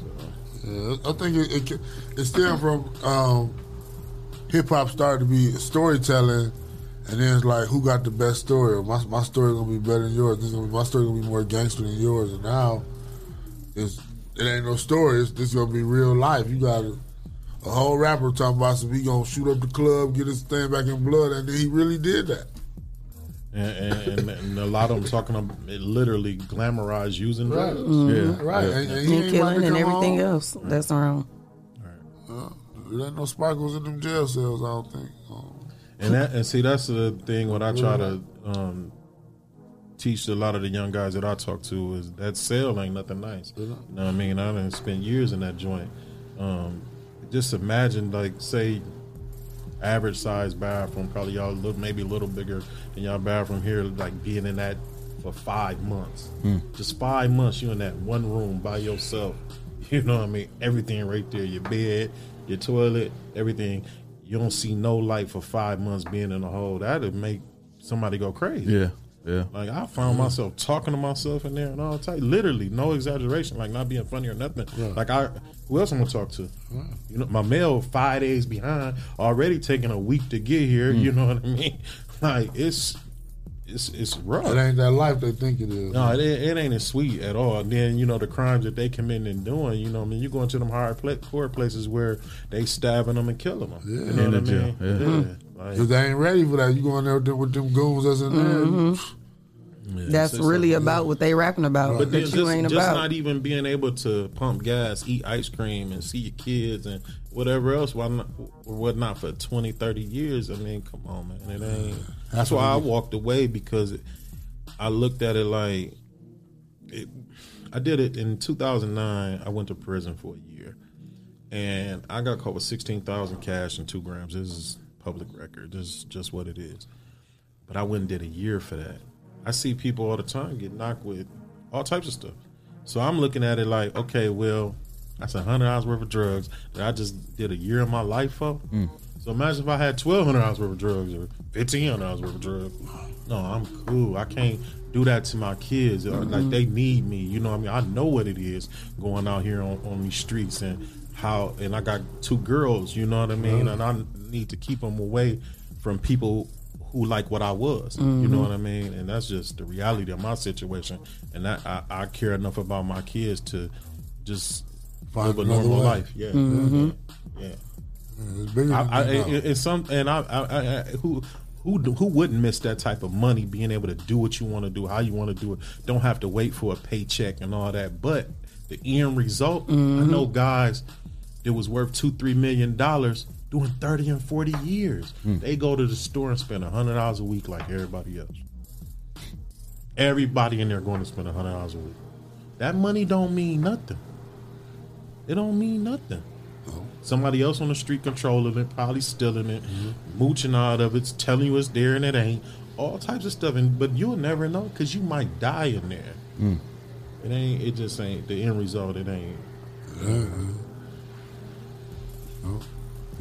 Yeah,
Mm-hmm.
I think it, it, ca- it stemmed from um, hip hop started to be storytelling, and then it's like who got the best story? Or my my story gonna be better than yours. This gonna be, my story gonna be more gangster than yours. And now it's it ain't no story. It's this gonna be real life. You got a, a whole rapper talking about some he gonna shoot up the club, get his thing back in blood, and then he really did that.
And, and, and, and a lot of them talking about it literally glamorize using
Right.
drugs.
Mm-hmm.
Mhm. Right. And- and he
And
ain't
killing
wanting to
and
come
everything
home.
else that's wrong.
Uh, there ain't no sparkles in them jail cells. I don't think.
And that and see that's the thing what I try to um, teach a lot of the young guys that I talk to is that cell ain't nothing nice. You know what I mean? I done spent years in that joint. Um, just imagine like say average size bathroom, probably y'all look maybe a little bigger than y'all bathroom here, like being in that for five months.
Hmm.
Just five months you in that one room by yourself. You know what I mean? Everything right there, your bed, your toilet, everything. You don't see no light for five months being in a hole. That'd make somebody go crazy.
Yeah. Yeah.
Like I found myself talking to myself in there and all type. Literally, no exaggeration. Like not being funny or nothing. Like I, who else I'm gonna talk to? You know, my mail five days behind. Already taking a week to get here. You know what I mean? Like it's it's it's rough.
It ain't that life they think it is.
No, it, ain't- it ain't as sweet at all. And then you know the crimes that they committing and doing. You know, what I mean, you going to them hard pla- poor places where they stabbing them and killing them.
Yeah.
You know what I
In the jail,
mean?
yeah. Mhm.
Like-
Cause they ain't ready for that. You going there with them, with them goons that's in
Mhm.
there.
That's really about what they rapping about.
But
But
then
that
just,
you ain't
just
about.
not even being able to pump gas, eat ice cream, and see your kids and whatever else, why not, or whatnot for 20, 30 years. I mean, come on, man. It ain't. That's why I
Absolutely.
walked away because I looked at it like it, I did it in 2009. I went to prison for a year and I got caught with 16,000 cash and two grams. This is public record. This is just what it is. But I went and did a year for that. I see people all the time get knocked with all types of stuff. So I'm looking at it like, okay, well, that's a hundred hours worth of drugs that I just did a year of my life for.
Mm.
So imagine if I had twelve hundred hours worth of drugs or fifteen hundred hours worth of drugs. No, I'm cool. I can't do that to my kids. Uh, Like
Mm-hmm.
Mhm.
they need me. You know what I mean? I know what it is going out here on, on these streets and how. And I got two girls. You know what I mean?
Uh-huh.
Mhm.
And I need to keep them away from people who like what I was. You
Mm-hmm.
Mhm.
know what I mean? And that's just the reality of my situation. And I, I, I care enough about my kids to just
Find
live a
another
normal
way.
life. Yeah.
Mm-hmm.
Mhm.
Yeah.
It's bigger
I,
than
I,
that.
it- it's some, and I, I, I, I who. Who, do- who wouldn't miss that type of money being able to do what you want to do how you want to do it don't have to wait for a paycheck and all that but the end result i
Mm-hmm.
Mhm.
know guys it was worth two three million dollars doing 30 and 40 years
Hmm.
they go to the store and spend a hundred dollars a week like everybody else everybody in there going to spend a hundred dollars a week that money don't mean nothing it don't mean nothing Somebody else on the street controlling it, probably stealing it, mooching out of it, telling you it's there and it ain't. All types of stuff, and but you'll never know because you might die in there.
Mm.
It ain't. It just ain't the end result. It ain't.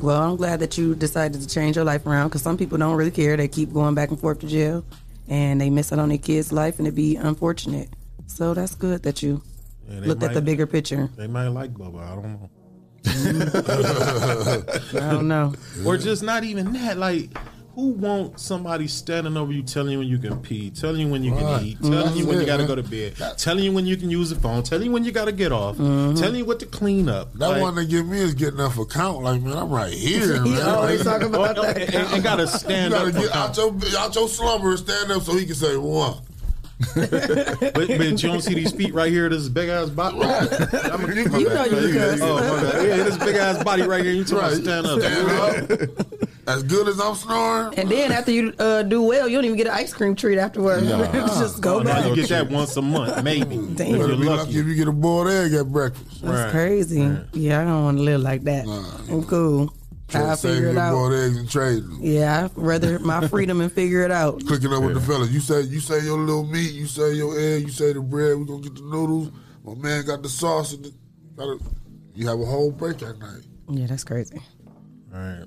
Well, I'm glad that you decided to change your life around because some people don't really care. They keep going back and forth to jail and they miss out on their kids' life and it'd be unfortunate. So that's good that you
Yeah, they
looked at the
might-
bigger picture.
They might like Bubba. I don't know.
I don't know.
Or just not even that. Like, who wants somebody standing over you, telling you when you can pee, telling you when you
Right.
can eat, telling
That's
you when
Mm-hmm.
it,
you got to
man.
go to bed, telling you when you can use the phone, telling you when you got to get off, telling you what to clean up.
That
Like-
one they give me is getting enough account. Like man, I'm right here.
He
man.
always
Like,
talk about that And- and- and gotta stand
you gotta
up
Get out your out your slumber and stand up so he can say one.
but, but you don't see these feet right here. This big ass body. I'm gonna keep my
You
back.
know you cuss.
Oh my bad. Yeah, this big ass body right here. You trying
Right.
to stand up?
As good as I'm snoring.
And then after you uh, do well, you don't even get an ice cream treat afterwards. just go
Oh, now
back.
You get that once a month, maybe. If
You
you're
better be lucky.
lucky.
if you get a boiled egg at breakfast.
That's crazy. Yeah, I don't want to live like that. I'm cool.
Try
I'll
to save
figure it
your
out.
boiled eggs and trade them.
Yeah, I'd rather my freedom and figure it out.
Cooking up with the fellas. You say you say your little meat, you say your egg, you say the bread. We gonna get the noodles. My man got the sauce. And the, got a- you have a whole break that night.
Yeah, that's crazy.
All right.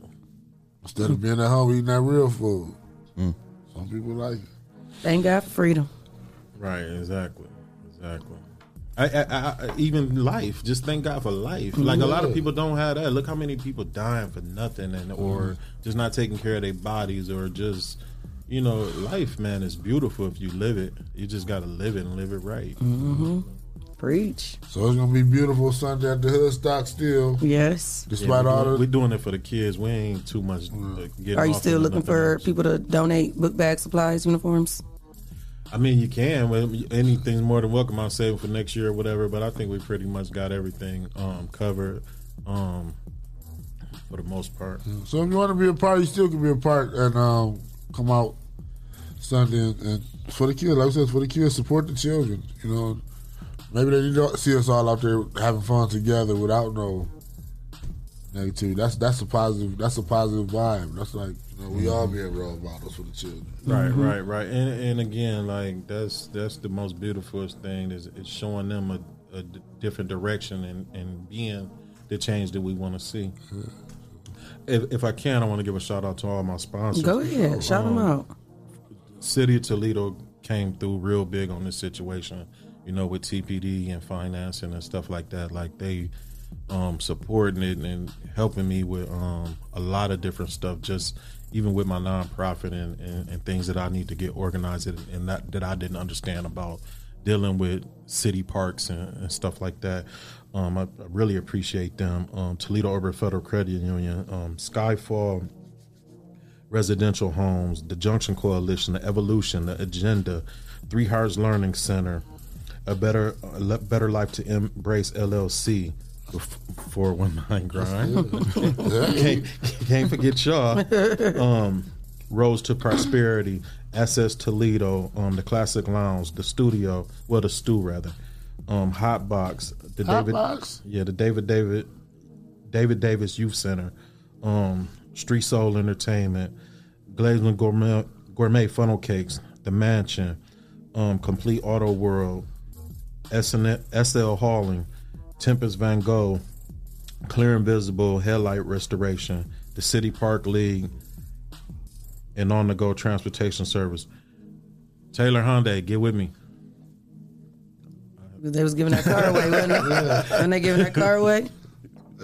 Instead of being at home eating that real food. Some people like it.
Thank God for freedom.
Right, exactly, exactly. I, I, I, I- even life, just thank God for life. Like a lot of
Yeah.
people don't have that. Look how many people dying for nothing, and or
Mm-hmm.
just not taking care of their bodies, or just you know, life, man, is beautiful if you live it. You just gotta live it and live it right.
Mm-hmm. Preach.
So it's gonna be beautiful Sunday at the hood stock still.
Yes.
Despite
Yeah, we
all
doing-
the Mm.
we doing it for the kids. We ain't too much. Uh, getting
Are you
off
still
on
looking
nothing
for
else.
people to donate book bag supplies, uniforms?
I mean, you can. but Anything's more than welcome. I'll save it for next year or whatever. But I think we pretty much got everything um, covered um, for the most part.
So if you want to be a part, you still can be a part and um, come out Sunday and, and for the kids. Like I said, for the kids, support the children. You know, maybe they need to see us all out there having fun together without no negativity. That's that's a positive. That's a positive vibe. That's like you know,
Mm-hmm.
we all being role models for the children.
Right, right, right. And and again, like that's that's the most beautiful thing is it's showing them a, a d- different direction and and being the change that we want to see. If, if I can, I want to give a shout out to all my sponsors. Um,
Go ahead, shout 'em out.
City of Toledo came through real big on this situation, you know, with TPD and financing and stuff like that. Like they um, supporting it and helping me with um, a lot of different stuff. Just even with my nonprofit and, and, and things that I need to get organized and- and that that I didn't understand about dealing with city parks and, and stuff like that. Um, I, I really appreciate them. Um, Toledo Urban Federal Credit Union, um, Skyfall residential homes, the Junction Coalition, the Evolution, the Agenda, Three Hearts Learning Center, a better a Le- better life to embrace LLC, four one nine grind. can't, can't forget y'all. Um, Rose to Prosperity, SS Toledo, um, the Classic Lounge, the Studio, well the Stew rather, um, Hot Box, the
Hot
David,
Box?
yeah, the David David David Davis Youth Center, um, Street Soul Entertainment, Glazing Gourmet Gourmet Funnel Cakes, The Mansion, um, Complete Auto World, SN SL Hauling, Tempest Van Gogh, Clear Invisible Headlight Restoration, the City Park League, and On the Go Transportation Service. Taylor Hyundai, get with me.
They was giving that car away, wasn't it? Wasn't they giving that car away?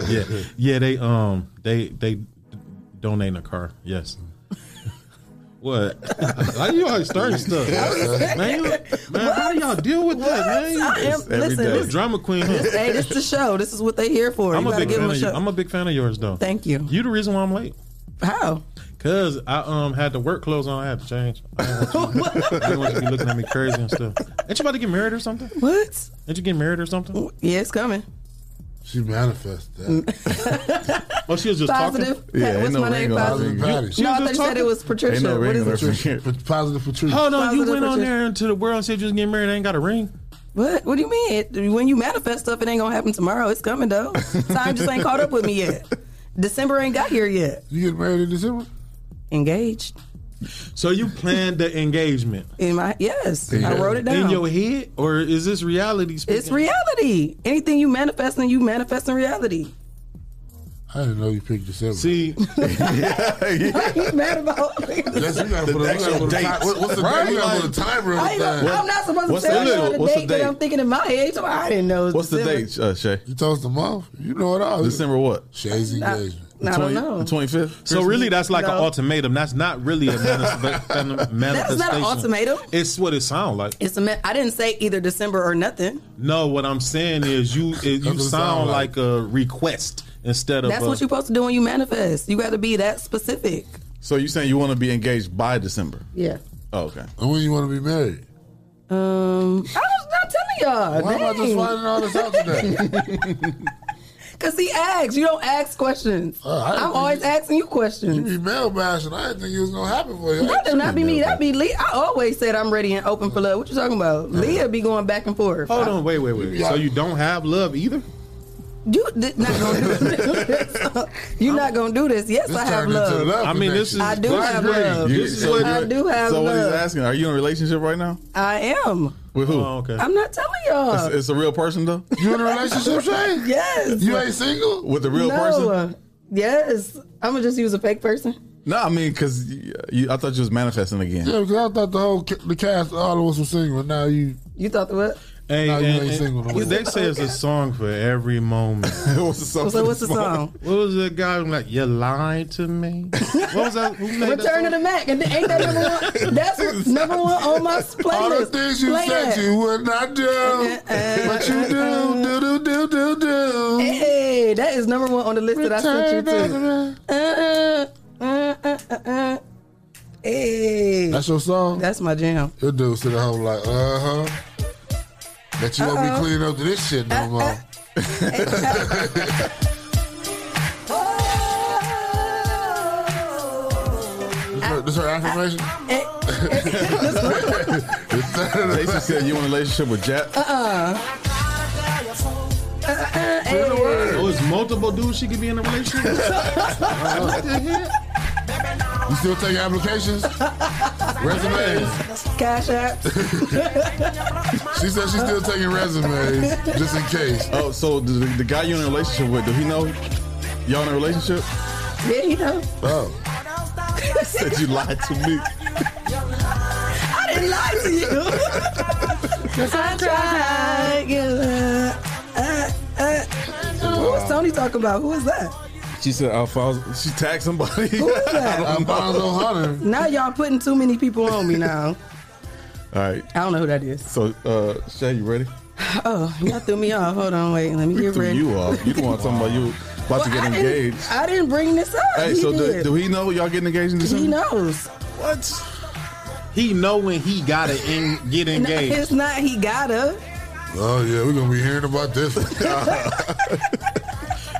Yeah, yeah. They um they they donating a car. Yes. What? Why you always starting stuff? man, you, man how do y'all deal with that, man?
I am-
It's every
listen,
day.
this-
drama queen. huh?
This, hey, this is the show. This is what they here for.
I'm
you
a
gotta
big
give
fan
them a
of you.
show.
I'm a big fan of yours, though.
Thank you.
You the reason why I'm late.
How?
Cause I um had the work clothes on. I had to change. I didn't want you, I didn't want you to be looking at me crazy and stuff. Ain't you about to get married or something?
What?
Ain't you getting married or something?
Yeah, it's coming.
She manifested that.
oh, she was just
Positive.
talking.
Yeah, ain't
What's
no
my
ring
name?
on her
Positive.
finger. Patty. She
No,
was
I
just
thought you said it was Patricia. what is it?
Pat- Positive Patricia.
Hold on, you
Positive
went on
Patricia.
there to the world and said you was getting married. I ain't got a ring.
What? What do you mean? It- When you manifest stuff, it ain't gonna happen tomorrow. It's coming though. Time just ain't caught up with me yet. December ain't got here yet.
You get married in December?
Engaged.
So you planned the engagement.
In my yes, I wrote it down.
In your head, or is this reality? Speaking?
it's reality. Anything you manifest, and you manifest in reality.
I didn't know you picked December.
See,
you mad about?
Yes, you gotta put a, you gotta put a time, what- what's the
Right?
date? You gotta put a timer on
I
the
ain't-
thing.
I'm not supposed
What's
to
the
tell you
date?
the
What's the
date, but
date?
I'm thinking in my age. well, I didn't know. it was
What's the
December.
date, uh, Shay? You
told us the month. You know it all.
December what?
Shay's
Nah,
Oh. engagement.
nah, I don't know.
The twenty fifth.
So really, that's like an
No.
ultimatum. That's not really a manis- but- but manifestation.
ultimatum.
It's what it sounds like.
It's a ma- I didn't say either December or nothing.
No, what I'm saying is you is you
That's what it
sound,
sound
like. a request instead of.
That's
a-
what you're supposed to do when you manifest. You got to be that specific.
So you saying you want to be engaged by December?
Yeah.
Oh, okay.
And when you want to be married?
Um, I was not telling y'all.
Why am I just finding all this out today?
Because he asks. You don't ask questions.
Uh, I didn't
I'm
think
always asking you questions.
You be mail bashing. I didn't think it was gonna happen for you.
That do not be me. That be Leah. I always said I'm ready and open for love. What you talking about? Leah be going back and forth.
Hold on, wait, wait, wait. So you don't have love either.
You did not gonna do this. You're not gonna do this. Yes, I have love.
I mean, this is
I do have love.
You-
This is
so
what
I
you-
do have
So what he's
love.
asking? Are you in a relationship right now?
I am.
With who?
Oh, okay.
I'm not telling y'all.
It's, it's a real person though.
You in a relationship, Shay?
yes.
You ain't single?
With a real
no.
person?
Yes. I'm gonna just use a fake person.
No, I mean because you, I thought you was manifesting again.
Yeah, because I thought the whole ca- the cast, all of us were single. Now you,
You thought the what?
Hey,
Nah, you
and-
ain't
and-
single no more.
they say it's a song for every moment.
what's the song?
So what's the song?
What was that guy? I'm like, you lied to me. What was that? Who made that
Return
song?
of the Mac, and then ain't that number one? That's what- number one on my playlist.
all the things you
Play
said
that.
you would not
Uh,
do, but you do, do, do, do, do, do.
Hey, that is number one on the list that I sent you to.
Return
Uh, uh, uh, uh, uh. Hey,
That's your song.
that's my jam.
Your dude sitting at home like, uh huh. That you won't be
Uh-oh.
cleaning up to this shit no more. This her- This her affirmation.
Jason said you in a relationship with Jack.
Uh-uh. Uh,
Oh, it's multiple dudes she could be in a relationship with? What the heck?
You still taking applications? Resumes.
Cash app.
She said she's still taking resumes just in case.
Oh, so the, the guy you in a relationship with? Do he know y'all in a relationship?
Yeah, you know.
Oh,
said you lied to me.
I didn't lie to you. I tried. Yeah. Uh, uh. Who was Tony talking about? Who was that?
She said Alfonso. She tagged somebody.
Who is that?
I don't know.
Now y'all putting too many people on me now.
All right.
I don't know who that is.
So, uh, Shay, you ready?
Oh, y'all threw me off. Hold on, wait. Let me
We
get
threw
ready.
you off. You the one talking about you about to get
I didn't-
engaged.
I didn't bring this up.
Hey,
he
so do,
did.
do he know y'all getting engaged in December?
he knows.
What?
He know when he gotta in, get
No,
engaged.
It's not he gotta.
Oh yeah, we're gonna be hearing about this.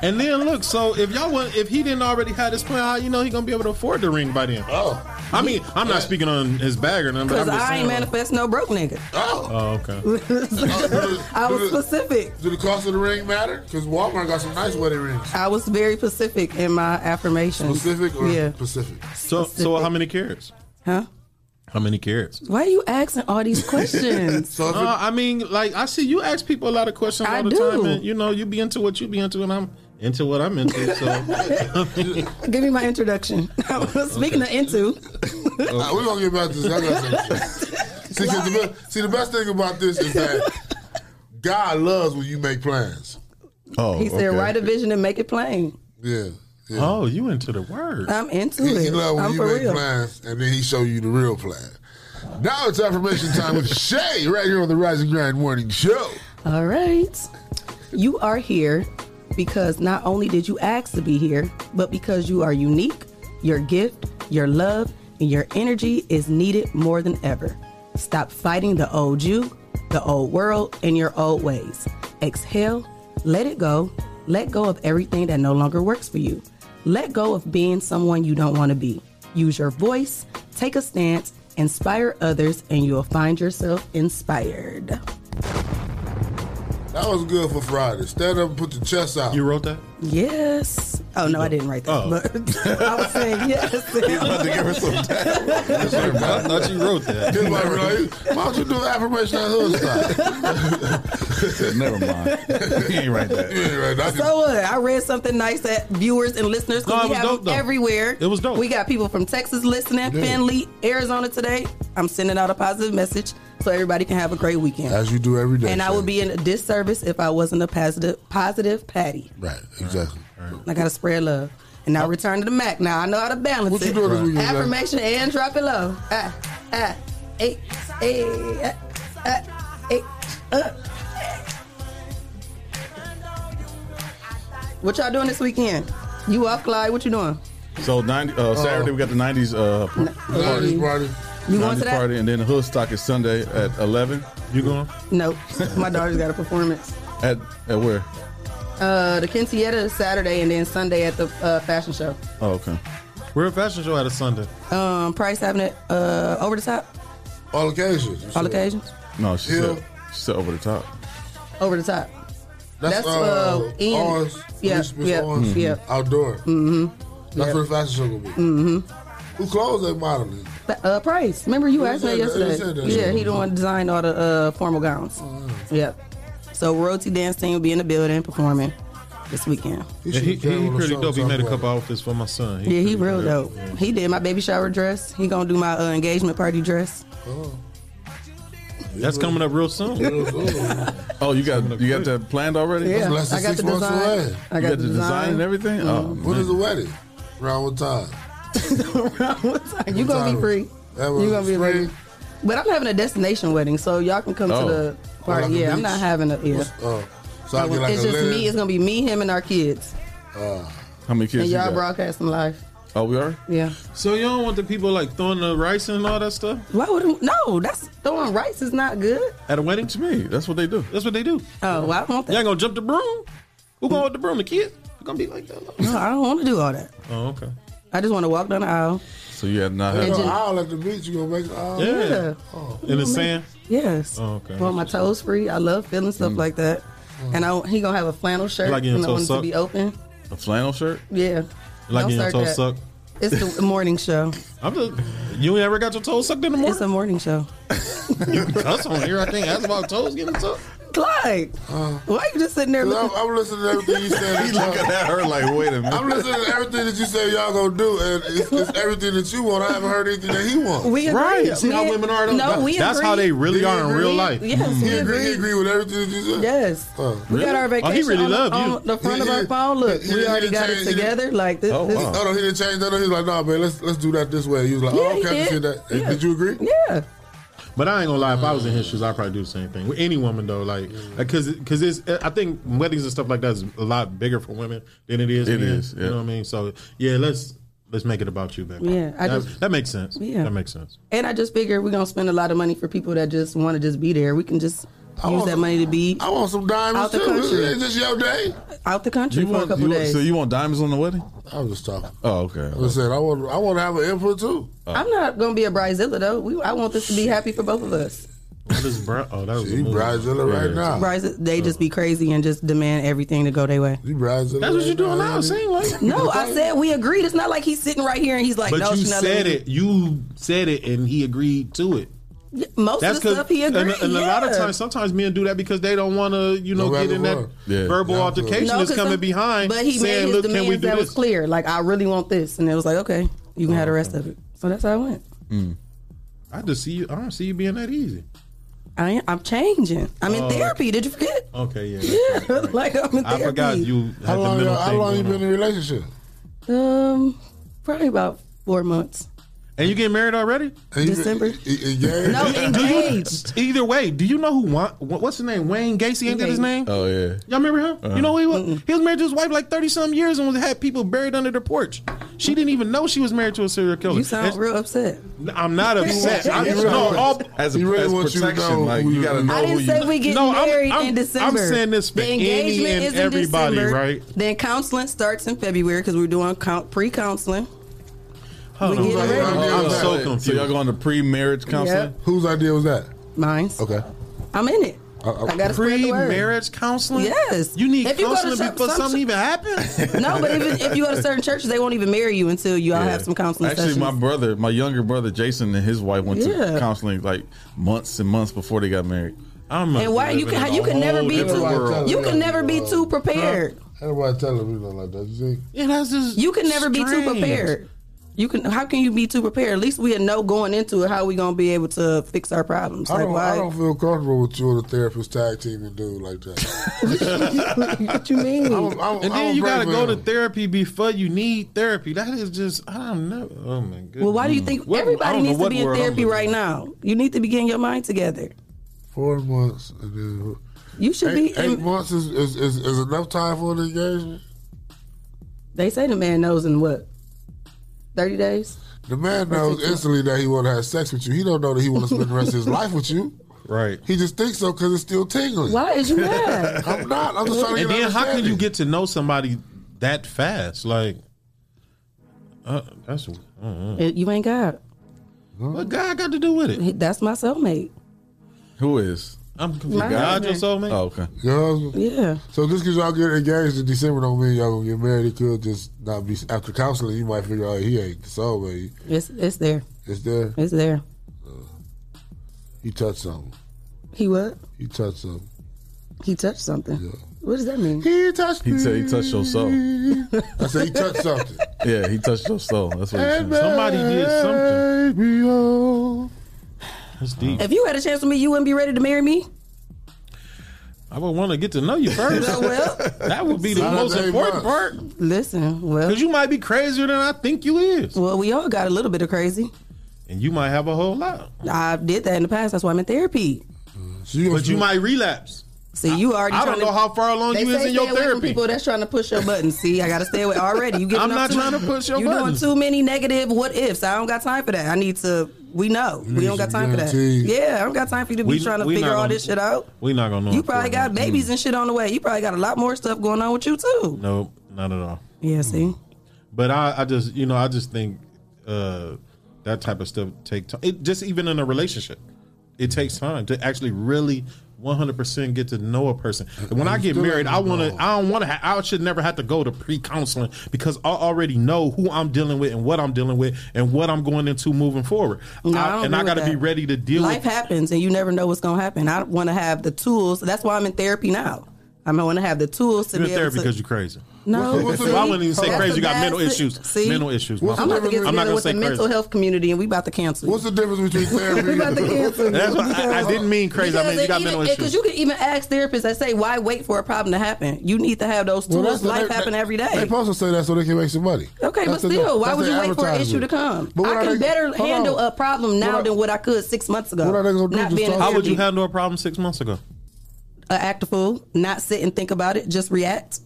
and then look, so if y'all want, if he didn't already have this plan, how you know he gonna be able to afford the ring by then? Oh, I mean, I'm not speaking on his bag or nothing, but
Cause
I'm just
I ain't
saying.
manifest no broke nigga.
oh, okay.
I was specific.
Do the cost of the ring matter? Because Walmart got some nice wedding rings.
I was very specific in my affirmations.
Specific or
yeah.
Pacific?
So, so how many carrots?
Huh?
How many carrots?
Why are you asking all these questions?
No, I mean, like I see you ask people a lot of questions all
I
the
do.
time, and you know, you be into what you be into, and I'm into what I'm into. So,
Give me my introduction. Speaking of into,
Uh, we're gonna get back to this. I got some- see, 'cause the best, see, the best thing about this is that God loves when you make plans.
Oh,
he said, write a vision and make it plain.
Yeah.
Oh, you into the word?
I'm into
he, He
it.
loves when
I'm
you
for
make
real.
plans, and then he show you the real plan. Now it's affirmation time with Shay right here on the Rising Grind Morning Show.
All right. You are here because not only did you ask to be here, but because you are unique, your gift, your love, and your energy is needed more than ever. Stop fighting the old you, the old world, and your old ways. Exhale, let it go, let go of everything that no longer works for you. Let go of being someone you don't want to be. Use your voice, take a stance, inspire others, and you'll find yourself inspired.
That was good for Friday. Stand up and put your chest out. You
wrote that?
Yes. Oh no, I didn't write that.
Oh.
But I was saying yes.
I thought you wrote that.
Everybody be like, Why don't you do an affirmation at hood style?
Never mind. He ain't right that.
You ain't right. that.
So what? I read something nice that viewers and listeners. 'cause
No, it
we
was
have
dope,
them
though.
everywhere.
It was dope.
We got people from Texas listening,
Yeah.
Finley, Arizona today. I'm sending out a positive message so everybody can have a great weekend.
As you do every day.
and I
Shay.
would be in a disservice if I wasn't a positive, positive Patty.
Right, exactly.
I gotta spread love. And now return to the Mac. Now I know how to balance
What you
it.
doing this weekend, Zach?
Affirmation and drop it low. Ah, ah, eh, eh, ah, ah, eh, uh. What y'all doing this weekend? You up, Clyde? What you doing?
So 90,
Oh.
uh, Saturday we got the nineties uh, par- party.
90s party.
You going to that?
party, and then the Hoodstock is Sunday at eleven.
You going?
Nope. My daughter's got a performance.
At at where?
Uh, the Kintietta is Saturday and then Sunday at the uh, fashion show.
Oh, okay.
We're a fashion show at a Sunday.
Um, Price having it uh, over the top.
All occasions.
All occasions.
No, she said she said over the top.
Over the top.
That's,
That's,
uh,
uh, Ian.
Orange,
Yeah,
Miss- Miss
yeah,
Orange,
yeah.
Outdoor.
Mm-hmm.
That's where the fashion show will be. Mm-hmm. Who clothes they modeling?
Uh, Price. Remember you
He
asked me
said that- he
yesterday.
said that. Oh,
yeah, he the one designed all the uh, formal gowns. Yep. So royalty dance team will be in the building performing this weekend.
Yeah, he, he, he pretty dope. He made a couple outfits for my son.
Yeah, he
pretty
real
good.
dope. He did my baby shower dress. He gonna do my uh, engagement party dress.
That's coming up real soon.
oh, you got you got that planned already?
Yeah, That's less than I got six the months design. away. I got
you got
the
the design
design.
and everything. Oh,
When
man.
Mm-hmm. is the wedding? Around what time?
You gonna be free.
That was
You gonna be ready. But I'm having a destination wedding, so y'all can come
Oh.
to the party.
Like the
yeah, I'm
beach?
not having a yeah.
What's- Oh, so I get like
it's
a
just
letter.
me. It's gonna be me, him, and our kids.
Uh,
How many
and
kids? you
y'all
got?
broadcasting live.
Oh, we are.
Yeah.
So you don't want the people like throwing the rice and all that stuff
Why would no? That's throwing rice is not good.
at a wedding?
To me, that's what they do.
That's what they do.
Oh, well, I don't want that.
Y'all gonna jump the broom? Who going with the broom? The kid? You gonna be like that?
No, I don't want to do all that.
Oh, okay.
I just want to walk down the aisle.
So you have not
There's
had.
an aisle at the beach. You gonna make an aisle?
Yeah. Yeah.
Oh.
In the sand? Mm. Yes.
Oh, okay.
Want my toes free. I love feeling stuff like that.
Mm.
And I, he gonna have a flannel shirt.
Like getting
and
your
I want
toes
it to
sucked?
be open.
A flannel shirt.
Yeah.
Like
Don't
getting your
start
toes
that.
sucked?
It's the morning show.
I'm just. You ain't ever got your toes sucked in the morning?
It's a morning show.
That's on here. I can't ask about toes getting sucked.
Clyde, why you just sitting there?
I'm, I'm listening to everything you said.
He looking at her like, wait a minute.
I'm listening to everything that you say y'all gonna do, and it's, it's everything that you want. I haven't heard anything that he wants.
We agree.
Right.
See We- how women are, though? no, we
That's how
agree.
they really
He
are in
agree.
real life.
Yes, we
he agree.
agree.
He agree with everything that you said.
Yes. We got our vacation
Oh, he really
on, the-
love you.
on the front
He-
of our
he-
phone. Look,
he-
we
he
already
didn't
got it
change- he didn't-
together. Like this.
Oh,
this
wow. no, no, he didn't change that. No, he was like, nah, man, let's let's do that this way. He was like,
Yeah,
oh,
he
okay, I can see
did.
that.
Yeah.
Did you agree?
Yeah.
But I ain't gonna lie. If I was in his shoes, I'd probably do the same thing with any woman though. Like, because because it's uh, I think weddings and stuff like that is a lot bigger for women than it is.
It
men.
is, yeah.
You know what I mean? So yeah, let's let's make it about you, baby.
Yeah, I
that,
just-
that makes sense.
Yeah.
that makes sense.
And I just figure we're gonna spend a lot of money for people that just want to just be there. We can just use
want
that
some-
money to be.
I want some diamonds
out the
too.
country.
It's just your day.
Out the country
You
for
want,
a couple
you want-
days.
so you want diamonds on the wedding?
I was just talking.
Oh, okay.
I said, I want I want to have an input too.
I'm not gonna be a bridezilla though. We, I want this to be happy for both of us.
What is bro? Oh, that was a
You
movie.
Bridezilla right
Yeah. Uh-huh.
now.
Brides, they just be crazy and just demand everything to go their way.
You Bridezilla.
That's what
right
you're doing
now,
now.
ain't it?
Seem like
No, I said we agreed. It's not like he's sitting right here and he's like,
But
no,
you
Chanel,
said it. You said it, and he agreed to it.
Most of the
'cause-
stuff he
and-
agreed.
And, a lot of
yeah.
times, sometimes men do that because they don't want to, you know,
Go back
get in
and
that
forth. Yeah.
verbal
Yeah, I'm
altercation
No,
that's
'cause
coming
some-
behind.
But he
saying,
made his
"Look, can we
demands
do
that
this?"
was clear. Like, I really want this, and it was like, okay, you can have the
Uh-huh.
rest of it. So that's how it went.
Mm. I just see you. I don't see you being that easy.
I am, I'm changing. I'm in
Oh,
therapy. Did you forget?
Okay, yeah.
Yeah, like I'm in therapy.
I forgot you had
How
the
long?
mental
y'all- How
thing
long you
going
been in a relationship?
Um, probably about four months.
And you getting married already?
December. No,
Do you-
engaged.
either way, do you know who? Wa- wha- What's his name? Wayne Gacy. Ain't that his name?
Oh yeah.
Y'all remember him?
Uh-huh.
You know who he was?
Uh-uh.
He was married to his wife like thirty some years and was had people buried under their porch. She didn't even know she was married to a serial killer.
You sound
And-
real upset.
I'm not upset. I'm
He
no,
really wants-
all,
as a- He really as wants you to protection, know like, who you you- gotta know
I didn't say we get
I'm-
married
I'm,
in December.
I'm saying this for
the
any
engagement is
and
in
everybody,
December.
right?
Then counseling starts in February because we're doing count, pre-counseling.
Hold
We
on.
get ready.
I'm so
Wait, So y'all
confused.
going to pre-marriage counseling?
Yep.
Whose idea was that? Uh,
Mine's.
Okay.
I'm in it.
Uh,
I got to spread the word.
Pre-marriage counseling.
Yes.
you need
If you go to
counseling
some-
before
some-
something even happens.
No, but even if you go to certain churches, they won't even marry you until you all
Yeah.
have some counseling
Actually,
sessions.
my brother, my younger brother Jason, and his wife went
Yeah.
to counseling like months and months before they got married.
I'm
and why you can you can never be
different
too
world.
you can never be too prepared.
Everybody telling me like that. You see?
Yeah, that's just
You can never be too
strange.
prepared. You can. How can you be too prepared? At least we know going into it how we gonna be able to fix our problems.
I
Like
don't, I
why?
don't feel comfortable with you and the therapist tag team and dude like that.
what you mean?
I'm, I'm,
and
I'm
then you gotta
afraid for
go to
him.
therapy before you need therapy. That is just I don't know. Oh my goodness.
Well, why do you think
What- I
everybody
don't know
needs to
what
be in
word I'm
therapy
looking
right
for.
now? You need to be getting your mind together.
four months. And then,
You should
eight,
be.
eight
In,
months is, is, is, is enough time for an engagement.
they say the man knows in what thirty days.
The man knows instantly that he want to have sex with you. He don't know that he want to spend the rest of his life with you.
Right.
He just thinks so because it's still tingling.
Why is you mad?
I'm not. I'm just trying to
and
get
then how can
understanding.
you get to know somebody that fast? Like, uh, that's uh,
It- you ain't God.
what God got to do with it?
He- That's my soulmate.
Who is?
I'm confused.
My
God, your
husband.
soulmate?
Oh, okay.
Your husband?
Yeah.
So just because y'all get engaged in December don't mean y'all gonna get married. It could just not be after counseling. You might figure out he ain't the soulmate.
It's it's there.
It's there.
It's there.
He touched something.
He what?
He touched something.
He touched something. What does that mean?
He touched.
He said he touched your soul.
I said he touched something.
Yeah, he touched your soul. That's what he
And
said.
Somebody did something.
baby, oh.
That's deep.
If you had a chance with me, you wouldn't be ready to marry me.
I would want to get to know you first. that would be the
Not
most
very
important
much.
part
Listen, well,
because you might be crazier than I think you is,
well, we all got a little bit of crazy.
and you might have a whole lot,
I did that in the past. That's why I'm in therapy.
but you might relapse.
See, you already.
I don't
trying to-
know how far along
They
you is
say
in your
stay away from
therapy.
People that's trying to push your buttons. See, I gotta stay away already. You giving
I'm
up
not
too-
trying to push your
You doing
buttons.
too many negative what ifs. I don't got time for that. I need to. We know we
need
don't got
some
time for that.
guarantees.
Yeah, I don't got time for you to be
We-
trying to
we
figure
not
all
gonna-
this shit out.
We not gonna know.
You
in
probably
four
got
months.
babies and shit on the way. You probably got a lot more stuff going on with you too.
No, not at all.
Yeah, see.
But I, I just, you know, I just think uh, that type of stuff take time. It, just even in a relationship, it takes time to actually really One hundred percent get to know a person. And when I get
still
married, I
don't
want to. I don't want to. Ha- I should never have to go to pre counseling because I already know who I'm dealing with and what I'm dealing with and what I'm going into moving forward.
No,
I-
I don't
and
agree
I
with
got to be
that.
ready to deal
Life
with
happens, and you never know what's going to happen. I want to have the tools. That's why I'm in therapy now. I want to have the tools to
You're
be
in therapy
able
because
to.
you're crazy.
No, see?
I wouldn't even say
That's
crazy.
the
You got
bad
mental
si-
issues.
See?
Mental issues. My
I'm about to
fault.
get
I'm not
together
gonna
with
say
the mental
crazy.
health community, and we about to cancel.
What's the difference between therapy?
we about to cancel.
That's why I, I didn't mean crazy. I mean you got mental
Because
issues.
you can even ask therapists that say, "Why wait for a problem to happen? You need to have those
Well,
tools.
that's the-
Life
they-
happen
they-
every
They
day."
supposed to say that so they can make some money.
Okay,
That's
but
the-
still, why
that's
would
their
you wait for an issue
advertisement.
to come?
But what
I
are
can
they-
better
hold on.
handle a problem now
What are-
than what I could six months ago.
What are they gonna do?
Not
Just
being in
talk?
How would you
therapy.
handle a problem six months ago?
uh, act a fool, not sit and think about it, just react.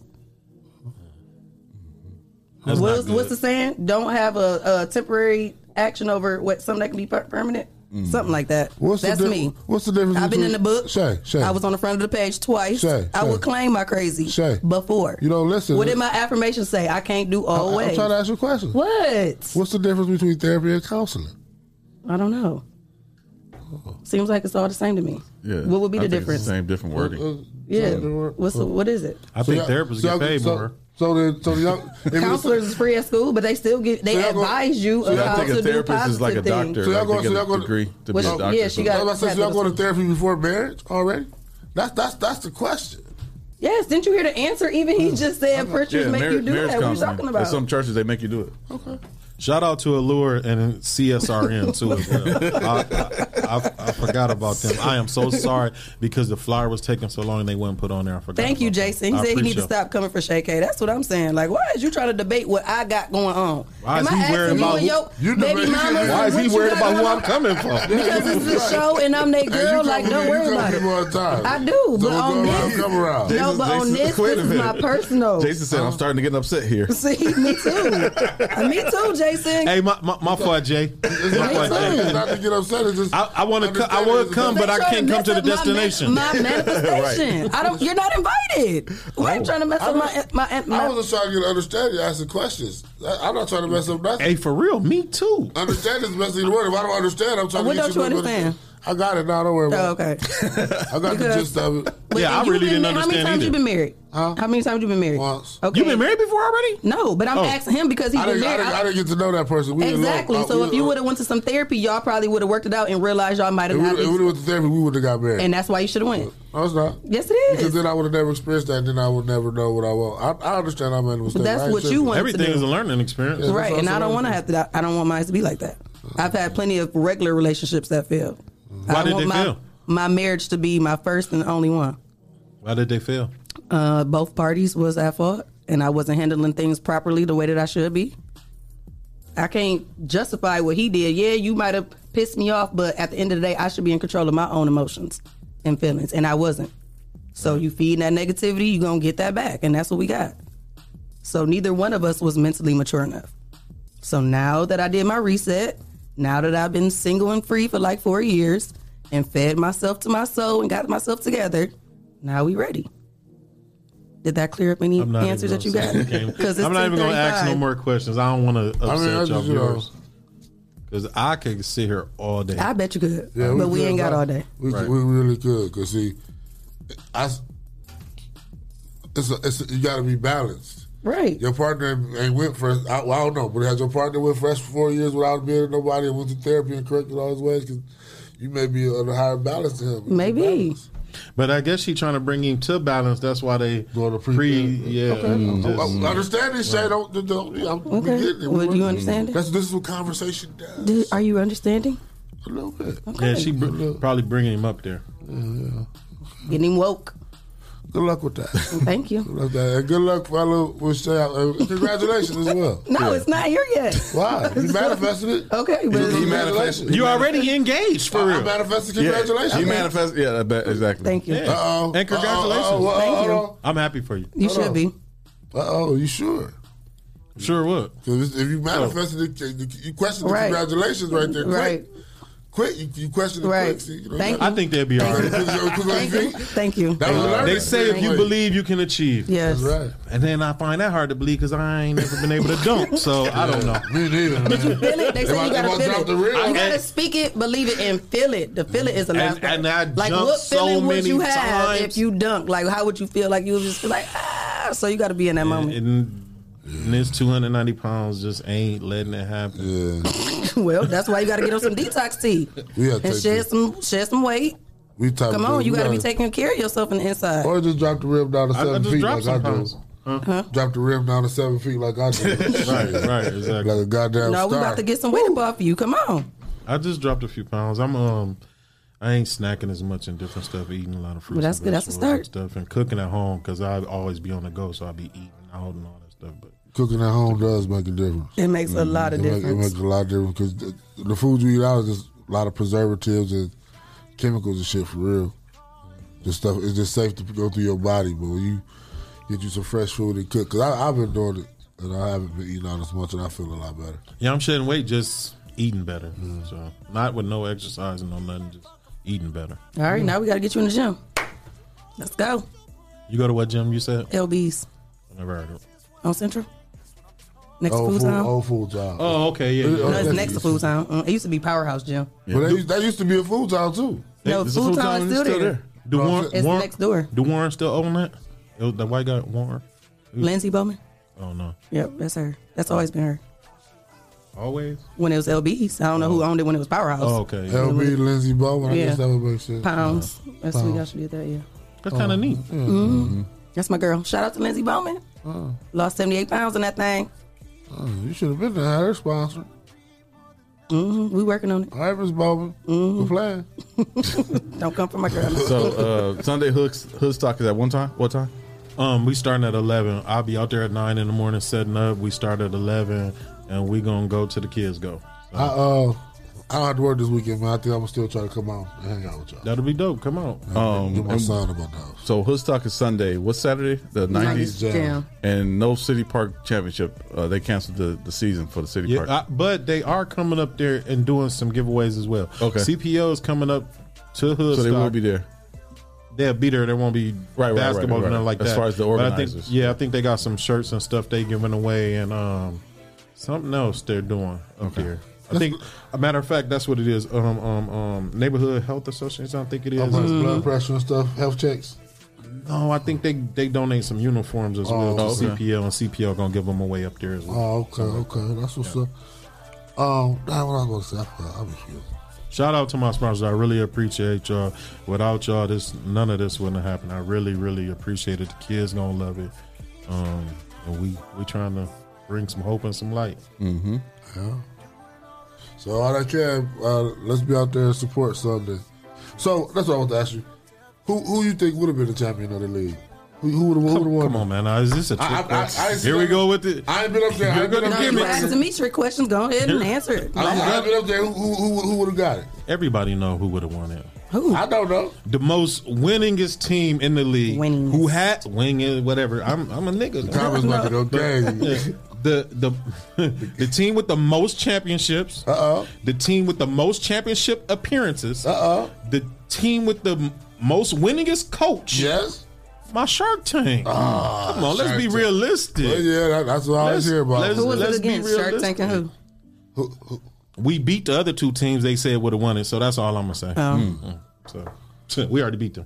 That's not
What's,
good.
what's the saying? Don't have a, a temporary action over what something that can be per- permanent. Something like that.
What's
That's
the di-
me.
What's the difference?
I've been in
between-
the book.
Shay, Shay.
I was on the front of the page twice.
Shay,
I
Shay.
would claim my crazy
Shay.
before.
You don't listen.
What did my affirmations say? I can't do
I-
all
I'm
ways.
trying to ask you a question.
What?
What's the difference between therapy and counseling?
I don't know. Seems like it's all the same to me.
Yeah.
What would be
I
the
think it's
difference?
same different wording.
uh,
Yeah. What's the- what is it?
I think therapists get paid
so,
more.
So the so the young if it's-
Counselors is free at school, but they still give they
So y'all go-
advise you
so
of
y'all
how
think a
to do
therapist
positive
is like a
things.
doctor.
So y'all
like,
go-
they get
so y'all
a
go to-
degree to be
Well,
a doctor.
yeah, she
so-
got-
I was about to say,
have
so y'all
those
go to
two.
therapy before marriage already? That's that's that's the question.
Yes, didn't you hear the answer? Even he just said preachers
Hmm. yeah,
make
marriage,
you do
marriage
that. What are you
counseling.
talking
At
about?
some churches, they make you do it.
Shout out to Allure and CSRN too. As well. I, I, I forgot about them. I am so sorry because the flyer was taking so long and they weren't put on there. I forgot.
Thank you,
about that.
Jason. He
I
said he need to
appreciate
stop coming for Shay K. That's what I'm saying. Like, why is you trying to debate what I got going on?
Why
Am
is
I
he
asking
worried
you
about
and
who-
your
you
baby
debating-
mama?
Why is he
what you
worried
got
about who
going
I'm
on?
coming from?
Because it's the show and I'm their
And you
girl.
come
Like,
here,
don't
you
worry
come
about
here
it.
all the time.
I do,
So
but
we'll
on
go around,
this,
come around.
no, but on this,
wait a
this is my
minute.
personal.
Jason said, I'm starting to get upset here.
See, me too. Uh, me too, Jason.
Hey, my my, my fault, Jay. My
It's
fault,
not- it's
Jay.
not to get upset. It's just
I, I want to. I
Understand
would
it's
come,
a-
but I
They
can't
trying to
come to the
mess up my man-
destination.
My manifestation. I don't. You're not invited. Why are you trying to mess
Oh. I
up my
was-
my my?
I was just trying to get an understanding, asking questions. I, I'm not trying to mess up nothing.
Hey, for real, me too.
Understanding is the best thing in the world. If I don't understand, I'm trying
What
to
don't
get
you
to
understand?
I got it now. Don't worry
Oh,
about it.
okay.
I got
Because-
the gist of it.
But
Yeah, I
you've
really
been
didn't
ma- How
understand
many times
either.
you been married? How many times you been married?
Once.
Okay.
You been married before already?
No, but I'm
Oh.
asking him because he's
I
been
didn't, I,
married.
didn't, I didn't get to know that person. We didn't know-
exactly.
uh,
so
we-
if you
uh,
would have went to some therapy, y'all probably would have worked it out and realized y'all might
if
have
we
not.
if we
Been,
went to therapy, we would have got married.
and that's why you should have went.
no, it's not.
Yes, it is.
Because then I would have never experienced that, and then I would never know what I want. I, I understand I made a mistake.
that's
I ain't
what you
tripping.
wanted to Everything do. is a
learning experience.
right, and I don't want to have to. I don't want mine to be like that. I've had plenty of regular relationships that failed. I
Mm-hmm. Why
don't
did
want
they
my,
fail?
My marriage to be my first and only one.
Why did they fail?
Uh, both parties was at fault, and I wasn't handling things properly the way that I should be. I can't justify what he did. Yeah, you might have pissed me off, but at the end of the day, I should be in control of my own emotions and feelings, and I wasn't. So you feed that negativity, you gonna get that back, and that's what we got. So neither one of us was mentally mature enough. So now that I did my reset, now that I've been single and free for like four years and fed myself to my soul and got myself together, now we ready. Did that clear up any
I'm not
answers
even
that you
gonna
got?
say anything. I'm not even gonna ask no
10:35.
more questions. I don't want to upset
I mean, I
y'all
just, you know-
viewers because I could sit here all day.
I bet you could, but we
could,
ain't got
bro.
all day.
We,
Right.
we really could, cause see, I, s- it's, a, it's a, you got to be balanced.
Right.
Your partner ain't went for. I, well, I don't know, but has your partner went for us for four years without being with nobody and went to therapy and corrected all his ways? Cause you may be on a higher balance than him.
Maybe.
But I guess she's trying to bring him to balance. That's why they go to pre. yeah, and
Mm-hmm. I,
just-
I understand this, Shay. Don't, don't, don't I'm we
Okay.
getting it.
Well,
We're-
you understand it?
That's this is what conversation does.
Do- are you understanding?
A little bit.
yeah, she br- probably bringing him up there.
Getting woke.
Good luck with that.
Thank you.
Good luck, with that. And good luck, fellow. With Shay, and congratulations as well.
No, it's not here yet.
Why? You manifested it.
Okay, but
Congratulations.
You already engaged for
I- I
real.
manifested
Yeah,
congratulations.
He manifests. Yeah, I bet, exactly.
Thank you.
Yeah.
Uh-oh.
And congratulations.
Uh-oh, uh-oh, Thank you. uh-oh.
I'm happy for you.
You
Hold
should
on.
be.
Uh oh, you sure?
Sure would.
Because if you manifested it, you question the
Right.
congratulations right there. Quick.
Right.
Quick, you, you question the
Right.
quick. See, you know,
Thank
I think they'd be all right.
Thank you. Thank you.
They say if you believe, you can achieve.
Yes. That's
And then I find that hard to believe because I ain't never been able to dunk. So I don't know.
Me neither.
Feel it. They say you gotta feel it. you gotta
and,
speak it, believe it, and feel it. The feel it is a
And-
mouthful.
and I
like
jumped
what
so
feeling would
many
you have
times.
if you dunk? Like how would you feel? Like you would just feel like ah. So you got to be in that moment.
and this 290 pounds just ain't letting it happen.
well, that's why you got to get on some detox tea
We gotta
and
take
shed
this.
some shed some weight.
We type
Come
of
on,
dude,
you
we
got to be
gotta-
taking care of yourself on the inside.
Or just drop the rim down to
I- I
seven
just
feet
dropped
like I
some pounds.
do. Drop the rim down to seven feet like I do.
Right, right, exactly.
Like a goddamn
no, we
star.
about to get some weight above you. Come on.
I just dropped a few pounds. I'm um, I ain't snacking as much and different stuff. Eating a lot of fruits.
Well, that's
and
good. That's a
vegetables and
start.
Stuff and cooking at home because I always be on the go, so I be eating out and all that stuff. But
Cooking at home does make a difference.
It makes a lot of
It make-
difference.
it makes a lot of difference because the, the food you eat out is just a lot of preservatives and chemicals and shit for real. This stuff it's just safe to go through your body, but when you get you some fresh food and cook, because I've been doing it and I haven't been eating out as much, and I feel a lot better.
yeah, I'm shedding weight just eating better. So not with no exercise and no nothing, just eating better.
All
Mm.
right, now we got to get you in the gym. Let's go.
You go to what gym you said?
LB's
I never heard of. it.
on Central. Next
Old
food
food-
time.
old food time.
Oh, okay,
Uh,
yeah.
No,
yeah.
it's next to food time. Mm, It used to be Powerhouse Gym.
But that used, that used to be a food town too.
No,
Is the
food
food
time is
town
still there.
Do
No,
Warren,
it's
Warren,
next door.
Do Warren still own that? It was the white guy Warren. Mm.
Lindsay Bowman.
Oh no.
Yep, that's her. That's always been her.
Always.
When it was LB's, I don't know who owned it when it was Powerhouse.
Oh, okay.
LB Lindsey Bowman. I
Yeah.
guess that would make sense.
Pounds. That's what
Pounds. Oh, Mm-hmm.
we got to be there. Yeah.
That's kinda neat.
Mhm. That's my girl. Shout out to Lindsay Bowman. Lost seventy eight pounds in that thing.
Oh, you should have been there. Had her sponsor.
Mm-hmm. We working on it. Mm-hmm.
All right, Miss Bowman. We're playing.
Don't come for my girl.
So uh, Sunday hooks Hoodstock is at one time. What time?
Um, we starting at eleven. I'll be out there at nine in the morning setting up. We start at eleven, and we gonna go to the kids go.
I uh, I don't have to work this weekend, man. I think I'm gonna still try to come out and hang out with y'all.
That'll be dope. Come out.
Um,
Do my
and-
son about that.
So Hoodstock is Sunday. What's Saturday? The nineties.
Jam. Jam.
And no City Park Championship. Uh, they canceled the, the season for the City Park.
Yeah, I, but they are coming up there and doing some giveaways as well.
Okay.
CPO is coming up to Hood.
So they will be there.
They'll be there. There won't be
right, right,
basketball
right,
or nothing
right.
like
As
that.
far as the
But I think-
organizers.
yeah, I think they got some shirts and stuff they giving away and um, something else they're doing up
Okay.
here. I think, a matter of fact, that's what it is. Um, um, um, neighborhood health association. I think it is. Mm-hmm.
I'm
Mm-hmm.
running blood pressure and stuff, health checks.
No, I think they they donate some uniforms as well
Oh,
to
okay.
CPL, and CPL gonna give them away up there as well.
Oh, okay, okay, that's what's up. Um, damn, what I was gonna say, I forgot. I was here.
Shout out to my sponsors. I really appreciate y'all. Without y'all, this none of this wouldn't have happened. I really, really appreciate it. The kids gonna love it, um, and we we trying to bring some hope and some light.
Mm-hmm.
Yeah. So all I can, uh, let's be out there and support Sunday. So that's what I want to ask you. Who who you think would have been the champion of the league? Who, who would have won?
Come on, man! Now, is this a trick?
I- I- I- I
question?
ain't seen
Here we
that-
go with it.
I ain't been up there. I ain't been up
No,
there.
you asking me trick questions. Go ahead and answer it.
I ain't- I ain't been up there. Who who, who, who would have got it?
Everybody know who would have won it.
Who?
I don't know.
The most winningest team in the league. Who had winging whatever. I'm I'm a nigga.
Thomas about to go crazy.
The the the team with the most championships. Uh
oh.
The team with the most championship appearances. Uh oh. The team with the m- most winningest coach.
Yes.
My Shark Tank.
Ah,
Come on, let's
Shark
be
Tank.
realistic.
Well, yeah, that- that's what I always
Let's-
hear about.
let's-
Who was it
let's be
against? Shark Tank and who?
We beat the other two teams. They said would have won it. So that's all I'm gonna
Oh.
say. Mm. So we already beat them.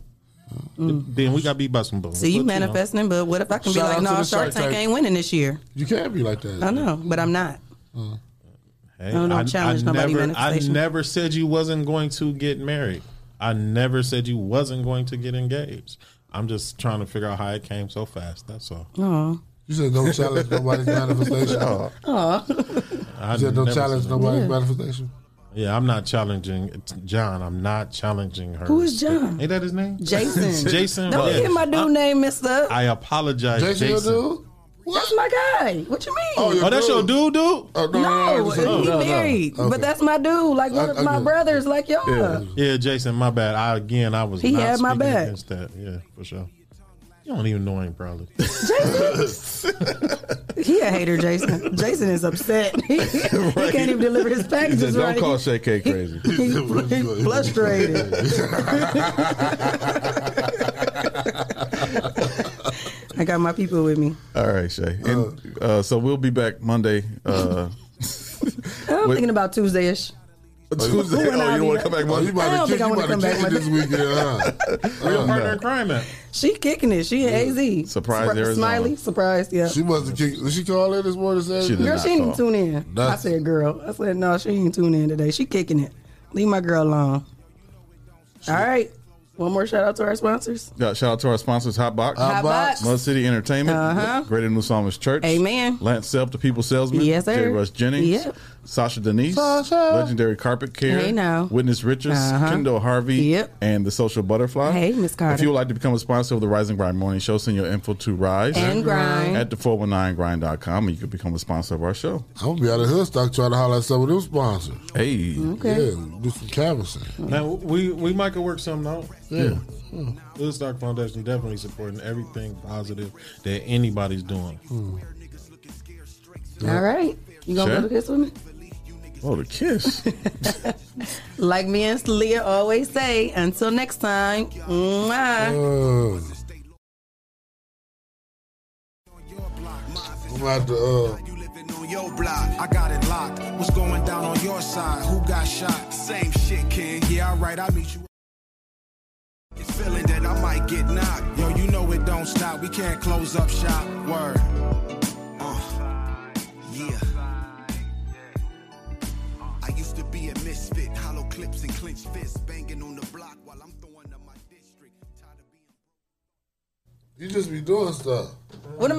Then we got beat by some bulls.
See, Mm. you
But, know.
manifesting, but what if I can
Shout
be
out
like,
to
no,
the
Shark
Shark
Tank
Tank.
ain't winning this year?
You can't be like that.
I know, but I'm not.
Hey,
No, no, challenge nobody
never, I
manifestation.
never said you wasn't going to get married. I never said you wasn't going to get engaged. I'm just trying to figure out how it came so fast. That's all.
Oh.
You said don't challenge nobody's manifestation.
No. I
You said don't
never
challenge
said-
nobody's
Yeah.
manifestation.
Yeah, I'm not challenging it's John. I'm not challenging her.
Who is John?
Ain't that his name?
Jason.
Jason.
Don't
yeah.
get my dude name messed up.
I apologize,
Jason,
Jason.
your dude?
That's my guy. What you mean?
Oh, that's your dude, dude.
Oh,
No, he married, but that's my dude. Like one of my brothers. Like y'all.
Yeah, Jason, my bad. I again, I was
He
not
had my
speaking
back.
against that. Yeah, for sure. You don't even know I ain't probably.
He a hater, Jason. Jason is upset. He, he can't even deliver his
He said,
packages
don't
right.
call Shay K crazy.
He's frustrated. I got my people with me.
All right, Shay. And uh, so we'll be back Monday.
I'm
Uh, Wait.
thinking about Tuesday ish.
Tuesday.
Who would
Oh,
I
you don't
be?
want to come back
Oh,
Monday?
you about to I don't kick- think I you wanna about to come back kick it this Monday.
weekend,
Uh,
Real partner in crime at.
She kicking it. She in AZ.
Surprise,
Surpri-
Arizona.
Smiley, surprised. Yeah.
She must have kicked. Did she call in this morning? Saturday?
girl, she didn't tune in. I
Nothing.
said, girl. I said, no, she ain't tune in today. She kicking it. Leave my girl alone. All right. One more shout out to our sponsors.
Yeah, shout out to our sponsors, Hot Box,
Hot Box.
Mud City Entertainment,
Uh-huh.
Greater New Psalmist Church,
Amen.
Lance Self, the People Salesman,
Yes, sir.
Jerry Rush Jennings,
Yep.
Sasha Denise,
Sasha.
Legendary Carpet Care,
Hey, now.
Witness Richards,
Uh-huh.
Kendall Harvey, and the Social Butterfly.
Hey, Miss Carter.
If you would like to become a sponsor of the Rising Grind Morning Show, send your info to Rise
And Grind.
at the 419grind.com and you can become a sponsor of our show.
I'm gonna be out of Hoodstock trying to holler at some of them sponsors.
Hey,
yeah, do some canvassing.
Man, we we might could work something out.
Yeah.
Woodstock Foundation definitely supporting everything positive that anybody's doing.
Hmm. All right. You gonna
Sure.
go to kiss with me?
Oh, the kiss.
Like me and Leah always say, until next time. Mwah.
I'm out to uh,
on your block. I got it locked. What's going down on your side? Who got shot? Same shit, King. Yeah, alright, I meet you. It's feeling that I might get knocked. Yo, you know it don't stop. We can't close up shop. Word. Uh, yeah. I used to be a misfit, hollow clips and clenched fists, banging on the block while I'm throwing up my district.
you just be doing stuff.
What am I?